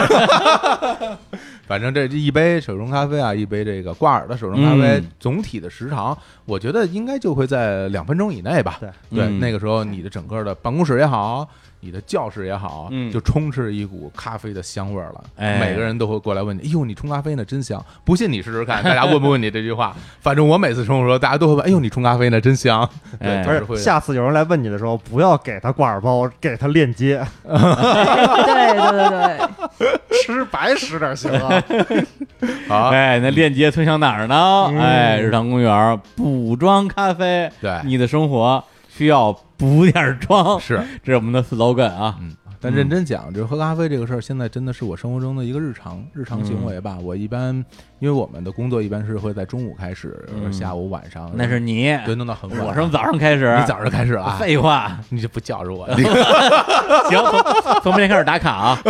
反正这这一杯手冲咖啡啊，一杯这个挂耳的手冲咖啡
嗯，
总体的时长，我觉得应该就会在两分钟以内吧。
对
对，
嗯
那个时候你的整个的办公室也好，你的教室也好，
嗯
就充斥一股咖啡的香味儿了。
哎
每个人都会过来问你：“哎呦，你冲咖啡呢，真香！”不信你试试看，大家问不问你这句话？ 反正我每次冲的时候，大家都会问：“哎呦，你冲咖啡呢，真香！”
哎
对，就
而
是
且
会
下次有人来问你的时候，不要给他挂耳包，给他链接，
对对对对，
吃白食点行啊。
好。嗯
哎，那链接推向哪儿呢？哎，日常公园补妆咖啡，
对
你的生活需要补点儿妆，
是，
这是我们的 slogan 啊。
嗯，但认真讲，就是喝咖啡这个事儿，现在真的是我生活中的一个日常日常行为吧。我一般因为我们的工作一般是会在中午开始，
嗯
下午晚上，
那是你，
对弄到很晚。
我从早上开始，
你早上开始了啊，
废话，
你就不叫着我，
行，从从明天开始打卡啊，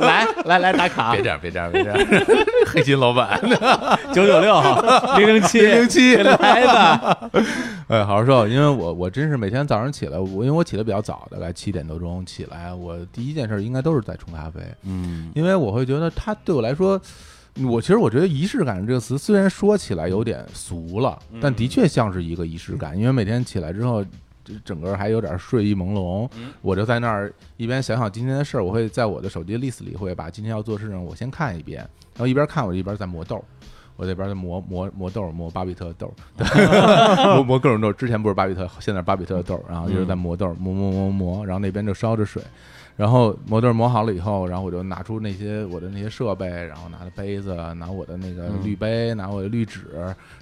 来来来打卡
别，这样，别这样，别这样， 黑心老 板，
九九六零零七
零零七，
来吧，
哎，好好说，因为我我真是每天早上起来，我因为我起得比较早，大概七点多钟起来，我第一件事应该都是在冲咖啡，
嗯
因为我会觉得它对我来说，我其实我觉得仪式感这个词虽然说起来有点俗了，但的确像是一个仪式感，因为每天起来之后。这整个还有点睡意朦胧，我就在那儿一边想想今天的事儿，我会在我的手机 list 里会把今天要做的事情我先看一遍，然后一边看我一边在磨豆儿，我这边在磨磨磨豆儿，磨巴比特豆儿，磨磨各种豆儿。 之前不是巴比特，现在是巴比特豆儿，然后就是在磨豆儿，磨磨磨磨，然后那边就烧着水，然后磨豆儿磨好了以后，然后我就拿出那些我的那些设备，然后拿的杯子，拿我的那个
嗯
滤杯，拿我的滤纸，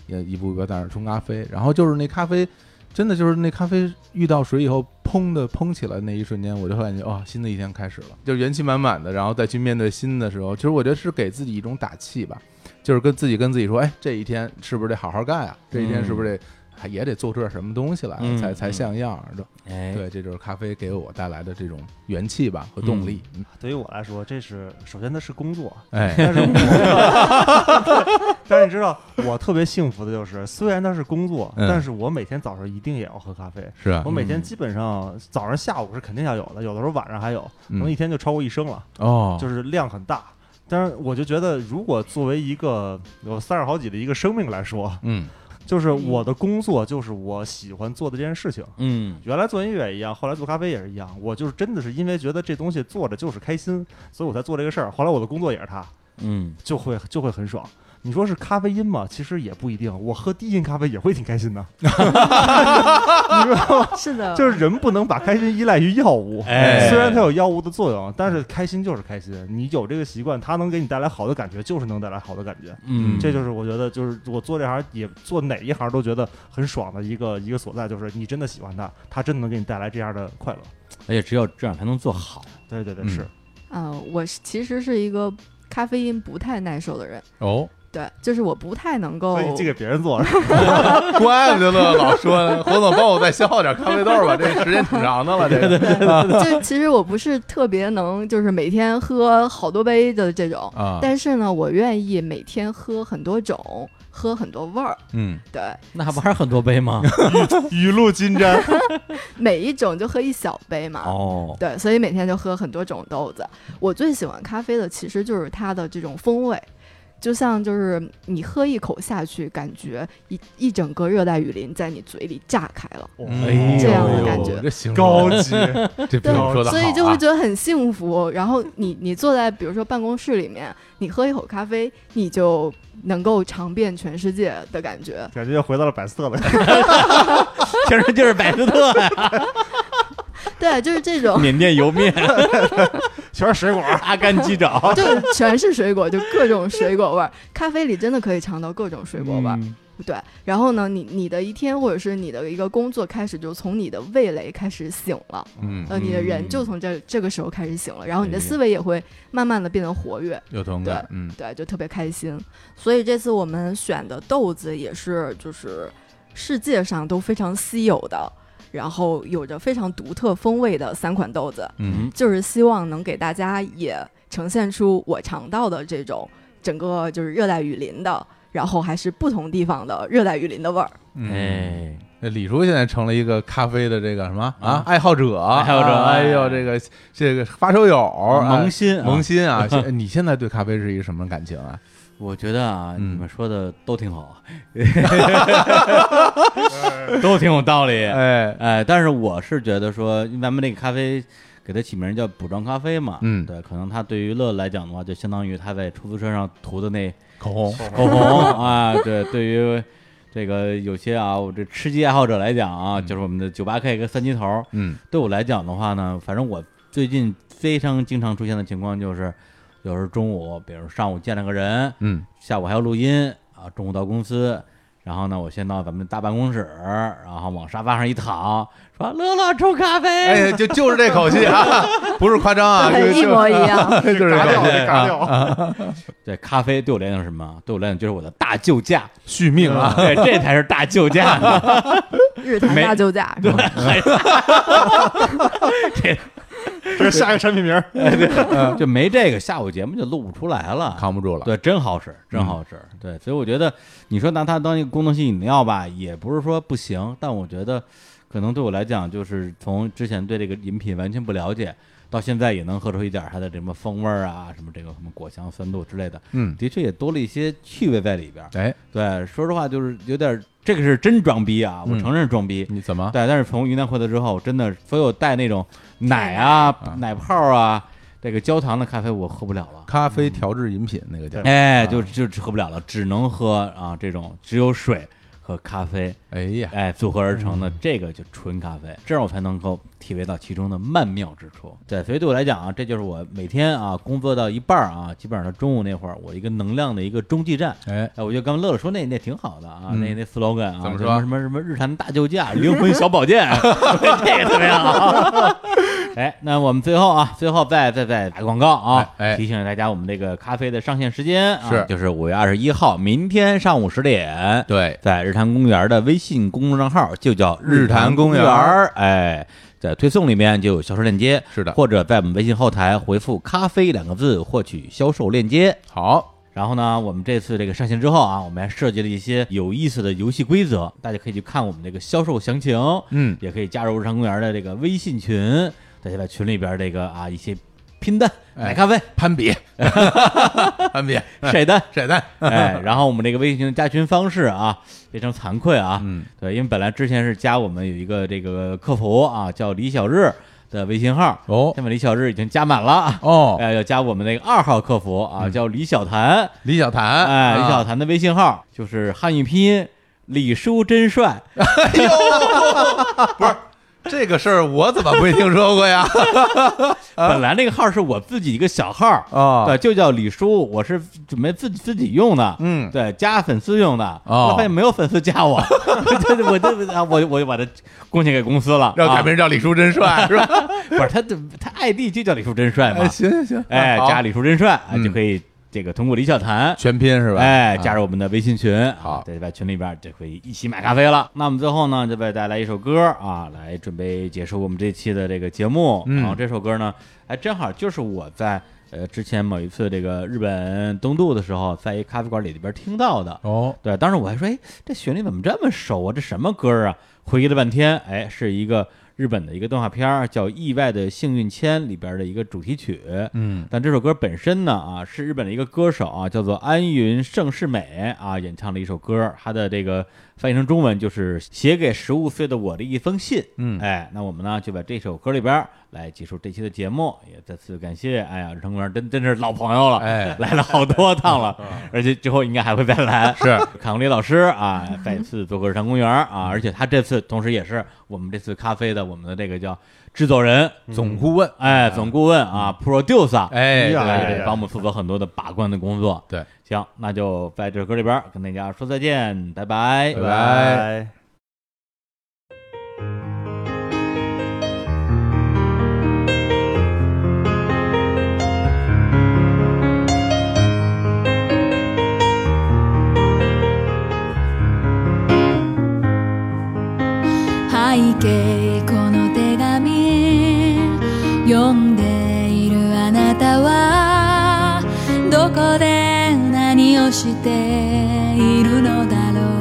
也一步一步在那儿冲咖啡。然后就是那咖啡，真的就是那咖啡遇到水以后，砰的砰起来那一瞬间，我就会感觉哇、新的一天开始了，就是元气满满的。然后再去面对新的时候，其实我觉得是给自己一种打气吧，就是跟自己跟自己说，哎，这一天是不是得好好干啊？这一天是不是得、还也得做出点什么东西来，
嗯
才才
嗯
像样儿？对
哎，
对，这就是咖啡给我带来的这种元气吧和动力。嗯
对于我来说，这是首先它是工 作，
哎，
但是我，但是你知道，我特别幸福的就是，虽然它是工作，
嗯
但是我每天早上一定也要喝咖啡。
是 啊
我，每天基本上早上、下午是肯定要有的，有的时候晚上还有，可能
嗯
一天就超过一升了，
哦，
就是是量很大。但是我就觉得，如果作为一个有三十好几的一个生命来说，
嗯
就是我的工作就是我喜欢做的这件事情。
嗯
原来做音乐也一样，后来做咖啡也是一样。我就是真的是因为觉得这东西做着就是开心，所以我才做这个事儿。后来我的工作也是它，
嗯，
就会就会很爽。你说是咖啡因吗？其实也不一定，我喝低因咖啡也会挺开心的。你说
是的，
就是人不能把开心依赖于药物，
哎
虽然它有药物的作用，但是开心就是开心。你有这个习惯，它能给你带来好的感觉，就是能带来好的感觉。
嗯，
这就是我觉得，就是我做这行也做哪一行都觉得很爽的一个一个所在，就是你真的喜欢它，它真的能给你带来这样的快乐。
而且只有这样才能做好。
对对对，
嗯
是
呃，我是其实是一个咖啡因不太耐受的人，
哦，
对，就是我不太能够
所以寄给别人做是吧，
怪不得乐老说，侯总帮我再消耗点咖啡豆吧，这时间挺长的了，这个
就其实我不是特别能，就是每天喝好多杯的这种，
啊，
但是呢，我愿意每天喝很多种，喝很多味儿。
嗯
对，
那不还是很多杯吗？
雨露均沾。
每一种就喝一小杯嘛。
哦，
对，所以每天就喝很多种豆子。我最喜欢咖啡的其实就是它的这种风味，就像就是你喝一口下去，感觉一一整个热带雨林在你嘴里炸开了。
嗯
这样的
哎呦
感觉
这形容
高
得
级，
这比我说的好啊，
所以就会觉得很幸福。然后你你坐在比如说办公室里面，你喝一口咖啡，你就能够尝遍全世界的感觉。
感觉又回到了百色了。
其实就是百斯特呀，，
对，就是这 种
缅甸油面、
全是水果。
阿甘鸡 爪，
就全是水果，就各种水果味儿。咖啡里真的可以尝到各种水果味儿。
嗯
对，然后呢，你你的一天或者是你的一个工作开始，就从你的味蕾开始醒了，
嗯，
呃，你的人
嗯
就从这这个时候开始醒了，然后你的
哎呀
思维也会慢慢的变得活跃，
有同感，嗯
对，就特别开心。所以这次我们选的豆子也是就是世界上都非常稀有的，然后有着非常独特风味的三款豆子，
嗯
就是希望能给大家也呈现出我尝到的这种整个就是热带雨林的，然后还是不同地方的热带雨林的味儿。
嗯，
哎，
这李叔现在成了一个咖啡的这个什么啊爱好者，爱
好者
哎
哎
呦，这个这个发烧友，
萌
哎
新啊
萌新啊！现你现在对咖啡是一个什么感情啊？
我觉得啊，
嗯
你们说的都挺好， 都挺有道理。
哎，
哎，但是我是觉得说，因为咱们那个咖啡给它起名叫补妆咖啡嘛，
嗯
对，可能它对于乐来讲的话，就相当于他在出租车上涂的那
口红，
口红啊，对，对于这个有些啊，我这吃鸡爱好者来讲啊，就是我们的九八 K 跟三级头，
嗯
对我来讲的话呢，反正我最近非常经常出现的情况就是，有时候中午，比如上午见了个人，
嗯
下午还要录音啊，中午到公司，然后呢，我先到咱们大办公室，然后往沙发上一躺，说乐乐冲咖啡，
哎，就就是这口气啊，不是夸张 啊，就
对，一模一，样。
就就是啊
嘎掉
这口 气
对啊
嘎掉，
对，咖啡对我来讲是什么？对我来讲就是我的大救驾，
续命啊！
对，这才是大救驾呢。
日坛
没
大救驾是吧？
这是下一个产品名儿。
就没这个下午节目就录不出来了，
扛不住了，
对，真好使，
嗯
真好使。对，所以我觉得你说拿它当一个功能性饮料吧，也不是说不行，但我觉得可能对我来讲，就是从之前对这个饮品完全不了解，到现在也能喝出一点它的什么风味儿啊，什么这个什么果香、酸度之类的，
嗯，
的确也多了一些趣味在里边儿。
哎，
对，说实话就是有点儿，这个是真装逼啊，我
嗯
承认装逼。
你怎么？
对，但是从云南回来之后，真的所有带那种奶啊、
嗯
奶泡啊、这个焦糖的咖啡，我喝不了了。
咖啡调制饮品那个叫，
哎，就就喝不了了，只能喝啊这种只有水和咖啡，
哎呀，
哎组合而成的这个就纯咖啡，这样我才能够体味到其中的曼妙之处。对，所以对我来讲啊，这就是我每天啊工作到一半儿啊，基本上到中午那会儿，我一个能量的一个中继站。
哎，
哎，我觉得刚乐乐说那那挺好的啊，
嗯
那那 slogan 啊，
怎么
什
说
什么什么日坛大救驾，灵魂小宝剑， 这个怎么样啊？ 哎，那我们最后啊，最后再再再打个广告啊，
哎哎
提醒大家我们这个咖啡的上线时间啊，
是
就是五月二十一号，明天上午十点。
对，
在日坛公园的微信公众账号就叫
日坛
坛
公
公
园
园，哎，在推送里面就有销售链接，
是的
或者在我们微信后台回复“咖啡”两个字获取销售链接。
好，
然后呢，我们这次这个上线之后啊，我们还设计了一些有意思的游戏规则，大家可以去看我们这个销售详情，
嗯
也可以加入日常公园的这个微信群，大家在群里边这个啊一些拼单、
哎
买咖啡、
攀比，攀比，
晒 单，
晒单，
哎，然后我们这个微信群的加群方式啊，非常惭愧啊，
嗯，
对，因为本来之前是加我们有一个这个客服啊，叫李小日的微信号，
哦
现在李小日已经加满了，
哦，嗯
哎，要加我们那个二号客服啊，叫李小谭。
李小谭，啊
哎，李小
谭，
谭的微信号就是汉语拼音李叔真帅，
哎呦，不是这个事儿，我怎么没听说 过呀？啊
本来那个号是我自己一个小号，
哦
对，就叫李叔，我是准备自自己用的，
嗯
对，加粉丝用的，
哦
后发现没有粉丝加我， 对对我就啊我我就把它贡献给公司了，
让
啊
改名叫李叔真帅是吧？
不是他的他 ID 就叫李叔真帅嘛
哎，，行行行，
哎，
好
加李叔真帅啊
嗯
就可以这个通过李小谭
全拼是吧？
哎，加
入，
入我们的微信群，啊
好
在在群里边儿就可以一起买咖啡了。那我们最后呢，就为大家带来一首歌啊，来准备结束我们这期的这个节目。
嗯
然后这首歌呢，还正好就是我在呃之前某一次这个日本东渡的时候，在一咖啡馆里里边听到的。
哦，
对，当时我还说，哎，这旋律怎么这么熟啊？这什么歌儿啊？回忆了半天，哎，是一个日本的一个动画片儿，叫《意外的幸运签》里边的一个主题曲。
嗯，
但这首歌本身呢，啊，是日本的一个歌手啊，叫做安云盛世美啊，演唱了一首歌，它的这个翻译成中文就是“写给十五岁的我的一封信”。
嗯
哎，那我们呢就把这首歌里边儿来结束这期的节目，也再次感谢，哎呀，陈公园真真是老朋友了，
哎
来了好多趟 了，而且之后应该还会再来。
是
卡梅利老师啊，再次做客日常公园啊，而且他这次同时也是我们这次咖啡的我们的这个叫制作人，
总顾问，
哎，总顾问啊，producer，
嗯哎，
呀
对
哎
对，帮我们负责很多的把关的工作。
对，
行，那就在这首歌里边儿跟大家说再见，拜拜
拜。拜。
拜。
背景この手紙読んでいるあなたはどこで何をしているのだろう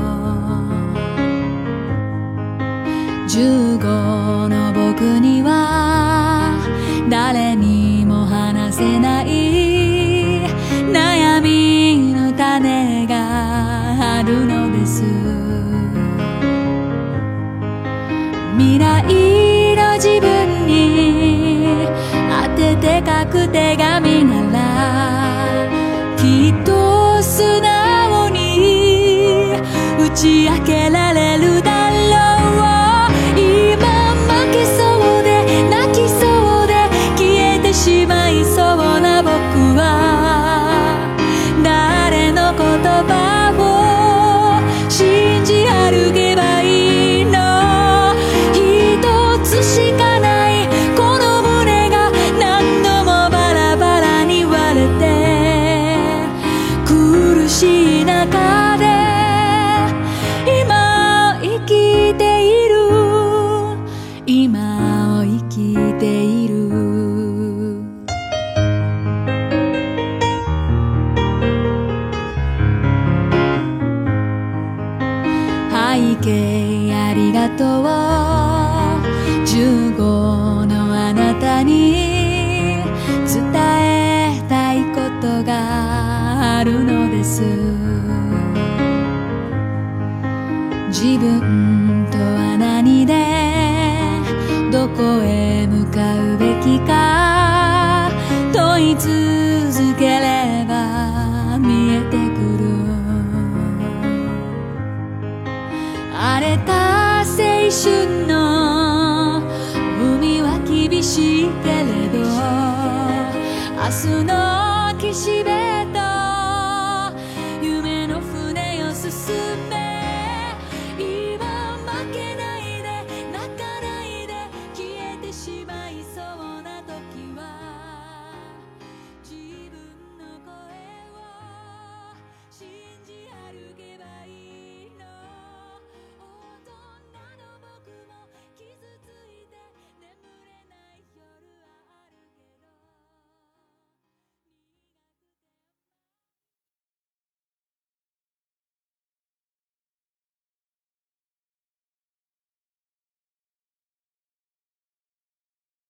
の僕には誰にも話せない悩みの種があるのです未来の自分に当てて書く手紙ならきっと素直に打ち明けられるだろう今負けそうで泣きそうで消えてしまいそうな僕は誰の言葉を信じ歩けばいいの一つしかないこの胸が何度もバラバラに割れて苦しい中で今を生きている今を生きている背景ありがとう15のあなたに伝えたいことがあるのです自分とは何でどこへ向かうべきか問い続